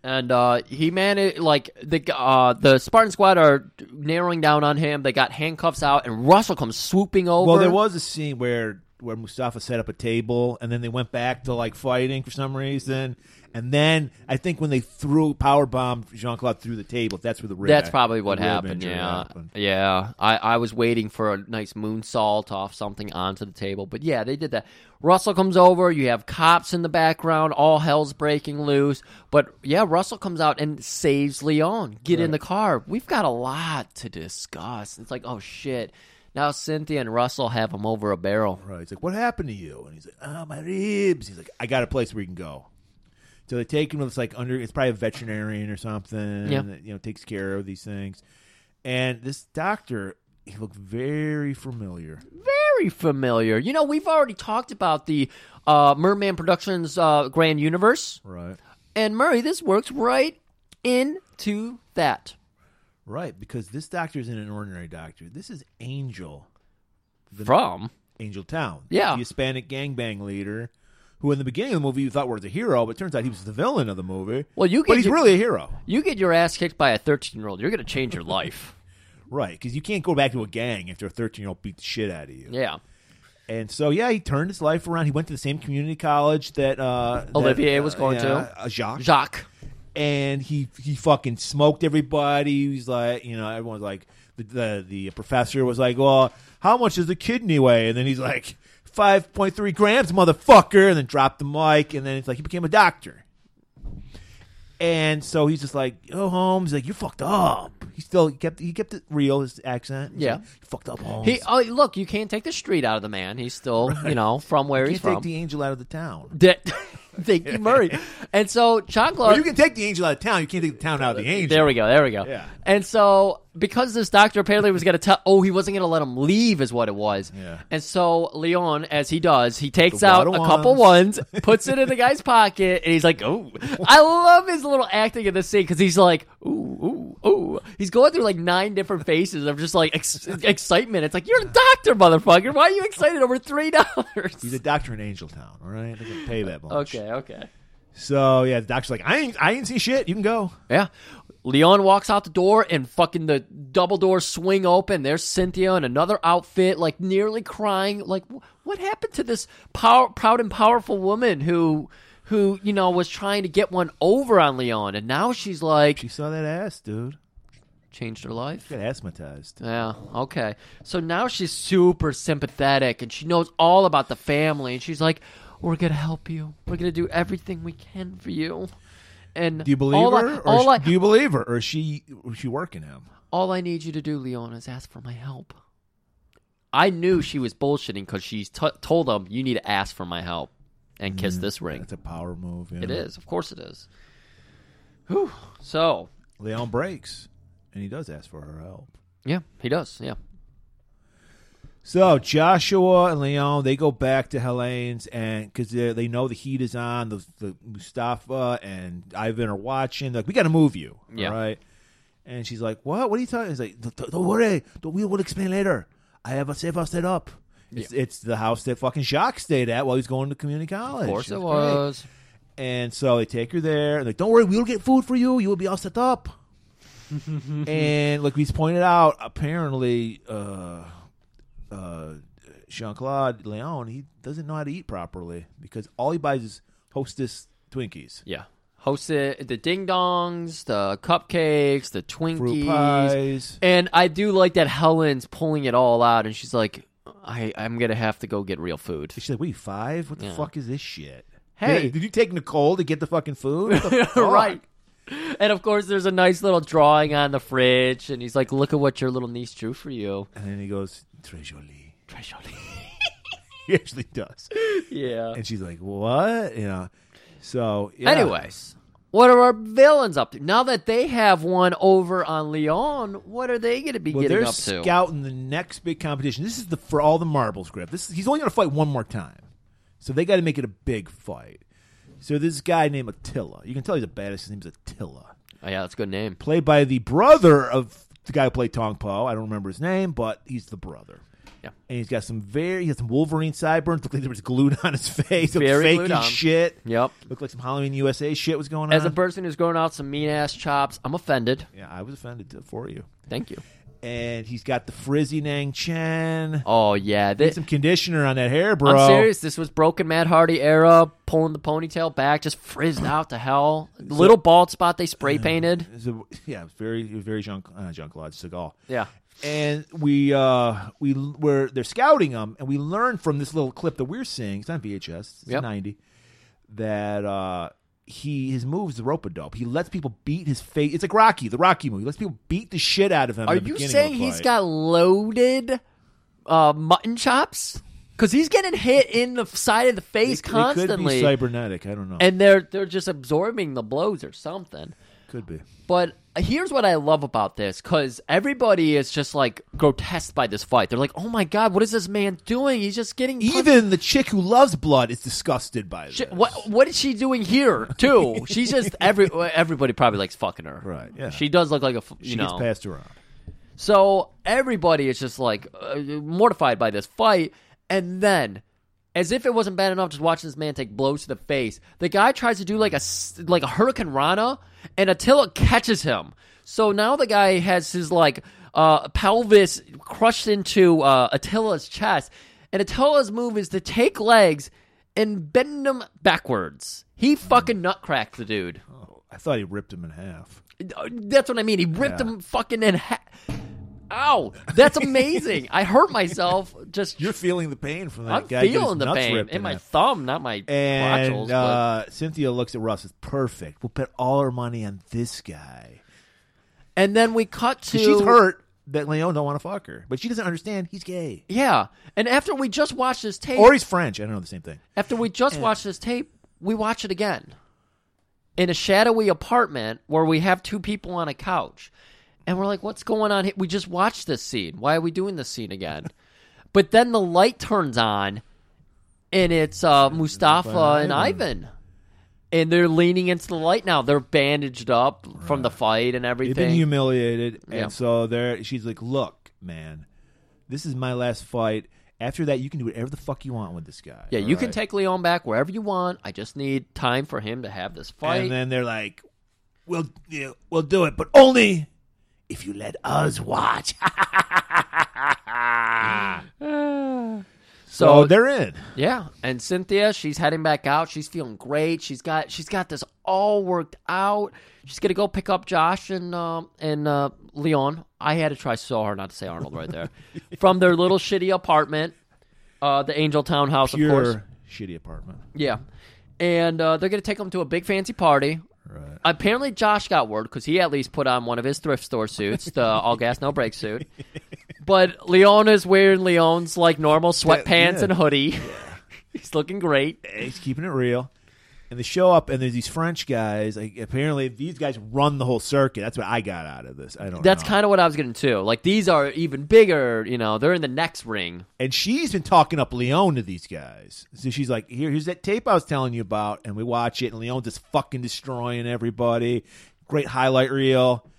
and uh, he managed like the g- uh, the Spartan squad are narrowing down on him. They got handcuffs out, and Russell comes swooping over.
Well, there was a scene where where Mustafa set up a table, and then they went back to like fighting for some reason. And then I think when they threw power bomb Jean Claude through the table, that's where the rib.
That's probably what
the rib
happened.
injury
Yeah,
happened.
yeah. I, I was waiting for a nice moonsault off something onto the table, but yeah, they did that. Russell comes over. You have cops in the background. All hell's breaking loose. But yeah, Russell comes out and saves Leon. Get in the car. We've got a lot to discuss. It's like, oh shit. Now Cynthia and Russell have him over a barrel.
Right. He's like, "What happened to you?" And he's like, "Ah, my ribs." He's like, "I got a place where you can go." So they take him to this like under. It's probably a veterinarian or something.
Yeah.
That, you know, takes care of these things. And this doctor, he looked very familiar.
very familiar. You know, we've already talked about the uh, Merman Productions uh, Grand Universe,
Right.
and Murray, this works right into that.
Right. Because this doctor isn't an ordinary doctor. This is Angel,
From
Angel Town.
Yeah.
The Hispanic gangbang leader, who in the beginning of the movie you thought was a hero, but turns out he was the villain of the movie.
Well, you
but
get
he's
your-
really a hero.
you get your ass kicked by a thirteen-year-old, you're going to change your
[LAUGHS]
life.
Right, because you can't go back to a gang after a 13 year old beat the shit out of you.
Yeah,
And so, yeah, he turned his life around. He went to the same community college that uh,
Olivier
that,
was going
yeah,
to.
uh, Jacques.
Jacques.
And he he fucking smoked everybody. He was like, you know, everyone's like, the, the the professor was like, well, how much does the kidney weigh? And then he's like, five point three grams, motherfucker. And then dropped the mic. And then it's like he became a doctor. And so he's just like, "Yo, Holmes, he's like you're fucked up." He still he kept he kept it real his accent. He's
Yeah.
like, "You fucked up, Holmes.
He oh look, you can't take the street out of the man. He's still you know from where
you
he's
can't
from.
take the angel out of the town.
That- [LAUGHS] Thank you, Murray. And so John Clark.
Well, you can take the angel out of town. You can't take the town out of the angel.
There we go. There we go.
Yeah.
And so, because this doctor apparently was going to tell, oh, he wasn't going to let him leave, is what it was.
Yeah.
And so, Leon, as he does, he takes
The
out a
wad of
couple ones, puts it in the
[LAUGHS]
guy's pocket, and he's like, oh. I love his little acting in this scene because he's like, ooh, ooh, ooh. He's going through like nine different faces of just like ex- excitement. It's like, you're a doctor, motherfucker. Why are you excited over $3?
He's a doctor in Angel Town, all right? They can pay that much.
okay, okay.
So yeah, the doctor's like, I ain't, I ain't see shit. You can go.
Yeah. Leon walks out the door and fucking the double doors swing open. There's Cynthia in another outfit, like nearly crying. Like, wh- what happened to this power, proud and powerful woman who, who you know, was trying to get one over on Leon, and now she's like
She saw that ass, dude.
changed her life.
Got asthmatized.
Yeah. Okay. So now she's super sympathetic, and she knows all about the family, and she's like, "We're gonna help you. We're gonna do everything we can for you." And
Do you believe
all I-
her?
all
or
I-
sh- do you believe her? Or is she, is she working him?
All I need you to do, Leon, is ask for my help. I knew she was bullshitting because she t- told him, "You need to ask for my help and kiss
Mm-hmm.
this ring."
That's a power move. You know?
It is, of course, it is. Whew. So,
Leon breaks, and he does ask for her help.
yeah, he does. Yeah,
So Joshua and Leon, they go back to Helene's, and because they they know the heat is on, the, the Mustafa and Ivan are watching. They're like, we got to move you,
Yeah.
right? And she's like, what? What are you talking? He's like, "Don't- don't worry, Don't- we will explain later. I have a safe house set up. It's, it's the house that fucking Jacques stayed at while he was going to community college.
of course it
It's
was.
great. And so they take her there, and like, don't worry, we'll get food for you. You will be all
[LAUGHS]
set up. and like he's pointed out, apparently. uh uh, Jean Claude Leon, he doesn't know how to eat properly because all he buys is Hostess Twinkies,
Yeah, hosted the ding dongs, the cupcakes, the
fruit
Twinkies,
pies.
and I do like that Helen's pulling it all out, and she's like, "I, I'm gonna have to go get real food."
She's like, "What are you five? What the fuck is this shit?
Hey.
did, did you take Nicole to get the fucking food?
[LAUGHS]
What the fuck?
right. And of course, there's a nice little drawing on the fridge, and he's like, "Look at what your little niece drew for you."
And then he goes, "Très joli." [LAUGHS]
Très joli.
He actually does.
[LAUGHS] yeah.
And she's like, "What?" You know. So yeah.
Anyways, what are our villains up to now that they have one over on Leon? What are they going to be
Well,
getting
they're
up to?
scouting the next big competition. This is the for all the marbles grab. This he's only going to fight one more time, so they got to make it a big fight. So this guy named Attila, you can tell he's a badass. His name's Attila,
oh, yeah, that's a good name.
played by the brother of the guy who played Tong Po. I don't remember his name, but he's the brother.
Yeah.
and he's got some very he has some Wolverine sideburns. Looked like there was glued on his face. Looked
Very
fake
glued
as
on.
shit.
Yep.
Looked like some Halloween USA shit was going on.
As a person who's growing out some mean ass chops, I'm offended.
yeah, I was offended for you.
Thank you.
and he's got the frizzy Nang Chen.
Oh yeah, this,
Some conditioner on that hair, bro.
I'm serious. This was broken Matt Hardy era, pulling the ponytail back, just frizzed out to hell. Little bald spot they spray painted.
It's a- yeah, it's very, it was very Jean, uh, Jean Claude Seagal.
Yeah.
and we uh we were they're scouting him, and we learned from this little clip that we're seeing. It's on VHS. It's
Yep.
ninety. That uh he his moves the rope a dope. He lets people beat his face. It's like Rocky, the Rocky movie. He lets people beat the shit out of him. in
Are
the
you
beginning of
saying
a
he's
fight.
got loaded uh, mutton chops? Because he's getting hit in the side of the face
It- It could
constantly,
be cybernetic. I don't know.
and they're they're just absorbing the blows or something.
could be.
But here's what I love about this because everybody is just like grotesque by this fight. They're like, "Oh my god, what is this man doing? He's just getting punched
Even the chick who loves blood is disgusted by this.
She, what what is she doing here
[LAUGHS]
too? She's just every everybody probably likes fucking her.
Right, yeah.
She does look like a f- you
she
know.
gets passed around.
So everybody is just like uh, mortified by this fight, and then. As if it wasn't bad enough just watching this man take blows to the face. The guy tries to do like a s- like a Hurricane Rana, and Attila catches him. So now the guy has his like uh, pelvis crushed into uh, Attila's chest, and Attila's move is to take legs and bend them backwards. He fucking nutcracked the dude.
I thought he ripped him in half.
That's what I mean. He ripped him fucking in half. Ow! That's amazing. I hurt myself just.
You're feeling the pain from that
I'm
guy. getting his
feeling the
nuts
pain in,
ripped in
my
half.
thumb, not my crotchals.
And
but-
uh, Cynthia looks at Russ. It's perfect. We'll put all our money on this guy.
and then we cut to
'Cause She's hurt that Leon don't want to fuck her, but she doesn't understand he's gay
Yeah, and after we just watched this tape,
or he's French. I don't know the same thing.
after we just watched this tape, we watch it again in a shadowy apartment where we have two people on a couch, and we're like, "What's going on?" here? We just watched this scene. Why are we doing this scene
[LAUGHS]
again? but then the light turns on, and it's uh, Mustafa and Ivan. And they're leaning into the light now. They're bandaged up from the fight and
They've been
everything.
humiliated,
Yeah.
and so there she's like, "Look, man, this is my last fight. After that, you can do whatever the fuck you want with this guy.
yeah,
all
you can
right?"
take Leon back wherever you want. I just need time for him to have this fight.
And then they're like, "We'll yeah, we'll do it, but only if you let us watch." [LAUGHS] so Oh, they're in.
Yeah, and Cynthia, she's heading back out. She's feeling great. She's got she's got this all worked out. She's gonna go pick up Josh and um and uh, Leon. I had to try so hard not to say Arnold right there from their little shitty apartment, uh, the Angel Townhouse,
Pure
of course.
shitty apartment.
Yeah, and uh, they're gonna take them to a big fancy party.
Right.
Apparently, Josh got word because he at least put on one of his thrift store suits,
[LAUGHS]
the all gas no break suit. But Leon is wearing Leon's like normal sweatpants
yeah.
and hoodie. [LAUGHS] He's looking great.
He's keeping it real. And they show up, and there's these French guys. Like, apparently, these guys run the whole circuit. That's what I got out of this. I don't.
That's
know.
kind of what I was getting to. Like these are even bigger. You know, they're in the next ring.
And she's been talking up Leon to these guys. So she's like, Here, here's that tape I was telling you about. And we watch it, and Leon just fucking destroying everybody. Great highlight reel,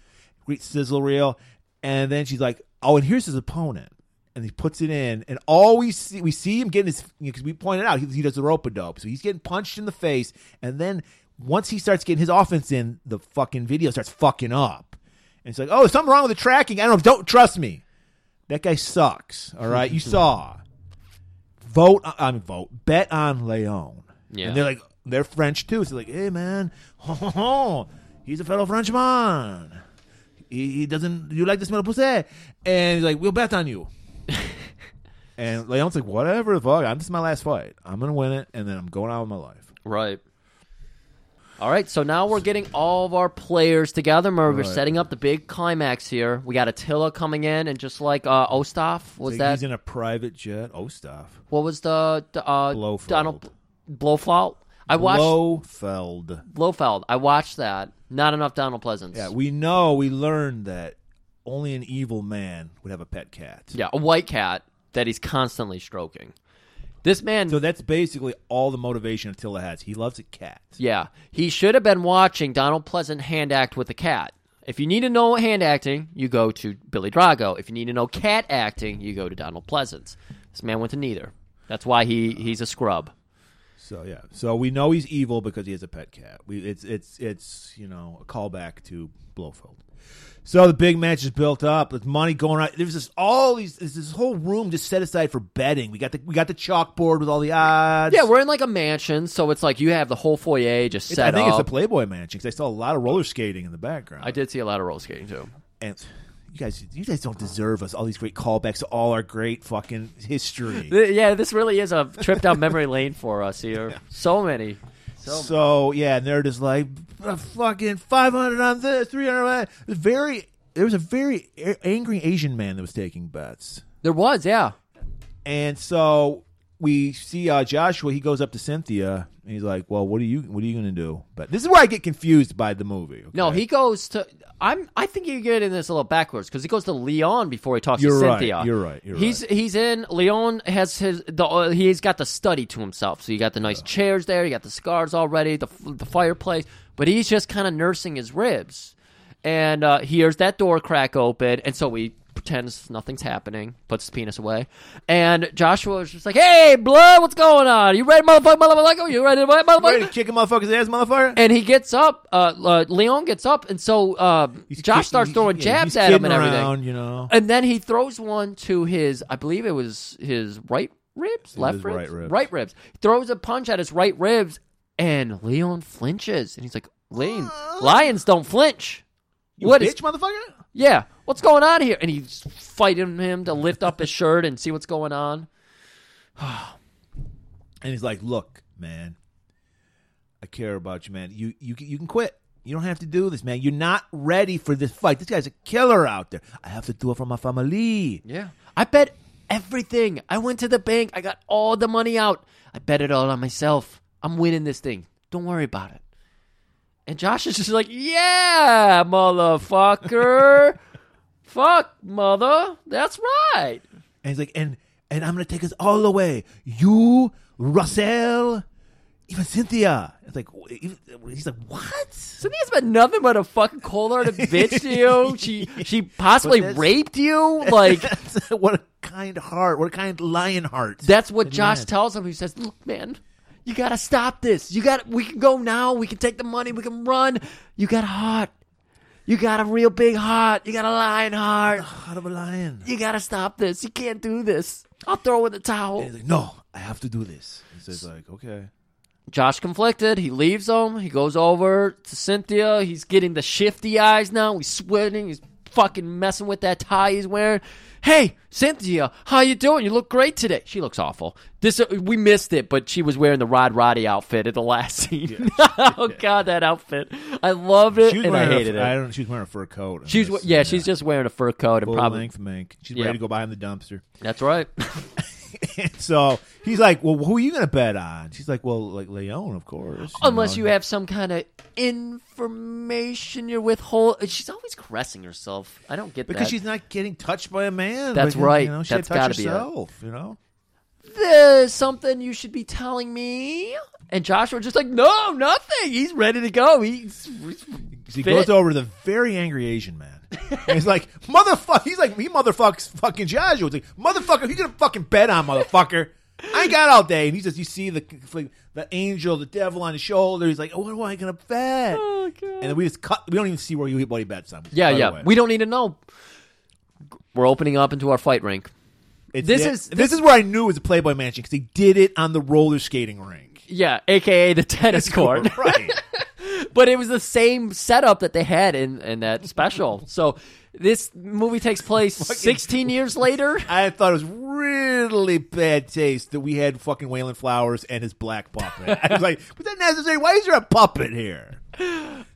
great sizzle reel. And then she's like, Oh, and here's his opponent. And he puts it in, and all we see, we see him getting his, because we pointed out he, he does the rope a dope. So he's getting punched in the face. And then once he starts getting his offense in, the fucking video starts fucking up. And it's like, Oh, there's something wrong with the tracking. I don't know. Don't trust me. That guy sucks. All right, you saw. Vote. I mean, vote. Bet on Leon.
Yeah.
And they're like, they're French too. So they're like, hey man, [LAUGHS] he's a fellow Frenchman. He, he doesn't. You like the smell of pussy? And he's like, we'll bet
[LAUGHS]
on you. and Leon's like, whatever the fuck. I'm this is my last fight. I'm gonna win it, and then I'm going out with my life.
Right. All right, so now we're getting all of our players together. Remember, we're
Right.
setting up the big climax here. We got Attila coming in, and just like uh, Ostaf, was
Like,
that
he's in a private jet? Oh, stuff.
what was the, the uh,
Blofeld.
Donald Blofeld? I watched
Blofeld.
Blofeld. I watched that. Not enough Donald Pleasance.
Yeah, we know, we learned that only an evil man would have a pet cat.
yeah, a white cat that he's constantly stroking. This man
So that's basically all the motivation Attila has. He loves a cat.
Yeah, he should have been watching Donald Pleasant hand act with a cat. If you need to know hand acting, you go to Billy Drago. If you need to know cat acting, you go to Donald Pleasant. This man went to neither. That's why he he's a scrub.
So yeah, so we know he's evil because he has a pet cat. We it's it's it's you know a callback to Blofeld. So the big match is built up. There's money going on. There's this all these there's this whole room just set aside for betting. We got the we got the chalkboard with all the odds.
Yeah, we're in like a mansion, so it's like you have the whole foyer just
It's- I
set
think it's
up.
the Playboy Mansion because I saw a lot of roller skating in the background.
I did see a lot of roller skating too.
And you guys, you guys don't deserve us. All these great callbacks to all our great fucking history.
Th- Yeah, this really is a trip down memory lane for us here. So many.
So yeah, and they're just like "A fucking five hundred on this, three hundred. on that." It was Very, there was a very a- angry Asian man that was taking bets,
There was, yeah.
and so we see uh, Joshua. He goes up to Cynthia, and he's like, "Well, what are you? What are you going to do?" But this is where I get confused by the movie.
No,
okay?
he goes to. I'm. I think you get in this a little backwards because he goes to Leon before he talks
You're
to
right,
Cynthia.
you're right, you're
he's he's in. Leon has his. The, uh, he's got the study to himself. So you got the nice chairs there. You got the cigars already. The f- the fireplace. But he's just kind of nursing his ribs, and uh, he hears that door crack open, and so he pretends nothing's happening, puts his penis away, and Joshua is just like, "Hey, blood, what's going on? You ready, motherfucker, motherfucker? You ready, motherfucker?"
ready to kick a motherfucker's ass, motherfucker.
and he gets up. Uh, uh, Leon gets up, and so uh,
He's
Josh
kid-
starts
he's-
throwing
yeah,
jabs
he's
at him and
kidding
everything.
around, you know.
And then he throws one to his, I believe it was his right ribs, left
his
ribs?
right ribs.
right ribs. Throws a punch at his right ribs, and Leon flinches, and he's like, "Lion, lions don't flinch."
You
What
bitch,
is-
motherfucker?
Yeah, what's going on here? And he's fighting him to lift up his shirt and see what's going on.
And he's like, "Look, man, I care about you, man. You you can- you can quit. You don't have to do this, man. You're not ready for this fight. This guy's a killer out there. I have to do it for my family.
Yeah. I bet everything. I went to the bank. I got all the money out. I bet it all on myself. I'm winning this thing. Don't worry about it. And Josh is just like, yeah, motherfucker. Fuck, mother. That's right.
And he's like, and and I'm gonna take us all away. You, Russell, even Cynthia. It's like wh- even- he's like, what?
Cynthia's been nothing but a fucking cold-hearted bitch to you. She she possibly
But that's-
raped you. Like
[LAUGHS] what a kind heart. What a kind lion heart.
That's what Josh
man.
tells him. He says, "Look, man, you gotta stop this. You got. to We can go now. We can take the money. We can run. You got a heart. You got a real big heart. You got a lion heart.
heart of a lion.
You gotta stop this. You can't do this. I'll throw in the towel."
And he's like, no, I have to do this. He says, like, okay.
Josh conflicted. He leaves him. He goes over to Cynthia. He's getting the shifty eyes now. He's sweating. He's fucking messing with that tie he's wearing. Hey, Cynthia, how you doing? You look great today. She looks awful. This uh, we missed it, but she was wearing the Rod Roddy outfit at the last scene. [LAUGHS] oh god, that outfit! I loved it and I
wearing a-
hated it.
I don't. She was wearing a fur coat. in
She's
this.
yeah, she's just wearing a fur coat and
full
probably
length mink. She's
Yeah.
ready to go behind the dumpster.
that's
[LAUGHS]
right.
so he's like, "Well, who are you going to bet on?" She's like, "Well, like Leon, of course."
Unless you have some kind of information you're withholding. She's always caressing herself. I don't get
because
that.
she's not getting touched by a man.
That's
because,
right.
You know, she
That's
had to touch
gotta be it.
herself. You know.
there's something you should be telling me. And Joshua just like, no, nothing. He's ready to go. He's
So he
Fit.
goes over to the very angry Asian man.
[LAUGHS]
and he's like, "Motherfucker!" He's like, "He motherfucks fucking Joshua." He's like, "Motherfucker, you gonna fucking bet on motherfucker?" I ain't got all day, and he says, "You see the like, the angel, the devil on his shoulder." He's like, "What am I gonna bet?" And then we just cut. We don't even see where you what he bets on.
Oh, yeah,
Cut
yeah.
away.
We don't need to know. We're opening up into our fight rink.
It's
This
the-
is-
this is where I knew it was a Playboy Mansion because they did it on the roller skating
[LAUGHS]
rink.
Yeah, aka the tennis court. [LAUGHS]
right?
but it was the same setup that they had in, in that special. so this movie takes [LAUGHS] place 16 years [LAUGHS] later.
I thought it was really bad taste that we had fucking Waylon Flowers and his black puppet. I was like, was that necessary? Why is there a puppet here?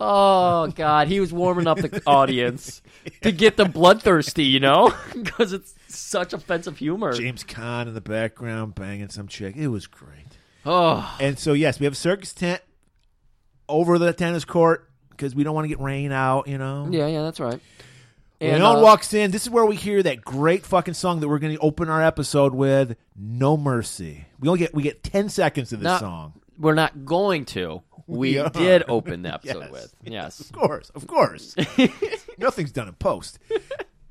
Oh God, he was warming up the [LAUGHS] audience to get them bloodthirsty, you know, [LAUGHS] because it's such offensive humor.
James Caan in the background banging some chick. It was great.
Oh,
And so yes, we have a circus tent over the tennis court because we don't want to get rain out. You know.
yeah, yeah, that's right.
Leon
uh,
walks in. This is where we hear that great fucking song that we're going to open our episode with, "No Mercy." We only get we get ten seconds of this
Not-
song.
we're not going to. We
are.
did
[LAUGHS]
open the episode
Yes.
with. Yes. [LAUGHS]
Of course, of course. Nothing's done in post.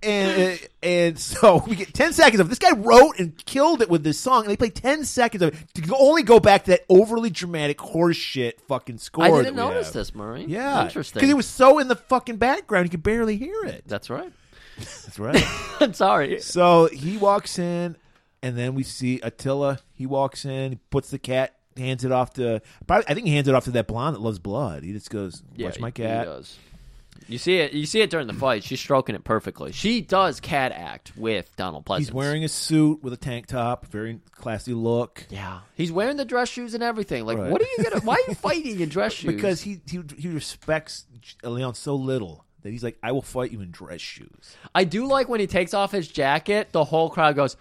and uh, and so [LAUGHS] we get ten seconds of it. this guy wrote and killed it with this song, and they play ten seconds of it to only go back to that overly dramatic horseshit fucking score.
I didn't
that we
notice
have.
this, Murray.
Yeah,
interesting.
because it was so in the fucking background you could barely hear it.
That's right. [LAUGHS]
That's right.
I'm sorry.
so he walks in, and then we see Attila. He walks in, he puts the cat, hands it off to. Probably, I think he hands it off to that blonde that loves blood. He just goes,
Yeah,
"Watch my
he-
cat."
He does. You see it. You see it during the fight. She's stroking it perfectly. She does cat act with Donald Pleasance.
He's wearing a suit with a tank top, very classy look.
Yeah, he's wearing the dress shoes and everything. Like,
Right. [LAUGHS]
what are you gonna? Why are you fighting in dress shoes?
Because he, he he respects Leon so little that he's like, I will fight you in dress shoes.
I do like when he takes off his jacket. The whole crowd goes,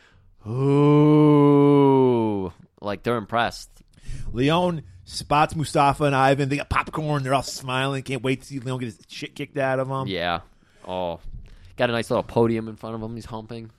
"Ooh!" Like they're impressed.
Leon spots Mustafa and Ivan. They got popcorn. They're all smiling. Can't wait to see Leon get his shit kicked out of him.
Yeah. Oh, got a nice little podium in front of him. He's humping.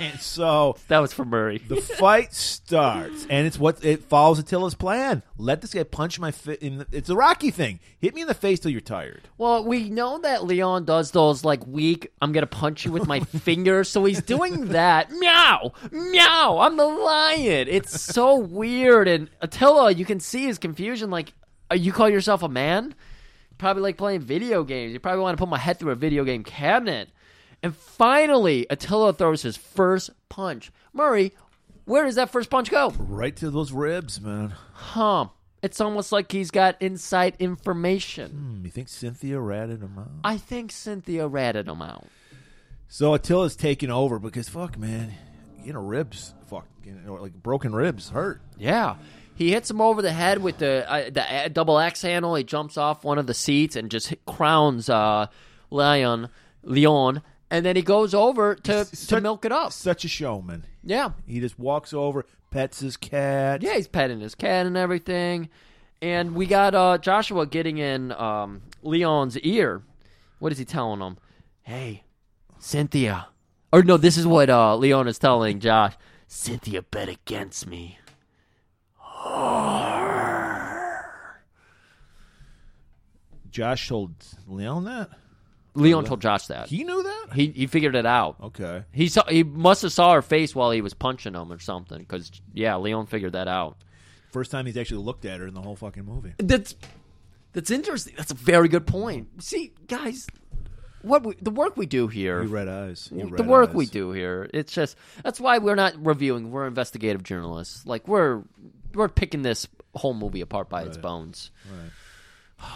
And so
That was for Murray.
the fight starts, and it's what it follows Attila's plan. Let this guy punch my fi- in the, It's a Rocky thing. Hit me in the face till you're tired.
[LAUGHS] Well, we know that Leon does those like weak, I'm going to punch you with [LAUGHS] my finger. So he's doing that. Meow, meow, I'm the lion. It's so weird. And Attila, you can see his confusion. Like, uh, you call yourself a man? Probably like playing video games. You probably want to put my head through a video game cabinet. And finally, Attila throws his first punch. Murray, where does that first punch go?
Right to those ribs, man.
Huh. It's almost like he's got inside information.
Hmm, You think Cynthia ratted him out?
I think Cynthia ratted him out.
So Attila's taking over because fuck, man, you know ribs, fuck, you know, like broken ribs hurt.
Yeah. He hits him over the head with the uh, the a- double axe handle. He jumps off one of the seats and just hit, crowns uh, Leon, Leon, and then he goes over to, to
Such-
milk it up.
Such a showman.
Yeah,
He just walks over, pets his cat.
yeah, he's petting his cat and everything, and we got uh, Joshua getting in um, Leon's ear. What is he telling him? Hey, Cynthia, or no, this is what uh, Leon is telling Josh. Cynthia bet against me.
Josh told Leon that
Leon told Josh that
he knew that.
he he figured it out.
okay,
He saw he must have saw her face while he was punching him or something. Because yeah, Leon figured that out.
first time he's actually looked at her in the whole fucking movie.
That's that's interesting. That's a very good point. See, guys, what we, the work we do here,
You red eyes. You
the
red
work
eyes.
we do here. It's just that's why we're not reviewing. We're investigative journalists. Like we're we're picking this whole movie apart by its bones. [SIGHS]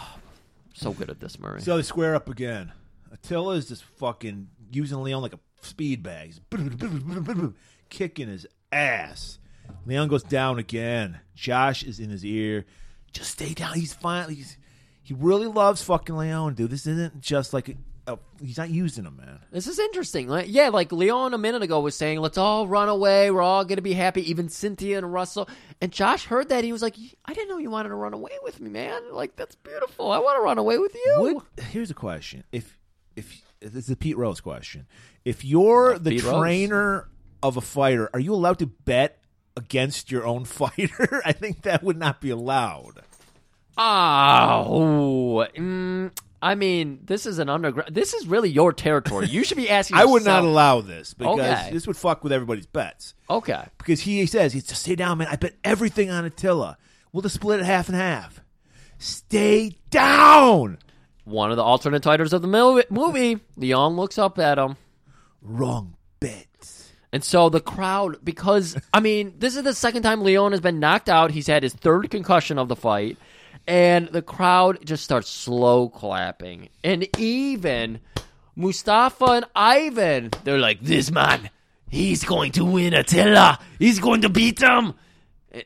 so good at this, Murray.
So they square up again. Attila is just fucking using Leon like a speed bag. He's [LAUGHS] kicking his ass. Leon goes down again. Josh is in his ear. Just stay down. He's finally. He's, he really loves fucking Leon, dude. This isn't just like a, a, he's not using him, man.
This is interesting. Like, yeah, like Leon a minute ago was saying, let's all run away. We're all going to be happy, even Cynthia and Russell. And Josh heard that. He was like, I didn't know you wanted to run away with me, man. Like, that's beautiful. I want to run away with you.
Would, here's a question: If if this is a Pete Rose question, if you're the
Pete Rose.
trainer of a fighter, are you allowed to bet against your own [LAUGHS] fighter? I think that would not be allowed.
Oh. mm, I mean, this is an underground. This is really your territory. You should be asking
[LAUGHS] I would not
yourself-
allow this because
Okay.
this would fuck with everybody's bets.
Okay.
Because he says, he's just stay down, man. I bet everything on Attila. We'll just split it half and half. Stay down.
One of the alternate titles of the mil- movie, Leon looks up at him.
Wrong bet.
And so the crowd, because I mean, this is the second time Leon has been knocked out. He's had his third concussion of the fight, and the crowd just starts slow clapping. And even Mustafa and Ivan, they're like, "This man, he's going to win Attila. He's going to beat him."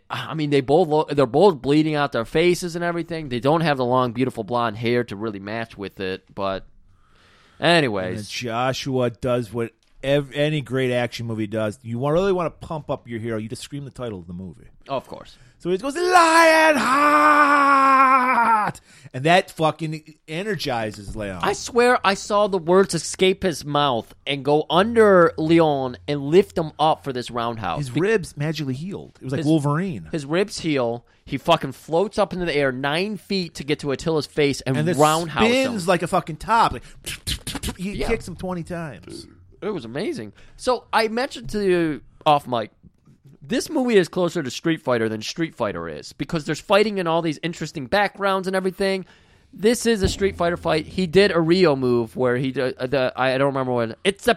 I mean, they both lo- they're both bleeding out their faces and everything. They don't have the long, beautiful blonde hair to really match with it, but.
And
Anyways,
Joshua does what ev- any great action movie does. You wa- really want to pump up your hero, you just scream the title of the movie.
of course.
So he goes, Lion Heart! And that fucking energizes Leon.
I swear I saw the words escape his mouth and go under Leon and lift him up for this roundhouse.
his
Be-
ribs magically healed. It was like
His-
Wolverine.
his ribs heal. He fucking floats up into the air nine feet to get to Attila's face and,
and this
roundhouse
spins
him.
like a fucking top. Like, he
Yeah.
kicks him twenty times.
It was amazing. So I mentioned to you off mic, this movie is closer to Street Fighter than Street Fighter is because there's fighting and all these interesting backgrounds and everything. This is a Street Fighter fight. He did a Rio move where he did, uh, the I don't remember what it's a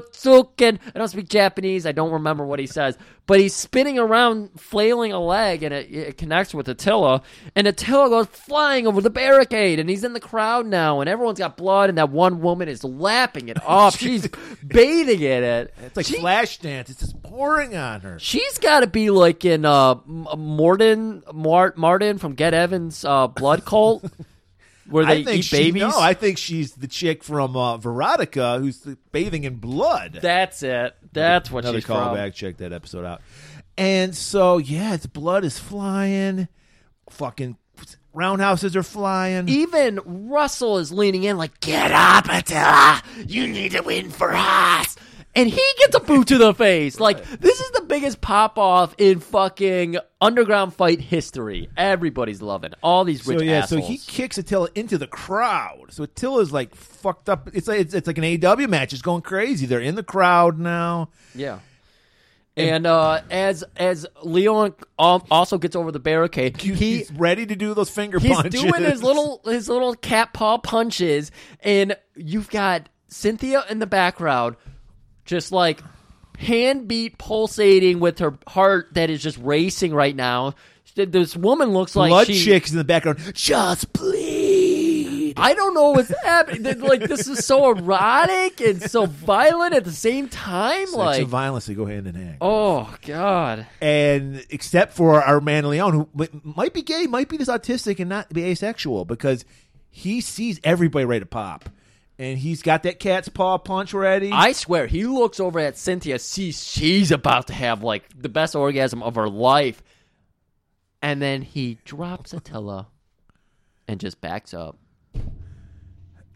patotsuken. I don't speak Japanese. I don't remember what he says, but he's spinning around, flailing a leg, and it, it connects with Attila. And Attila goes flying over the barricade, and he's in the crowd now, and everyone's got blood, and that one woman is lapping
[LAUGHS]
it off. She's bathing in it.
It's like
She-
flash dance. It's just pouring on her.
She's got to be like in uh, M- Morton Mar- Martin from Get Evans uh, Blood Cult,
[LAUGHS]
where they
I think
eat
she,
babies.
No, I think she's the chick from uh, Veronica who's bathing in blood.
That's it. That's what
Another
she's from.
callback. Check that episode out. And so yeah, it's blood is flying. Fucking roundhouses are flying.
Even Russell is leaning in, like, "Get up, Attila! You need to win for us." And he gets a boot to the
[LAUGHS]
face. Like this is the biggest pop off in fucking underground fight history. Everybody's loving it. all these rich
so yeah,
assholes.
so he kicks Attila into the crowd. So Attila's like fucked up. It's like it's, it's like an AW match. It's going crazy. They're in the crowd now.
Yeah. And uh, as as Leon um, also gets over the barricade, he
he's ready to do those finger
he's
punches.
doing
[LAUGHS]
his little his little cat paw punches, and you've got Cynthia in the background, just like hand beat pulsating with her heart that is just racing right now. This woman looks like
blood
she,
chicks in the background. Just bleed.
I don't know what's [LAUGHS] happening. They're Like this is so erotic and so violent at the same time.
Sex
like
and violence they go hand in hand.
oh god.
and except for our man Leon, who mi- might be gay, might be this autistic, and not be asexual because he sees everybody ready to pop, and he's got that cat's paw punch ready.
I swear, he looks over at Cynthia, sees she's about to have like the best orgasm of her life, and then he drops Attila and just backs up.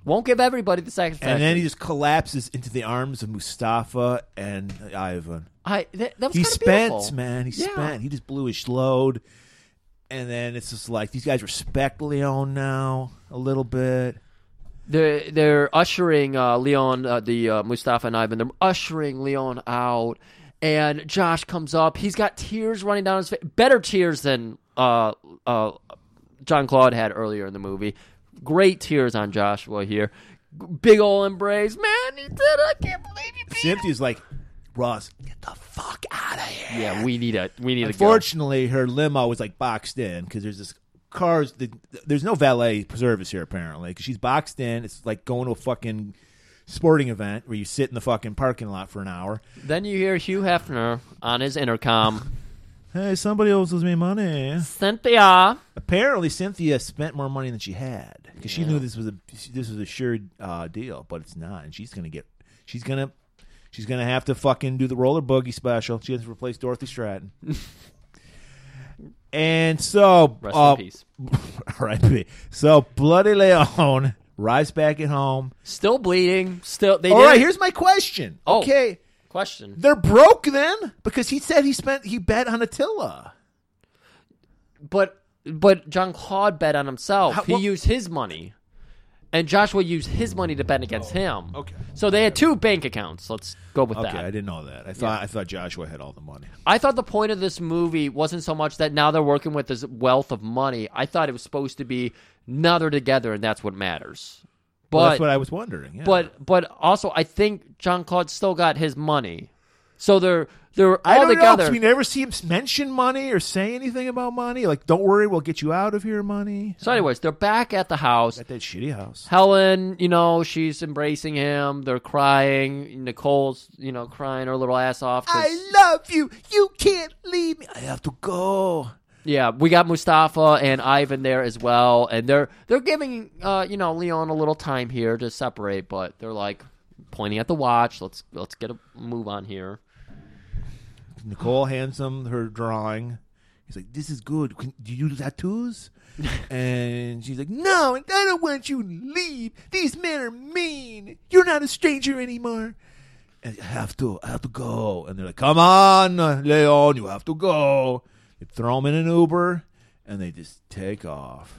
Won't give everybody the satisfaction.
and then he just collapses into the arms of Mustafa and Ivan.
I that, that was
He
kinda
spent,
beautiful.
man. He
Yeah.
spent. He just blew his load. And then it's just like these guys respect Leon now a little bit.
They're they're ushering uh, Leon, uh, the uh, Mustafa and Ivan. They're ushering Leon out, and Josh comes up. He's got tears running down his face. Better tears than uh, uh, John Claude had earlier in the movie. Great tears on Joshua here. G- Big ol' embrace, man. He did. it. I can't believe you beat him.
Cynthia's like, Ross, get the fuck out of here.
Yeah, we need a we need a go.
Unfortunately, her limo was like boxed in because there's this cars. The, there's no valet service here apparently because she's boxed in. It's like going to a fucking sporting event where you sit in the fucking parking lot for an hour.
Then you hear Hugh Hefner on his intercom.
Hey, somebody owes me money.
[LAUGHS] Cynthia,
Apparently, Cynthia spent more money than she had because she knew this was a this was a sure uh, deal, but it's not, and she's gonna get she's gonna she's gonna have to fucking do the roller boogie special. She has to replace
[LAUGHS]
Dorothy Stratton. and so,
rest
uh,
in
[LAUGHS]
peace.
R.I.P. So bloody Leon arrives back at home.
Still bleeding. Still they.
All
did
right,
it.
here's my question.
Oh.
Okay,
question.
they're broke then because he said he spent he bet on Attila.
But but John Claude bet on himself.
How-
he
what-
used his money, and Joshua used his money to bet against him. Okay. So they had two bank accounts. Let's go with
Oh, Okay,
that.
I didn't know that. I thought I thought Joshua had all the money.
I thought the point of this movie wasn't so much that now they're working with this wealth of money. I thought it was supposed to be now they're together and that's what matters. But
Well, that's what I was wondering. yeah.
but but also I think John Claude still got his money, so they're they're
I
all
don't know, 'cause
together.
we never see him mention money or say anything about money. Like, don't worry, we'll get you out of here, money.
so anyways, they're back at the house.
At that shitty house.
Helen, you know, she's embracing him. They're crying. Nicole's, you know, crying her little ass off. 'cause-
I love you. You can't leave me. I have to go.
yeah, we got Mustafa and Ivan there as well, and they're they're giving, uh, you know, Leon a little time here to separate, but they're like pointing at the watch. Let's let's get a move on here.
Nicole hands him her drawing. He's like, "This is good. Can, do you
[LAUGHS]
do tattoos?" and she's like, "No, and I don't want you to leave. These men are mean. You're not a stranger anymore." And I have to, I have to go. And they're like, "Come on, Leon, you have to go." They throw him in an Uber, and they just take off.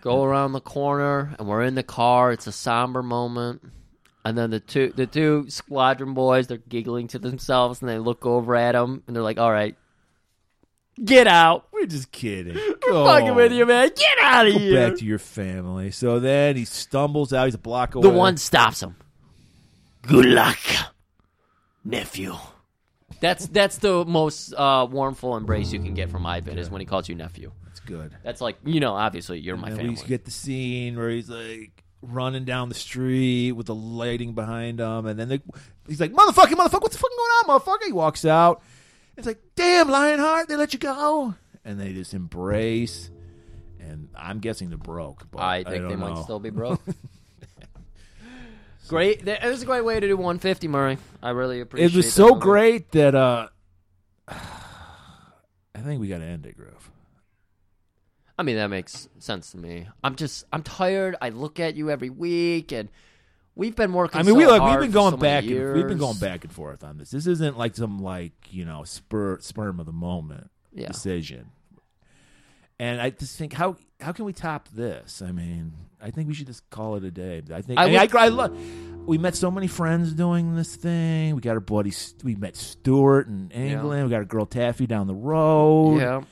go around the corner, and we're in the car. It's a somber moment. And then the two the two squadron boys they're giggling to themselves, and they look over at him, and they're like, "All right, get out."
We're
[LAUGHS]
just kidding.
Fucking with you, man. Get out of
Go
here.
back to your family. So then he stumbles out. He's a block away.
The one stops him. Good luck, nephew. That's that's the most uh, warmful embrace you can get from Ivan is when he calls you nephew.
It's good.
That's like you know, obviously you're my
At
family.
least get the scene where he's like running down the street with the lighting behind him, and then they, he's like, "Motherfucker, motherfucker, what's the fucking going on, motherfucker?" He walks out. It's like, "Damn, Lionheart, they let you go," and they just embrace. And I'm guessing they're broke. But
I think
don't
they might
know.
still be
[LAUGHS]
broke. great. That was a great way to do 150, Murray. I really appreciate.
It was
that
so
moment.
great that uh, [SIGHS] I think we got to end it, Groove.
I mean, that makes sense to me. I'm just I'm tired. I look at you every week, and we've been working.
I mean,
so
we like
hard
we've been
for
going
so many
back. And, we've been
years.
going back and forth on this. This isn't like some like you know spur sperm of the moment
Yeah.
decision. And I just think how how can we top this? I mean, I think we should just call it a day. I think
I
I, mean,
would-
I, I love. We met so many friends doing this thing. We got our buddy. St- We met Stuart in England. We got our girl Taffy down the road.
Yeah.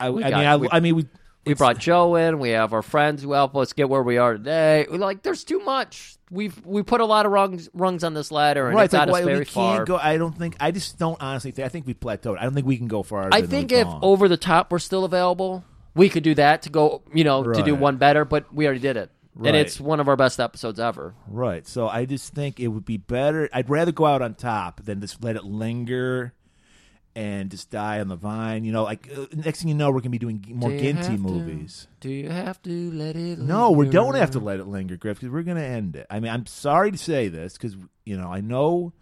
I, I
We
mean,
got-
I,
we-
I mean, we
We
it's-
brought Joe in. We have our friends who help us get where we are today. We're like, there's too much. We've we put a lot of rungs rungs on this ladder, and
Right,
it's
it's like,
got us
why- we
very
can't
far.
go. I don't think. I just don't honestly. think I think we plateaued. I don't think we can go far.
I think if over the top were still available, we could do that to go, you know, to do
Right.
one better. But we already did it,
Right.
and it's one of our best episodes ever.
Right. So I just think it would be better. I'd rather go out on top than just let it linger and just die on the vine. You know, like uh, next thing you know, we're gonna be doing g- more
Do you have
Ginty
to?
movies.
Do you have to let it?
No, we don't
linger?
have to let it linger, Griff, because we're gonna end it. I mean, I'm sorry to say this because you know I know,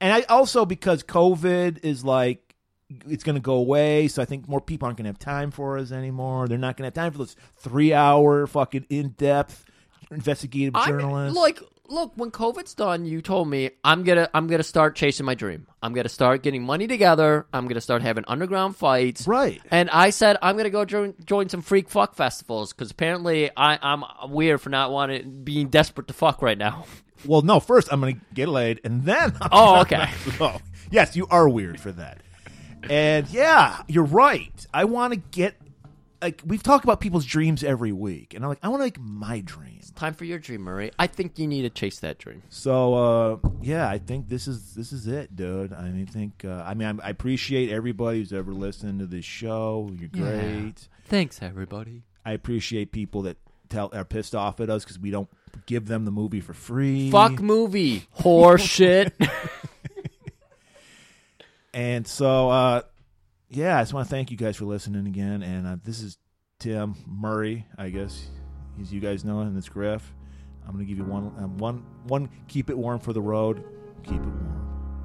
and I also because COVID is like it's gonna go away, so I think more people aren't gonna have time for us anymore. They're not gonna have time for those three hour fucking in depth investigative
I'm-
journalists.
Like, look, when COVID's done, you told me I'm gonna I'm gonna start chasing my dream. I'm gonna start getting money together. I'm gonna start having underground fights.
Right.
And I said I'm gonna go join, join some freak fuck festivals because apparently I, I'm weird for not wanting being desperate to fuck right now. [LAUGHS]
Well, no. First, I'm going to get laid, and then. I'm
Oh,
gonna- [LAUGHS]
okay.
Oh, yes, you are weird for that. And yeah, you're right. I want to get like we've talked about people's dreams every week, and I'm like, I want to make my dream.
Time for your dream, Murray. I think you need to chase that dream.
So uh, yeah, I think this is this is it, dude. I mean, think uh, I mean I'm, I appreciate everybody who's ever listened to this show. You're great.
Thanks, everybody.
I appreciate people that tell are pissed off at us because we don't give them the movie for free.
Fuck movie, whore [LAUGHS] shit.
And so, uh, yeah, I just want to thank you guys for listening again. And uh, this is Tim Murray, I guess, as you guys know, and it's Griff. I'm going to give you one, um, one, one. Keep it warm for the road. Keep it warm.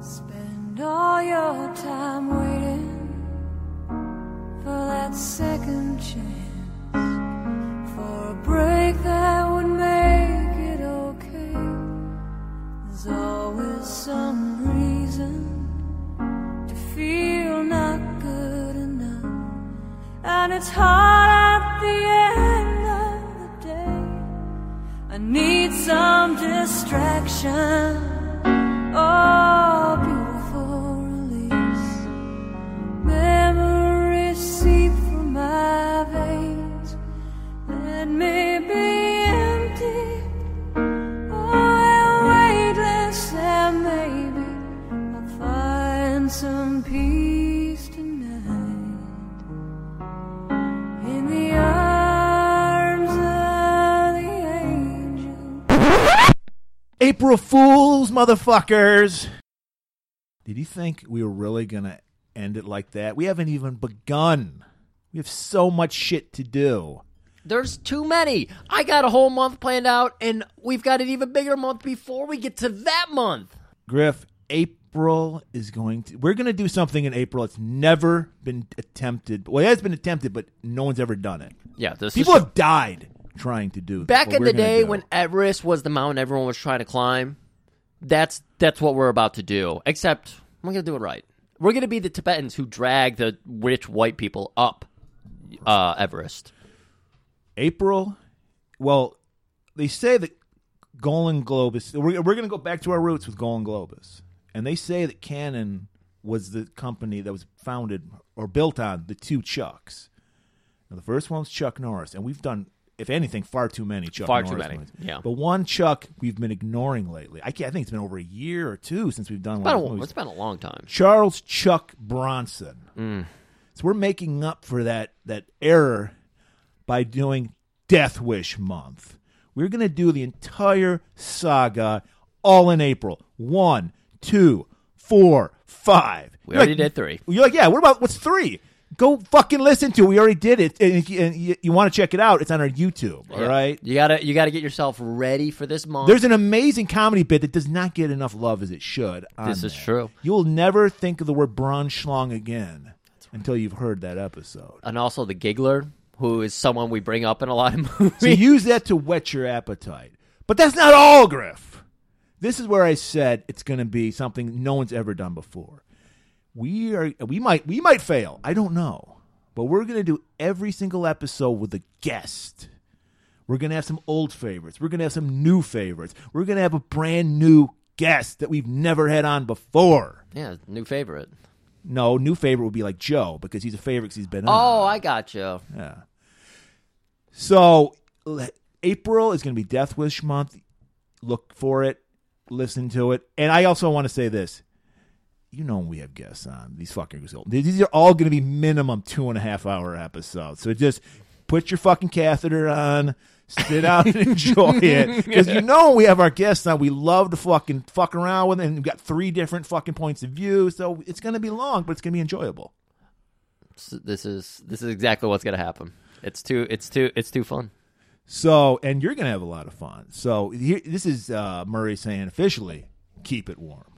Spend all your time waiting for that second chance, for a break that would make it okay. There's always some reason to feel not good enough, and it's hard at the end of the day. I need some distraction. Oh, beautiful release. Memories seep through my veins. Let me be empty. Oh, and weightless, and maybe I'll find some peace tonight. In the arms of the angel.
April Fools, motherfuckers. Did you think we were really going to end it like that? We haven't even begun. We have so much shit to do.
There's too many. I got a whole month planned out, and we've got an even bigger month before we get to that month.
Griff, April is going to. We're going to do something in April. It's never been attempted. Well, it has been attempted, but no one's ever done it.
Yeah, this
People
is
have died trying to do.
back
what
in
we're
the
gonna
day
do.
when Everest was the mountain everyone was trying to climb. That's that's what we're about to do. Except we're gonna do it right. We're gonna be the Tibetans who drag the rich white people up. uh, Everest.
April. Well, they say that Golan Globus. We're, we're going to go back to our roots with Golan Globus, and they say that Canon was the company that was founded or built on the two Chucks. Now, the first one's Chuck Norris, and we've done, if anything, far too many Chuck
Far too
Norris
many,
movies.
yeah.
But one Chuck we've been ignoring lately. I, can't, I think it's been over a year or two since we've done
It's
one. of his
been a,
movies.
it's been a long time.
Charles Chuck Bronson.
Mm.
So we're making up for that that error by doing Death Wish month. We're gonna do the entire saga all in April. One, two, four, five.
We
You're
already did
like-
three.
You're like, yeah. What about what's three? Go fucking listen to. it. We already did it, and if you, and you, you want to check it out, it's on our YouTube. All right.
Yeah. You gotta you gotta get yourself ready for this month.
There's an amazing comedy bit that does not get enough love as it should. on
This is
there.
true.
You'll never think of the word Braunschlong again until you've heard that episode.
and also the giggler, who is someone we bring up in a lot
[LAUGHS]
of movies.
So use that to whet your appetite. But that's not all, Griff. This is where I said it's going to be something no one's ever done before. We are we might we might fail. I don't know. But we're going to do every single episode with a guest. We're going to have some old favorites. We're going to have some new favorites. We're going to have a brand new guest that we've never had on before.
yeah, new favorite.
No, new favorite would be like Joe because he's a favorite 'cause he's been on.
Oh, I got you.
So l- April is going to be Death Wish month. Look for it, listen to it, and I also want to say this. You know when we have guests on these fucking results. These are all going to be minimum two and a half hour episodes. So just put your fucking catheter on, sit out and enjoy it. Because you know when we have our guests on, we love to fucking fuck around with, it, and we've got three different fucking points of view. So it's going to be long, but it's going to be enjoyable.
S- This is this is exactly what's gonna happen. It's too it's too it's too fun.
So, and you're going to have a lot of fun. So, here, this is uh, Murray saying officially, keep it warm.